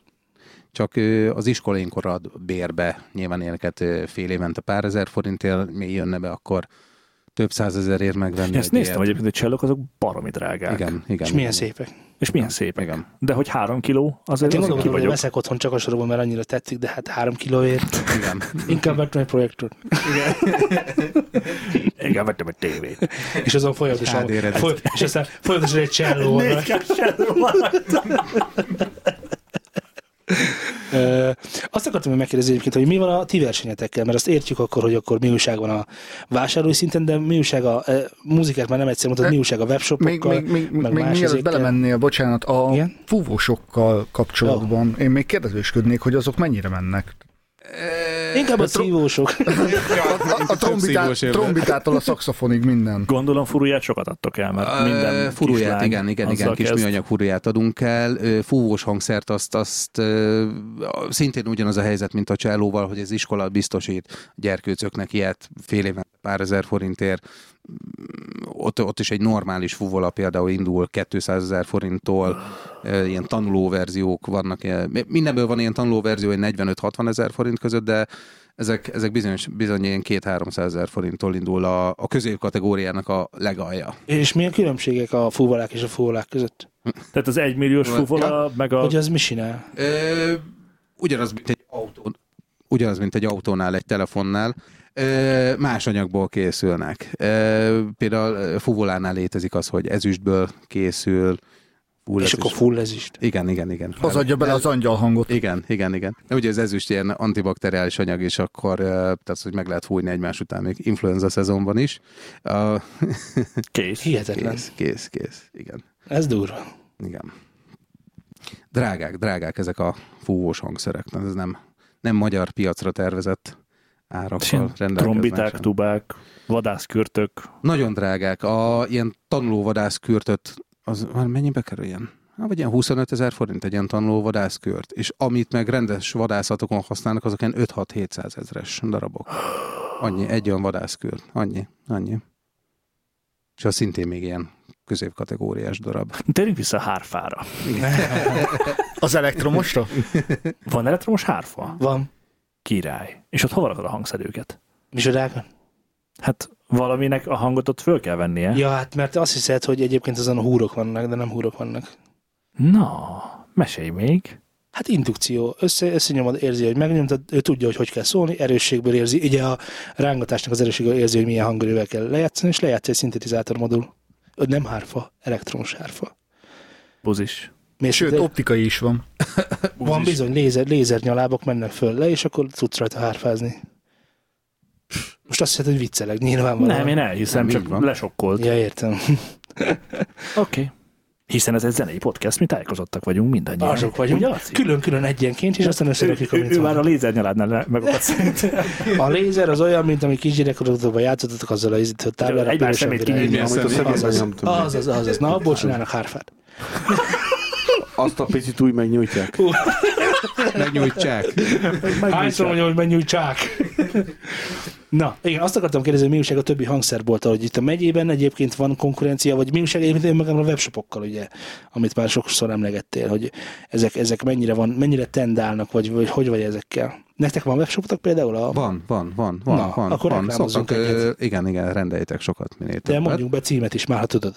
Speaker 6: Csak ö, az iskolénkor ad bérbe, nyilván ilyeneket ö, fél évente pár ezer forintért, mi jönne be akkor több százezerért megvenni.
Speaker 3: Én ezt
Speaker 6: egy
Speaker 3: néztem,
Speaker 6: ilyet.
Speaker 3: hogy egyébként a csellók azok baromi drágák.
Speaker 6: Igen, igen.
Speaker 2: És milyen szépek.
Speaker 3: És milyen szépek.
Speaker 6: Igen.
Speaker 3: De hogy három kiló, azért
Speaker 2: Én
Speaker 3: hát
Speaker 2: gondolom,
Speaker 3: ki
Speaker 2: hogy
Speaker 3: vagyok.
Speaker 2: veszek otthon csak a sorban, mert annyira tetszik, de hát három kilóért.
Speaker 6: Igen.
Speaker 2: Inkább vettem egy projektort.
Speaker 3: Igen, vettem egy tévét.
Speaker 2: És azon folyamatosan,
Speaker 6: HD redet.
Speaker 2: foly, és aztán folyamatosan egy cselló. Ö, azt akartam hogy megkérdezni egyébként, hogy mi van a ti versenyetekkel, mert azt értjük akkor, hogy akkor mi újság van a vásárlói szinten, de mi újság a e, muzikát már nem egyszer mondtad, mi újság a
Speaker 4: Még,
Speaker 2: webshopokkal,
Speaker 4: még, még, még
Speaker 2: meg más
Speaker 4: mielőtt
Speaker 2: izékkel.
Speaker 4: belemennél, bocsánat, a
Speaker 2: Igen?
Speaker 4: fúvósokkal kapcsolatban én még kérdezősködnék, hogy azok mennyire mennek.
Speaker 2: Inkább a
Speaker 4: tro-
Speaker 2: szívósok.
Speaker 4: A, a trombitát,
Speaker 6: szívós ember.
Speaker 4: trombitától a szaxofonig minden.
Speaker 3: Gondolom furuját sokat adtok el, mert minden
Speaker 6: Ö, furuját,
Speaker 3: kislány
Speaker 6: igen, igen, igen,
Speaker 3: azzal
Speaker 6: kis
Speaker 3: kezd.
Speaker 6: műanyag furuját adunk el, Ö, fúvós hangszert azt, azt ö, a- szintén ugyanaz a helyzet, mint a csellóval, hogy az iskola biztosít a gyerkőcöknek ilyet fél éven pár ezer forintért, Mm, ott, ott is egy normális fúvola például indul 200 ezer forinttól, Ö, ilyen tanulóverziók vannak, ilyen- mi- mindenből van ilyen tanulóverzió, hogy 45-60 ezer forint között, de ezek, ezek bizonyos, bizony ilyen 2-300 ezer forinttól indul a, a középkategóriának a legalja.
Speaker 2: És milyen különbségek a fúvalák és a fúvalák között?
Speaker 3: Tehát az egymilliós fuvola, meg a...
Speaker 2: Hogy az mi csinál?
Speaker 6: Ö, ugyanaz, mint egy autón. Ugyanaz, mint egy autónál, egy telefonnál. Ö, más anyagból készülnek. Ö, például ö, fuvolánál létezik az, hogy ezüstből készül. Full
Speaker 2: és akkor full ezüst.
Speaker 6: Igen, igen, igen.
Speaker 4: Az adja bele az angyal hangot.
Speaker 6: Igen, igen, igen. Ugye az ezüst ilyen antibakteriális anyag, és akkor ö, tehát, hogy meg lehet fújni egymás után még influenza szezonban is. Ö,
Speaker 3: Kész.
Speaker 2: Hihetetlen.
Speaker 6: kész, kész, kész. Igen,
Speaker 2: Ez durva.
Speaker 6: igen. Drágák, drágák ezek a fúvós hangszerek. Tehát Ez nem, nem magyar piacra tervezett árakkal rendelkeznek.
Speaker 3: Trombiták,
Speaker 6: sem.
Speaker 3: tubák, vadászkürtök.
Speaker 6: Nagyon drágák. A ilyen tanulóvadászkürtöt, az már mennyibe kerül ilyen? Hát, vagy ilyen 25 ezer forint egy ilyen tanulóvadászkürt. És amit meg rendes vadászatokon használnak, azok ilyen 5-6-700 ezres darabok. Annyi, egy olyan vadászkürt. Annyi, annyi. És az szintén még ilyen középkategóriás darab.
Speaker 3: Térjünk vissza a hárfára.
Speaker 4: Az elektromosra?
Speaker 3: Van elektromos hárfa?
Speaker 2: Van.
Speaker 3: király. És ott hova rakod a hangszerőket?
Speaker 2: Micsodákon?
Speaker 3: Hát valaminek a hangot ott föl kell vennie.
Speaker 2: Ja, hát mert azt hiszed, hogy egyébként azon a húrok vannak, de nem húrok vannak.
Speaker 3: Na, mesélj még.
Speaker 2: Hát indukció. Össze, összenyomod, érzi, hogy megnyomtad, ő tudja, hogy hogy kell szólni, erősségből érzi, ugye a rángatásnak az erősségből érzi, hogy milyen hangörővel kell lejátszani, és lejátsz egy szintetizátor modul. Ö, Nem hárfa, elektromos hárfa.
Speaker 3: Buzis.
Speaker 2: Mész
Speaker 4: Sőt,
Speaker 2: ide-
Speaker 4: optikai is van.
Speaker 2: Van bizony, lézer, lézernyalábak mennek föl le, és akkor tudsz rajta hárfázni. Most azt hiszed, hogy viccelek, nyilvánvalóan.
Speaker 3: Nem, én elhiszem,
Speaker 6: Nem,
Speaker 3: nem,
Speaker 6: így
Speaker 3: csak
Speaker 6: van.
Speaker 3: lesokkolt.
Speaker 2: Ja, értem.
Speaker 3: Oké. Okay. Hiszen ez egy zenei podcast, mi tájékozottak vagyunk mindannyian.
Speaker 2: Azok vagyunk.
Speaker 3: Ugye, Laci?
Speaker 2: Külön-külön egyenként, és aztán
Speaker 3: Ő,
Speaker 2: összerakjuk,
Speaker 3: ő,
Speaker 2: amit
Speaker 3: ő már
Speaker 2: van.
Speaker 3: a lézernyalábnál megakadt
Speaker 2: A lézer az olyan, mint ami kisgyerekkorodban játszottatok azzal a izítő táblára.
Speaker 3: Egyben
Speaker 2: pár
Speaker 3: semmit
Speaker 2: semmire.
Speaker 3: kinyitni,
Speaker 5: amit a
Speaker 2: az,
Speaker 5: szegényben
Speaker 2: az,
Speaker 5: nyomtunk.
Speaker 2: az, az, az, az. Na, abból csinálnak hárfát.
Speaker 5: Azt a picit úgy megnyújtják.
Speaker 6: Megnyújtsák.
Speaker 2: Hányszor mondjam, hogy megnyújtsák? Na, igen, azt akartam kérdezni, hogy mi újság a többi hangszerbolttal, hogy itt a megyében egyébként van konkurencia, vagy mi újság egyébként önmagában a webshopokkal, ugye, amit már sokszor emlegettél, hogy ezek, ezek mennyire, van, mennyire tendálnak, vagy, vagy hogy vagy ezekkel. Nektek van webshopotok például? A...
Speaker 6: Van, van, van, van,
Speaker 2: Na,
Speaker 6: van.
Speaker 2: akkor
Speaker 6: van.
Speaker 2: reklámozzunk
Speaker 6: ö, igen, igen, rendeljétek sokat minél
Speaker 2: De
Speaker 6: többet.
Speaker 2: mondjuk be címet is, már ha tudod.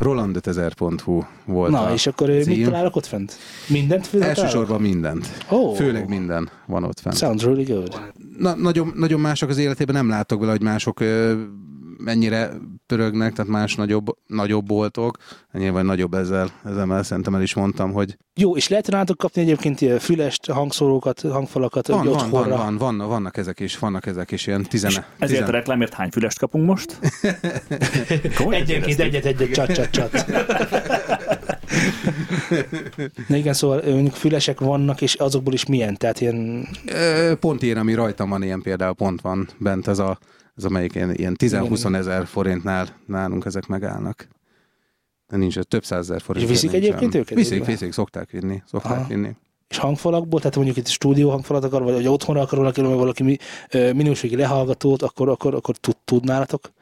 Speaker 6: Roland5000.hu volt
Speaker 2: Na,
Speaker 6: a
Speaker 2: és akkor ő mit
Speaker 6: cím.
Speaker 2: találok ott fent? Mindent találok?
Speaker 6: Elsősorban mindent.
Speaker 2: Oh.
Speaker 6: Főleg minden van ott fent.
Speaker 2: Sounds really good.
Speaker 6: Na, nagyon, nagyon mások az életében, nem látok vele, hogy mások ö, mennyire pörögnek, tehát más nagyobb, nagyobb boltok. Nyilván nagyobb ezzel, ezzel már szerintem el is mondtam, hogy
Speaker 2: Jó, és lehet nálatok kapni egyébként ilyen fülest, hangszórókat, hangfalakat,
Speaker 6: van,
Speaker 2: hogy
Speaker 6: van, van,
Speaker 2: otthonra.
Speaker 6: van, van, vannak ezek is, vannak ezek is, ilyen
Speaker 3: Ezért
Speaker 6: tizene.
Speaker 3: a
Speaker 6: tizen...
Speaker 3: reklámért hány fülest kapunk most? Komolyan
Speaker 2: Egyenként egyet,
Speaker 3: kérdezték?
Speaker 2: egyet, csat, csat, csat. Na igen, szóval ö, mondjuk fülesek vannak, és azokból is milyen, tehát ilyen
Speaker 6: Ö, Pont ilyen, ami rajtam van, ilyen például pont van bent ez a, ez amelyik ilyen, ilyen 10-20 ezer forintnál nálunk ezek megállnak. De nincs, ez több százezer forint.
Speaker 2: viszik egyébként őket?
Speaker 6: Viszik, viszik, szokták vinni, szokták
Speaker 2: Aha.
Speaker 6: vinni.
Speaker 2: és hangfalakból, tehát mondjuk itt stúdió hangfalat akar, vagy hogy otthonra akar valaki, vagy valaki mi, ö, minőségi lehallgatót, akkor, akkor, akkor tud, tudnálatok.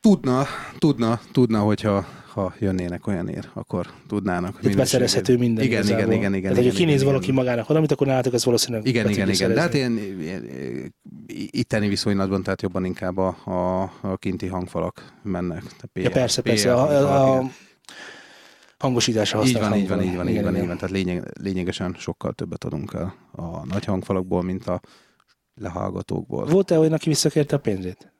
Speaker 6: Tudna, tudna, tudna, hogyha ha jönnének olyanért, akkor tudnának.
Speaker 2: Itt
Speaker 6: minőségét.
Speaker 2: beszerezhető minden.
Speaker 6: Igen,
Speaker 2: igazából.
Speaker 6: igen, igen, igen.
Speaker 2: Tehát, hogyha
Speaker 6: igen,
Speaker 2: kinéz
Speaker 6: igen,
Speaker 2: valaki
Speaker 6: igen.
Speaker 2: magának valamit, akkor nálatok ez valószínűleg
Speaker 6: Igen,
Speaker 2: be
Speaker 6: igen,
Speaker 2: tudjuk
Speaker 6: igen. De hát
Speaker 2: szerezni.
Speaker 6: ilyen, ilyen eh, itteni viszonylatban, tehát jobban inkább a, a, a kinti hangfalak mennek. Tehát
Speaker 2: Ja, persze, persze.
Speaker 6: PL
Speaker 2: A,
Speaker 6: hangfalak,
Speaker 2: a,
Speaker 6: igen.
Speaker 2: a hangosításra
Speaker 6: Így
Speaker 2: használt
Speaker 6: van, így van,
Speaker 2: hangfalak.
Speaker 6: így van, így van, így van. Tehát lényeg, lényegesen sokkal többet adunk el a nagy hangfalakból, mint a lehallgatókból.
Speaker 2: Volt-e olyan, aki visszakérte a pénzét?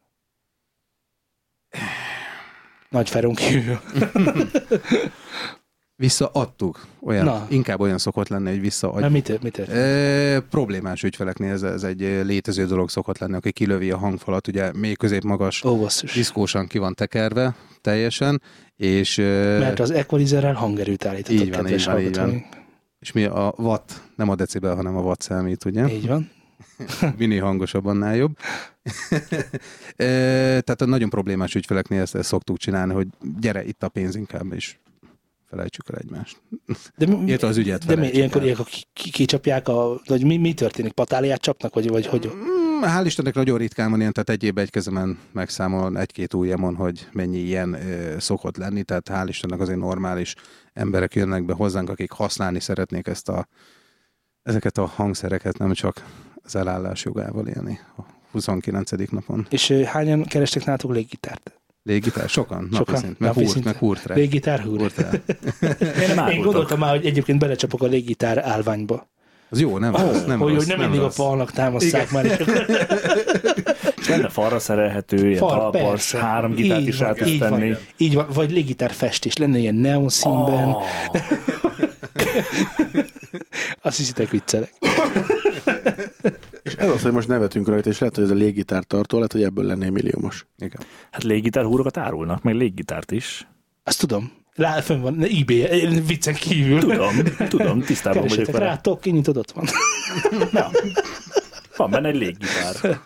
Speaker 2: Nagy Feron kívül.
Speaker 6: Visszaadtuk. Olyan,
Speaker 2: Na.
Speaker 6: Inkább olyan szokott lenni, hogy visszaadjuk.
Speaker 2: Na, Hát mit, tört- mit tört?
Speaker 6: E, problémás ügyfeleknél ez, ez egy létező dolog szokott lenni, aki kilövi a hangfalat, ugye mély középmagas,
Speaker 2: Ó, basszus.
Speaker 6: diszkósan ki van tekerve teljesen, és, e,
Speaker 2: Mert az equalizerrel hangerőt állítottak,
Speaker 6: Így van,
Speaker 2: kedves
Speaker 6: így van, így
Speaker 2: hallgatóink.
Speaker 6: és mi a watt, nem a decibel, hanem a watt számít, ugye?
Speaker 2: Így van.
Speaker 6: Minél hangosabb, annál jobb. E, Tehát a nagyon problémás ügyfeleknél ezt, ezt szoktuk csinálni, hogy gyere, itt a pénz inkább, és felejtsük el egymást.
Speaker 2: De, mi-
Speaker 6: Illetve az ügyet
Speaker 2: de mi,
Speaker 6: felejtsük
Speaker 2: ilyenkor,
Speaker 6: el.
Speaker 2: ilyenkor ki- ki- kicsapják, a, vagy mi, mi történik? Patáliát csapnak, vagy, vagy hogy?
Speaker 6: Mm, Hál' Istennek nagyon ritkán van ilyen, tehát egy évben egy kezemen megszámolom, egy-két ujjamon, hogy mennyi ilyen ö, szokott lenni, tehát hál' Istennek azért normális emberek jönnek be hozzánk, akik használni szeretnék ezt a, ezeket a hangszereket, nem csak az elállás jogával élni a 29. napon.
Speaker 2: És ö, hányan kerestek nálatok léggitárt?
Speaker 6: Légitár, sokan, sokan. napi
Speaker 2: Sokan?
Speaker 6: szint, meg
Speaker 2: Napi
Speaker 6: húrt,
Speaker 2: szinten.
Speaker 6: meg húrt rá.
Speaker 2: Léggitár húr.
Speaker 6: Húrt rá.
Speaker 2: Én,
Speaker 3: Nem
Speaker 2: én
Speaker 3: árultak.
Speaker 2: gondoltam már, hogy egyébként belecsapok a léggitár állványba.
Speaker 6: Az jó, nem rossz, nem
Speaker 2: Oh. hogy,
Speaker 6: rossz,
Speaker 2: hogy nem, mindig
Speaker 6: rossz.
Speaker 2: a falnak támasztják már, és akkor
Speaker 3: És lenne falra szerelhető, ilyen
Speaker 2: Fal,
Speaker 3: talpas,
Speaker 2: persze.
Speaker 3: három gitárt
Speaker 2: Így
Speaker 3: is
Speaker 2: van,
Speaker 3: rá tudsz
Speaker 2: így van.
Speaker 3: tenni.
Speaker 2: Így van, vagy légitár festés, lenne ilyen neon színben.
Speaker 3: Ah,
Speaker 2: Azt hiszitek viccelek.
Speaker 5: És ez az, hogy most nevetünk rajta, és lehet, hogy ez a légitár tartó, lehet, hogy ebből lennél milliómos.
Speaker 6: Igen.
Speaker 3: Hát léggitárhúrokat árulnak, meg léggitárt is.
Speaker 2: Azt tudom. Lá, fönn van, ne, ebay, eh, viccen kívül.
Speaker 3: Tudom, tudom, tisztában vagyok
Speaker 2: Keresetek
Speaker 3: vele.
Speaker 2: rá, tok, kinyitod, ott van.
Speaker 3: Van benne egy léggitár.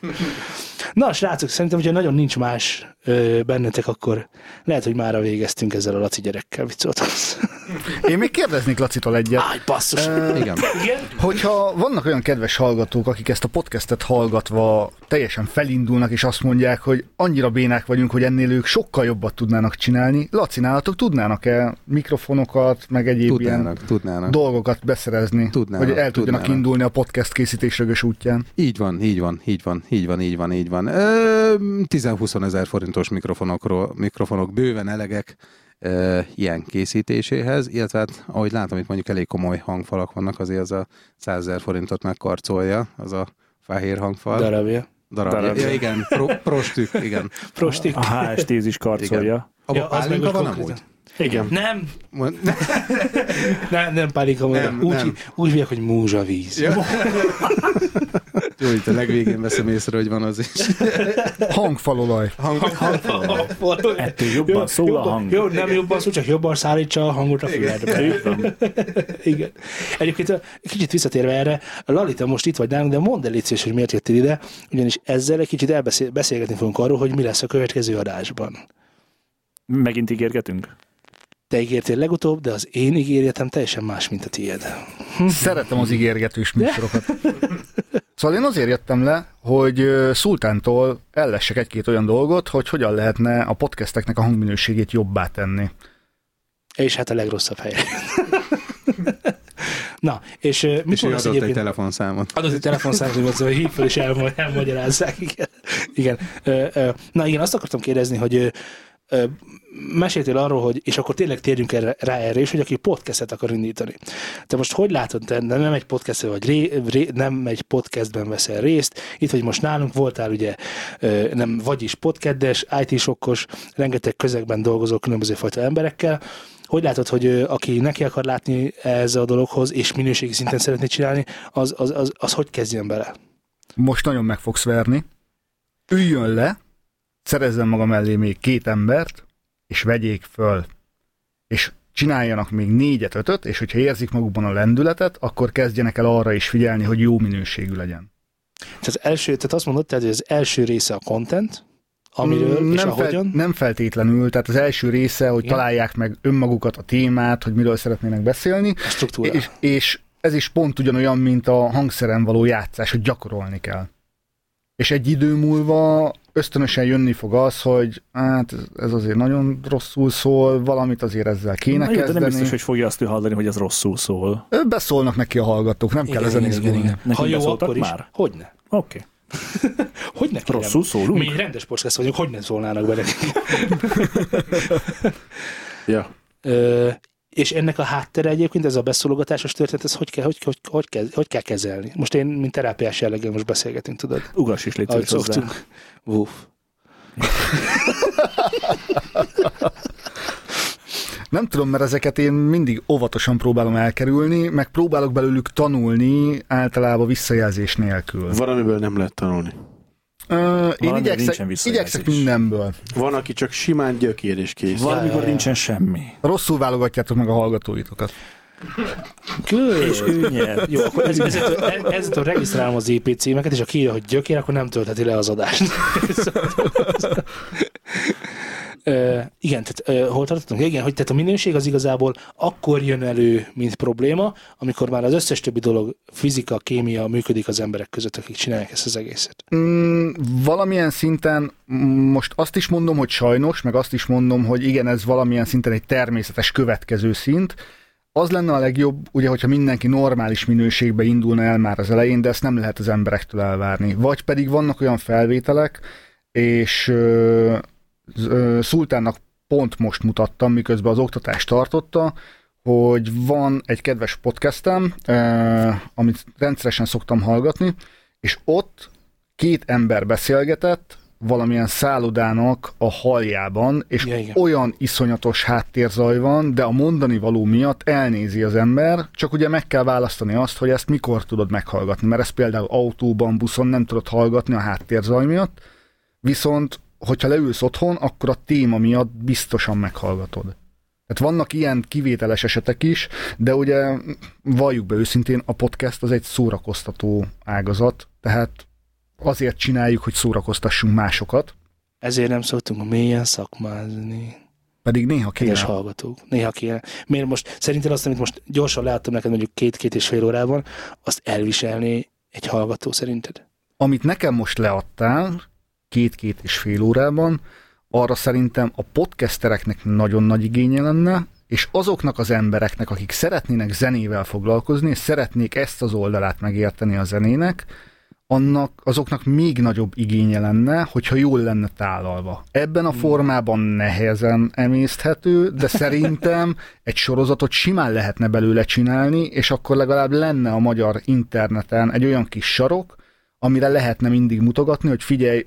Speaker 2: Na, srácok, szerintem, hogyha nagyon nincs más ö, bennetek, akkor lehet, hogy mára végeztünk ezzel a Laci gyerekkel, mit szóltam.
Speaker 4: Én még kérdeznék Lacitól egyet.
Speaker 2: Áj, basszus!
Speaker 6: Igen.
Speaker 2: Igen?
Speaker 4: Hogyha vannak olyan kedves hallgatók, akik ezt a podcastet hallgatva teljesen felindulnak, és azt mondják, hogy annyira bénák vagyunk, hogy ennél ők sokkal jobbat tudnának csinálni, Laci, nálatok tudnának-e mikrofonokat, meg egyéb ilyen
Speaker 6: Tudnának, tudnának.
Speaker 4: dolgokat beszerezni,
Speaker 6: Tudnának,
Speaker 4: hogy el tudjanak
Speaker 6: tudnának.
Speaker 4: indulni a podcast készítésrögös útján?
Speaker 6: Így van, így van, így van, így van, így van, így van. Ö, 10-20 ezer forintos mikrofonokról, mikrofonok bőven elegek ö, ilyen készítéséhez, illetve hát, ahogy látom, itt mondjuk elég komoly hangfalak vannak, azért az a 100 ezer forintot megkarcolja, az a fehér hangfal.
Speaker 2: Darabja.
Speaker 6: Darab.
Speaker 3: Darab.
Speaker 6: Ja, igen, pro, prostük, igen.
Speaker 2: Prostik.
Speaker 3: A HS10 is karcolja.
Speaker 6: Abba
Speaker 2: Ja,
Speaker 6: ja,
Speaker 2: az meg
Speaker 6: pálinka
Speaker 2: most
Speaker 6: van
Speaker 2: konkrétan.
Speaker 6: amúgy?
Speaker 5: Igen.
Speaker 2: Nem,
Speaker 6: Mond-
Speaker 2: nem, nem pálinka
Speaker 6: Nem,
Speaker 2: nem, úgy,
Speaker 6: nem.
Speaker 2: úgy hívják, hogy múzsavíz.
Speaker 6: Ja. Jó, itt a legvégén veszem észre, hogy van az is.
Speaker 4: Hangfalolaj.
Speaker 6: Hang, hang,
Speaker 3: Ettől jobban szól a
Speaker 2: Hát, jobban,
Speaker 3: hang.
Speaker 2: Jó, nem jobban szól, csak jobban szállítsa a hangot a füledbe.
Speaker 3: Így van.
Speaker 2: Igen. Egyébként a- kicsit visszatérve erre, Lalita most itt vagy nálunk, de mondd el légy szíves, hogy miért jöttél ide, ugyanis ezzel egy kicsit elbeszélgetni fogunk arról, hogy mi lesz a következő adásban.
Speaker 3: Megint ígérgetünk?
Speaker 2: Te ígértél legutóbb, de az én ígéretem teljesen más, mint a tiéd.
Speaker 4: Szeretem az ígérgetős műsorokat. Szóval én azért jöttem le, hogy ö, Szultántól ellessek egy-két olyan dolgot, hogy hogyan lehetne a podcasteknek a hangminőségét jobbá tenni.
Speaker 2: És hát a legrosszabb hely. Na, és ö, mit
Speaker 6: és ő
Speaker 2: mondasz
Speaker 6: adott egy
Speaker 2: egyébként?
Speaker 6: telefonszámot.
Speaker 2: Adott egy telefonszámot, hogy mondtam, hogy hívj fel, és elma- elmagyarázzák. Igen. igen. Ö, ö, Na igen, azt akartam kérdezni, hogy ö, ö, meséltél arról, hogy, és akkor tényleg térjünk erre, rá erre is, hogy aki podcastet akar indítani. Te most hogy látod, te nem nem egy podcast vagy ré, ré, nem egy podcastben veszel részt, itt vagy most nálunk, voltál ugye ö, nem vagyis podcastes, IT-sokkos, rengeteg közegben dolgozó különböző fajta emberekkel, hogy látod, hogy ö, aki neki akar látni ez a dologhoz, és minőségi szinten szeretné csinálni, az, az, az, az hogy kezdjen bele?
Speaker 4: Most nagyon meg fogsz verni. Üljön le, szerezzen maga mellé még két embert, és vegyék föl. És csináljanak még négyet, ötöt, és hogyha érzik magukban a lendületet, akkor kezdjenek el arra is figyelni, hogy jó minőségű legyen.
Speaker 2: Tehát, első, tehát azt mondod, tehát, hogy az első része a content, amiről
Speaker 4: Mm,
Speaker 2: és
Speaker 4: nem,
Speaker 2: ahogyan.
Speaker 4: fel, nem feltétlenül, tehát az első része, hogy
Speaker 2: Igen.
Speaker 4: találják meg önmagukat, a témát, hogy miről szeretnének beszélni,
Speaker 2: a struktúra.
Speaker 4: és, és ez is pont ugyanolyan, mint a hangszeren való játszás, hogy gyakorolni kell. És egy idő múlva ösztönösen jönni fog az, hogy hát ez- ez azért nagyon rosszul szól, valamit azért ezzel kéne
Speaker 3: Na jó, de
Speaker 4: kezdeni.
Speaker 3: nem biztos, hogy fogja azt ő hallani, hogy az rosszul szól.
Speaker 4: Ö, Beszólnak neki a hallgatók, nem kell ezen izgulni.
Speaker 3: Nekünk
Speaker 2: Ha jó,
Speaker 3: beszóltak
Speaker 2: akkor is.
Speaker 3: már?
Speaker 2: Hogyne?
Speaker 3: Oké. Okay.
Speaker 2: Hogyne kérem?
Speaker 3: Rosszul szólunk?
Speaker 2: Mi egy rendes podcast vagyunk, hogy nem szólnának bele?
Speaker 5: Ja.
Speaker 2: Ö, és ennek a háttere egyébként, ez a beszólogatásos történet, ez hogy kell, hogy, hogy, hogy, kell, hogy kell kezelni? Most én, mint terápiás jelleggel most beszélgetünk, tudod?
Speaker 3: Ugass is légy
Speaker 2: Ahogy
Speaker 3: szíves hozzá.
Speaker 2: szoktunk. Woof.
Speaker 4: Nem tudom, mert ezeket én mindig óvatosan próbálom elkerülni, meg próbálok belőlük tanulni, általában visszajelzés nélkül.
Speaker 5: Valamiből nem lehet tanulni.
Speaker 4: Ö, én
Speaker 3: Valamivel
Speaker 4: igyekszek,
Speaker 3: nincsen visszajelzés.
Speaker 4: igyekszek mindenből.
Speaker 5: Van, aki csak simán gyökér és kész.
Speaker 3: Valamikor nincsen semmi.
Speaker 4: Rosszul válogatjátok meg a hallgatóitokat.
Speaker 2: Good.
Speaker 3: És ő nyer.
Speaker 2: Jó, akkor ez, ez, ez, ezután regisztrálom az IP címeket, és aki írja, hogy gyökér, akkor nem töltheti le az adást. Ö, igen, tehát ö, hol tartottunk? Ja, Igen, hogy tehát a minőség az igazából akkor jön elő, mint probléma, amikor már az összes többi dolog, fizika, kémia működik az emberek között, akik csinálják ezt az egészet.
Speaker 4: Mm, valamilyen szinten mm, most azt is mondom, hogy sajnos, meg azt is mondom, hogy igen, ez valamilyen szinten egy természetes következő szint. Az lenne a legjobb, ugye, hogyha mindenki normális minőségbe indulna el már az elején, de ezt nem lehet az emberektől elvárni. Vagy pedig vannak olyan felvételek, és ö, z- ö, Szultánnak pont most mutattam, miközben az oktatást tartotta, hogy van egy kedves podcastem, ö, amit rendszeresen szoktam hallgatni, és ott két ember beszélgetett valamilyen szállodának a haljában, és
Speaker 2: Ja,
Speaker 4: ja,
Speaker 2: igen.
Speaker 4: olyan iszonyatos háttérzaj van, de a mondani való miatt elnézi az ember, csak ugye meg kell választani azt, hogy ezt mikor tudod meghallgatni, mert ezt például autóban, buszon nem tudod hallgatni a háttérzaj miatt, viszont hogyha leülsz otthon, akkor a téma miatt biztosan meghallgatod. Tehát vannak ilyen kivételes esetek is, de ugye valljuk be őszintén, a podcast az egy szórakoztató ágazat, tehát azért csináljuk, hogy szórakoztassunk másokat,
Speaker 2: Ezért nem szoktunk mélyen szakmázni.
Speaker 4: Pedig néha
Speaker 2: Kedves
Speaker 4: kéne.
Speaker 2: hallgatók, néha kéne. Miért most, szerinted azt, amit most gyorsan láttam neked mondjuk két-két és fél órában, azt elviselné egy hallgató szerinted?
Speaker 4: Amit nekem most leadtál, két-két és fél órában, arra szerintem a podcastereknek nagyon nagy igénye lenne, és azoknak az embereknek, akik szeretnének zenével foglalkozni, és szeretnék ezt az oldalát megérteni a zenének, annak, azoknak még nagyobb igénye lenne, hogyha jól lenne tálalva. Ebben a formában nehezen emészthető, de szerintem egy sorozatot simán lehetne belőle csinálni, és akkor legalább lenne a magyar interneten egy olyan kis sarok, amire lehetne mindig mutogatni, hogy figyelj,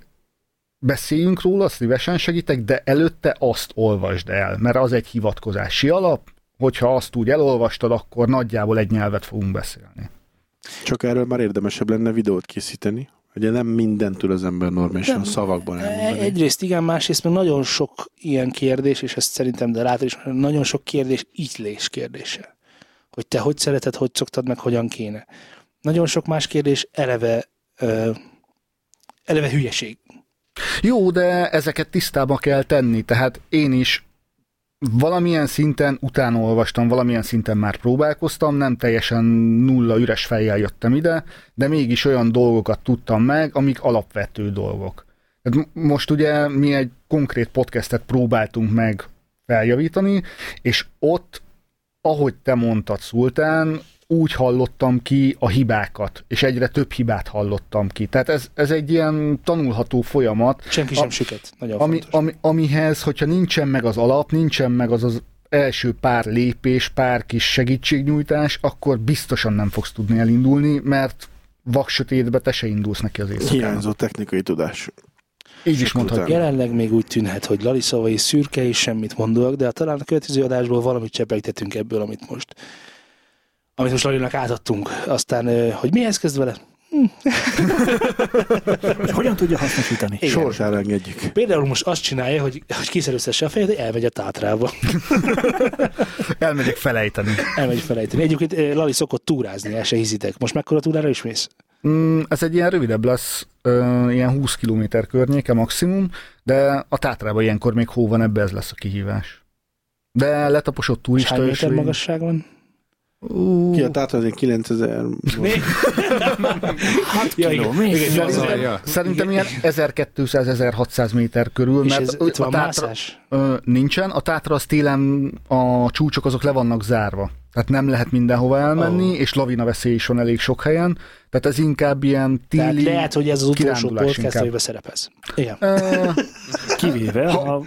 Speaker 4: beszéljünk róla, szívesen segítek, de előtte azt olvasd el, mert az egy hivatkozási alap, hogyha azt úgy elolvastad, akkor nagyjából egy nyelvet fogunk beszélni.
Speaker 5: Csak erről már érdemesebb lenne videót készíteni. Ugye nem mindent tud az ember normálisan a szavakban elmondani. E- Egy...
Speaker 2: Egyrészt igen, másrészt meg nagyon sok ilyen kérdés, és ezt szerintem, de látod is, nagyon sok kérdés ígylés kérdése. Hogy te hogy szereted, hogy szoktad, meg hogyan kéne. Nagyon sok más kérdés eleve, ö, eleve hülyeség.
Speaker 4: Jó, de ezeket tisztába kell tenni, tehát én is valamilyen szinten utána olvastam, valamilyen szinten már próbálkoztam, nem teljesen nulla üres fejjel jöttem ide, de mégis olyan dolgokat tudtam meg, amik alapvető dolgok. Tehát m- most ugye mi egy konkrét podcastet próbáltunk meg feljavítani, és ott, ahogy te mondtad, Szultán, úgy hallottam ki a hibákat, és egyre több hibát hallottam ki. Tehát ez, ez egy ilyen tanulható folyamat,
Speaker 2: Senki
Speaker 4: A-
Speaker 2: sem süket. Nagyon
Speaker 4: ami,
Speaker 2: fontos.
Speaker 4: ami, amihez, hogyha nincsen meg az alap, nincsen meg az az első pár lépés, pár kis segítségnyújtás, akkor biztosan nem fogsz tudni elindulni, mert vaksötétbe te se indulsz neki az éjszakának.
Speaker 5: Hiányzó technikai tudás.
Speaker 4: Így is
Speaker 5: Sok
Speaker 4: mondhatjuk.
Speaker 5: után.
Speaker 2: Jelenleg még úgy tűnhet, hogy Lali szavai szürke és semmit mondóak, de hát talán a következő adásból valamit csepegtetünk ebből, amit most amit most Lalinak átadtunk. Aztán, ö, hogy mihez kezd vele?
Speaker 3: Hogy hogyan tudja hasznosítani?
Speaker 2: Igen.
Speaker 5: Sorsára engedjük.
Speaker 2: Például most azt csinálja, hogy, hogy kiszerőztesse a fejét, hogy elmegy a tátrába.
Speaker 4: Elmegyek felejteni.
Speaker 2: Elmegy felejteni. Egyébként ö, Lali szokott túrázni, el se hiszitek. Most mekkora túrára is mész?
Speaker 4: Mm, ez egy ilyen rövidebb lesz, ö, ilyen 20 km környéke maximum, de a tátrában ilyenkor még hó van, ebbe ez lesz a kihívás. De letaposott
Speaker 2: És
Speaker 4: turista
Speaker 2: hány méter
Speaker 4: ösvény.
Speaker 2: magasság van?
Speaker 4: Ú,
Speaker 5: Ki a tátra, 9000...
Speaker 2: Ja, igen, Hát igen,
Speaker 4: Szerintem-
Speaker 2: nyolcvan.
Speaker 6: Azzalja.
Speaker 4: Szerintem ilyen 1200-1600 méter körül,
Speaker 2: És
Speaker 4: mert
Speaker 2: ez, itt
Speaker 4: a
Speaker 2: van
Speaker 4: tátra,
Speaker 2: mászás?
Speaker 4: Ö, nincsen. A tátra az télen a csúcsok azok le vannak zárva. Tehát nem lehet mindenhova elmenni,
Speaker 2: Ó.
Speaker 4: oh. és lavina veszély is van elég sok helyen. Tehát ez inkább ilyen
Speaker 2: Tehát
Speaker 4: téli...
Speaker 2: lehet, hogy ez az utolsó
Speaker 4: kirándulás
Speaker 2: podcast,
Speaker 4: inkább.
Speaker 2: amiben szerepelsz. Igen.
Speaker 4: Ö,
Speaker 3: Kivéve, ha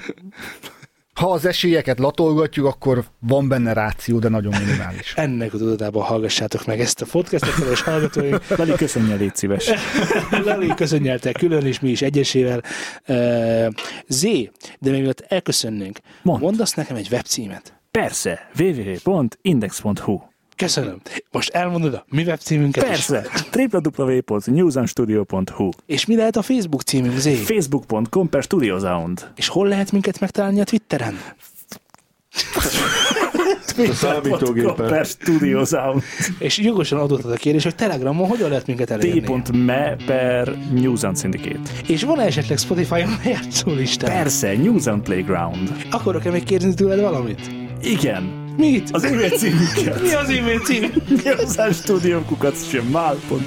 Speaker 4: ha az esélyeket latolgatjuk, akkor van benne ráció, de nagyon minimális.
Speaker 2: Ennek a tudatában hallgassátok meg ezt a podcastet, kedves hallgatóink.
Speaker 3: Lali, köszönj el, légy szíves.
Speaker 2: Lali, köszönjelte külön, és mi is egyesével. Ö, Z, de még mielőtt elköszönnünk,
Speaker 3: Mondd.
Speaker 2: mondasz nekem egy webcímet.
Speaker 3: Persze, www.index.hu.
Speaker 2: Köszönöm. Most elmondod a mi webcímünket is.
Speaker 3: Persze, www.newsandstudio.hu.
Speaker 2: És mi lehet a Facebook címünk, Z?
Speaker 3: Facebook.com per studiosound.
Speaker 2: és hol lehet minket megtalálni a Twitteren?
Speaker 5: számítógépen.
Speaker 3: per studiosound.
Speaker 2: És jogosan adódhat a kérdés, hogy Telegramon hogyan lehet minket elérni?
Speaker 3: t.me per News and Syndicate.
Speaker 2: És van esetleg Spotify-on a játszólistán?
Speaker 3: Persze, News and Playground.
Speaker 2: Akarok-e még kérdezni tőled valamit?
Speaker 3: Igen,
Speaker 2: Mit?
Speaker 3: az e-mail címünket.
Speaker 2: Mi az e-mail cím?
Speaker 3: newsandstudio.gmail.com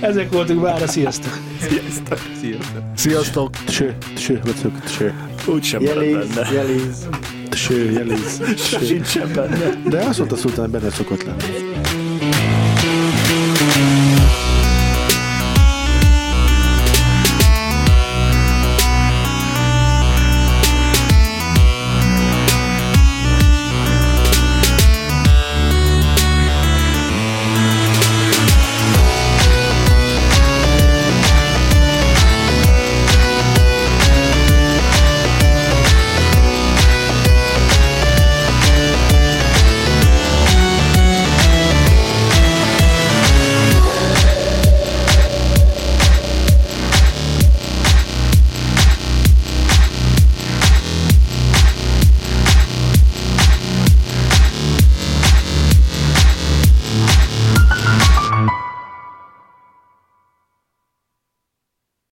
Speaker 2: Ezek voltunk már, sziasztok!
Speaker 3: Sziasztok!
Speaker 6: Sziasztok.
Speaker 4: Sziasztok!
Speaker 5: Tső, tső, vacok, tső.
Speaker 3: Úgy sem marad
Speaker 5: Jelíz,
Speaker 3: benne.
Speaker 5: jelíz. Tső, jelíz.
Speaker 3: Sincsen benne.
Speaker 5: De azt mondta Szultán, hogy benne szokott lenni.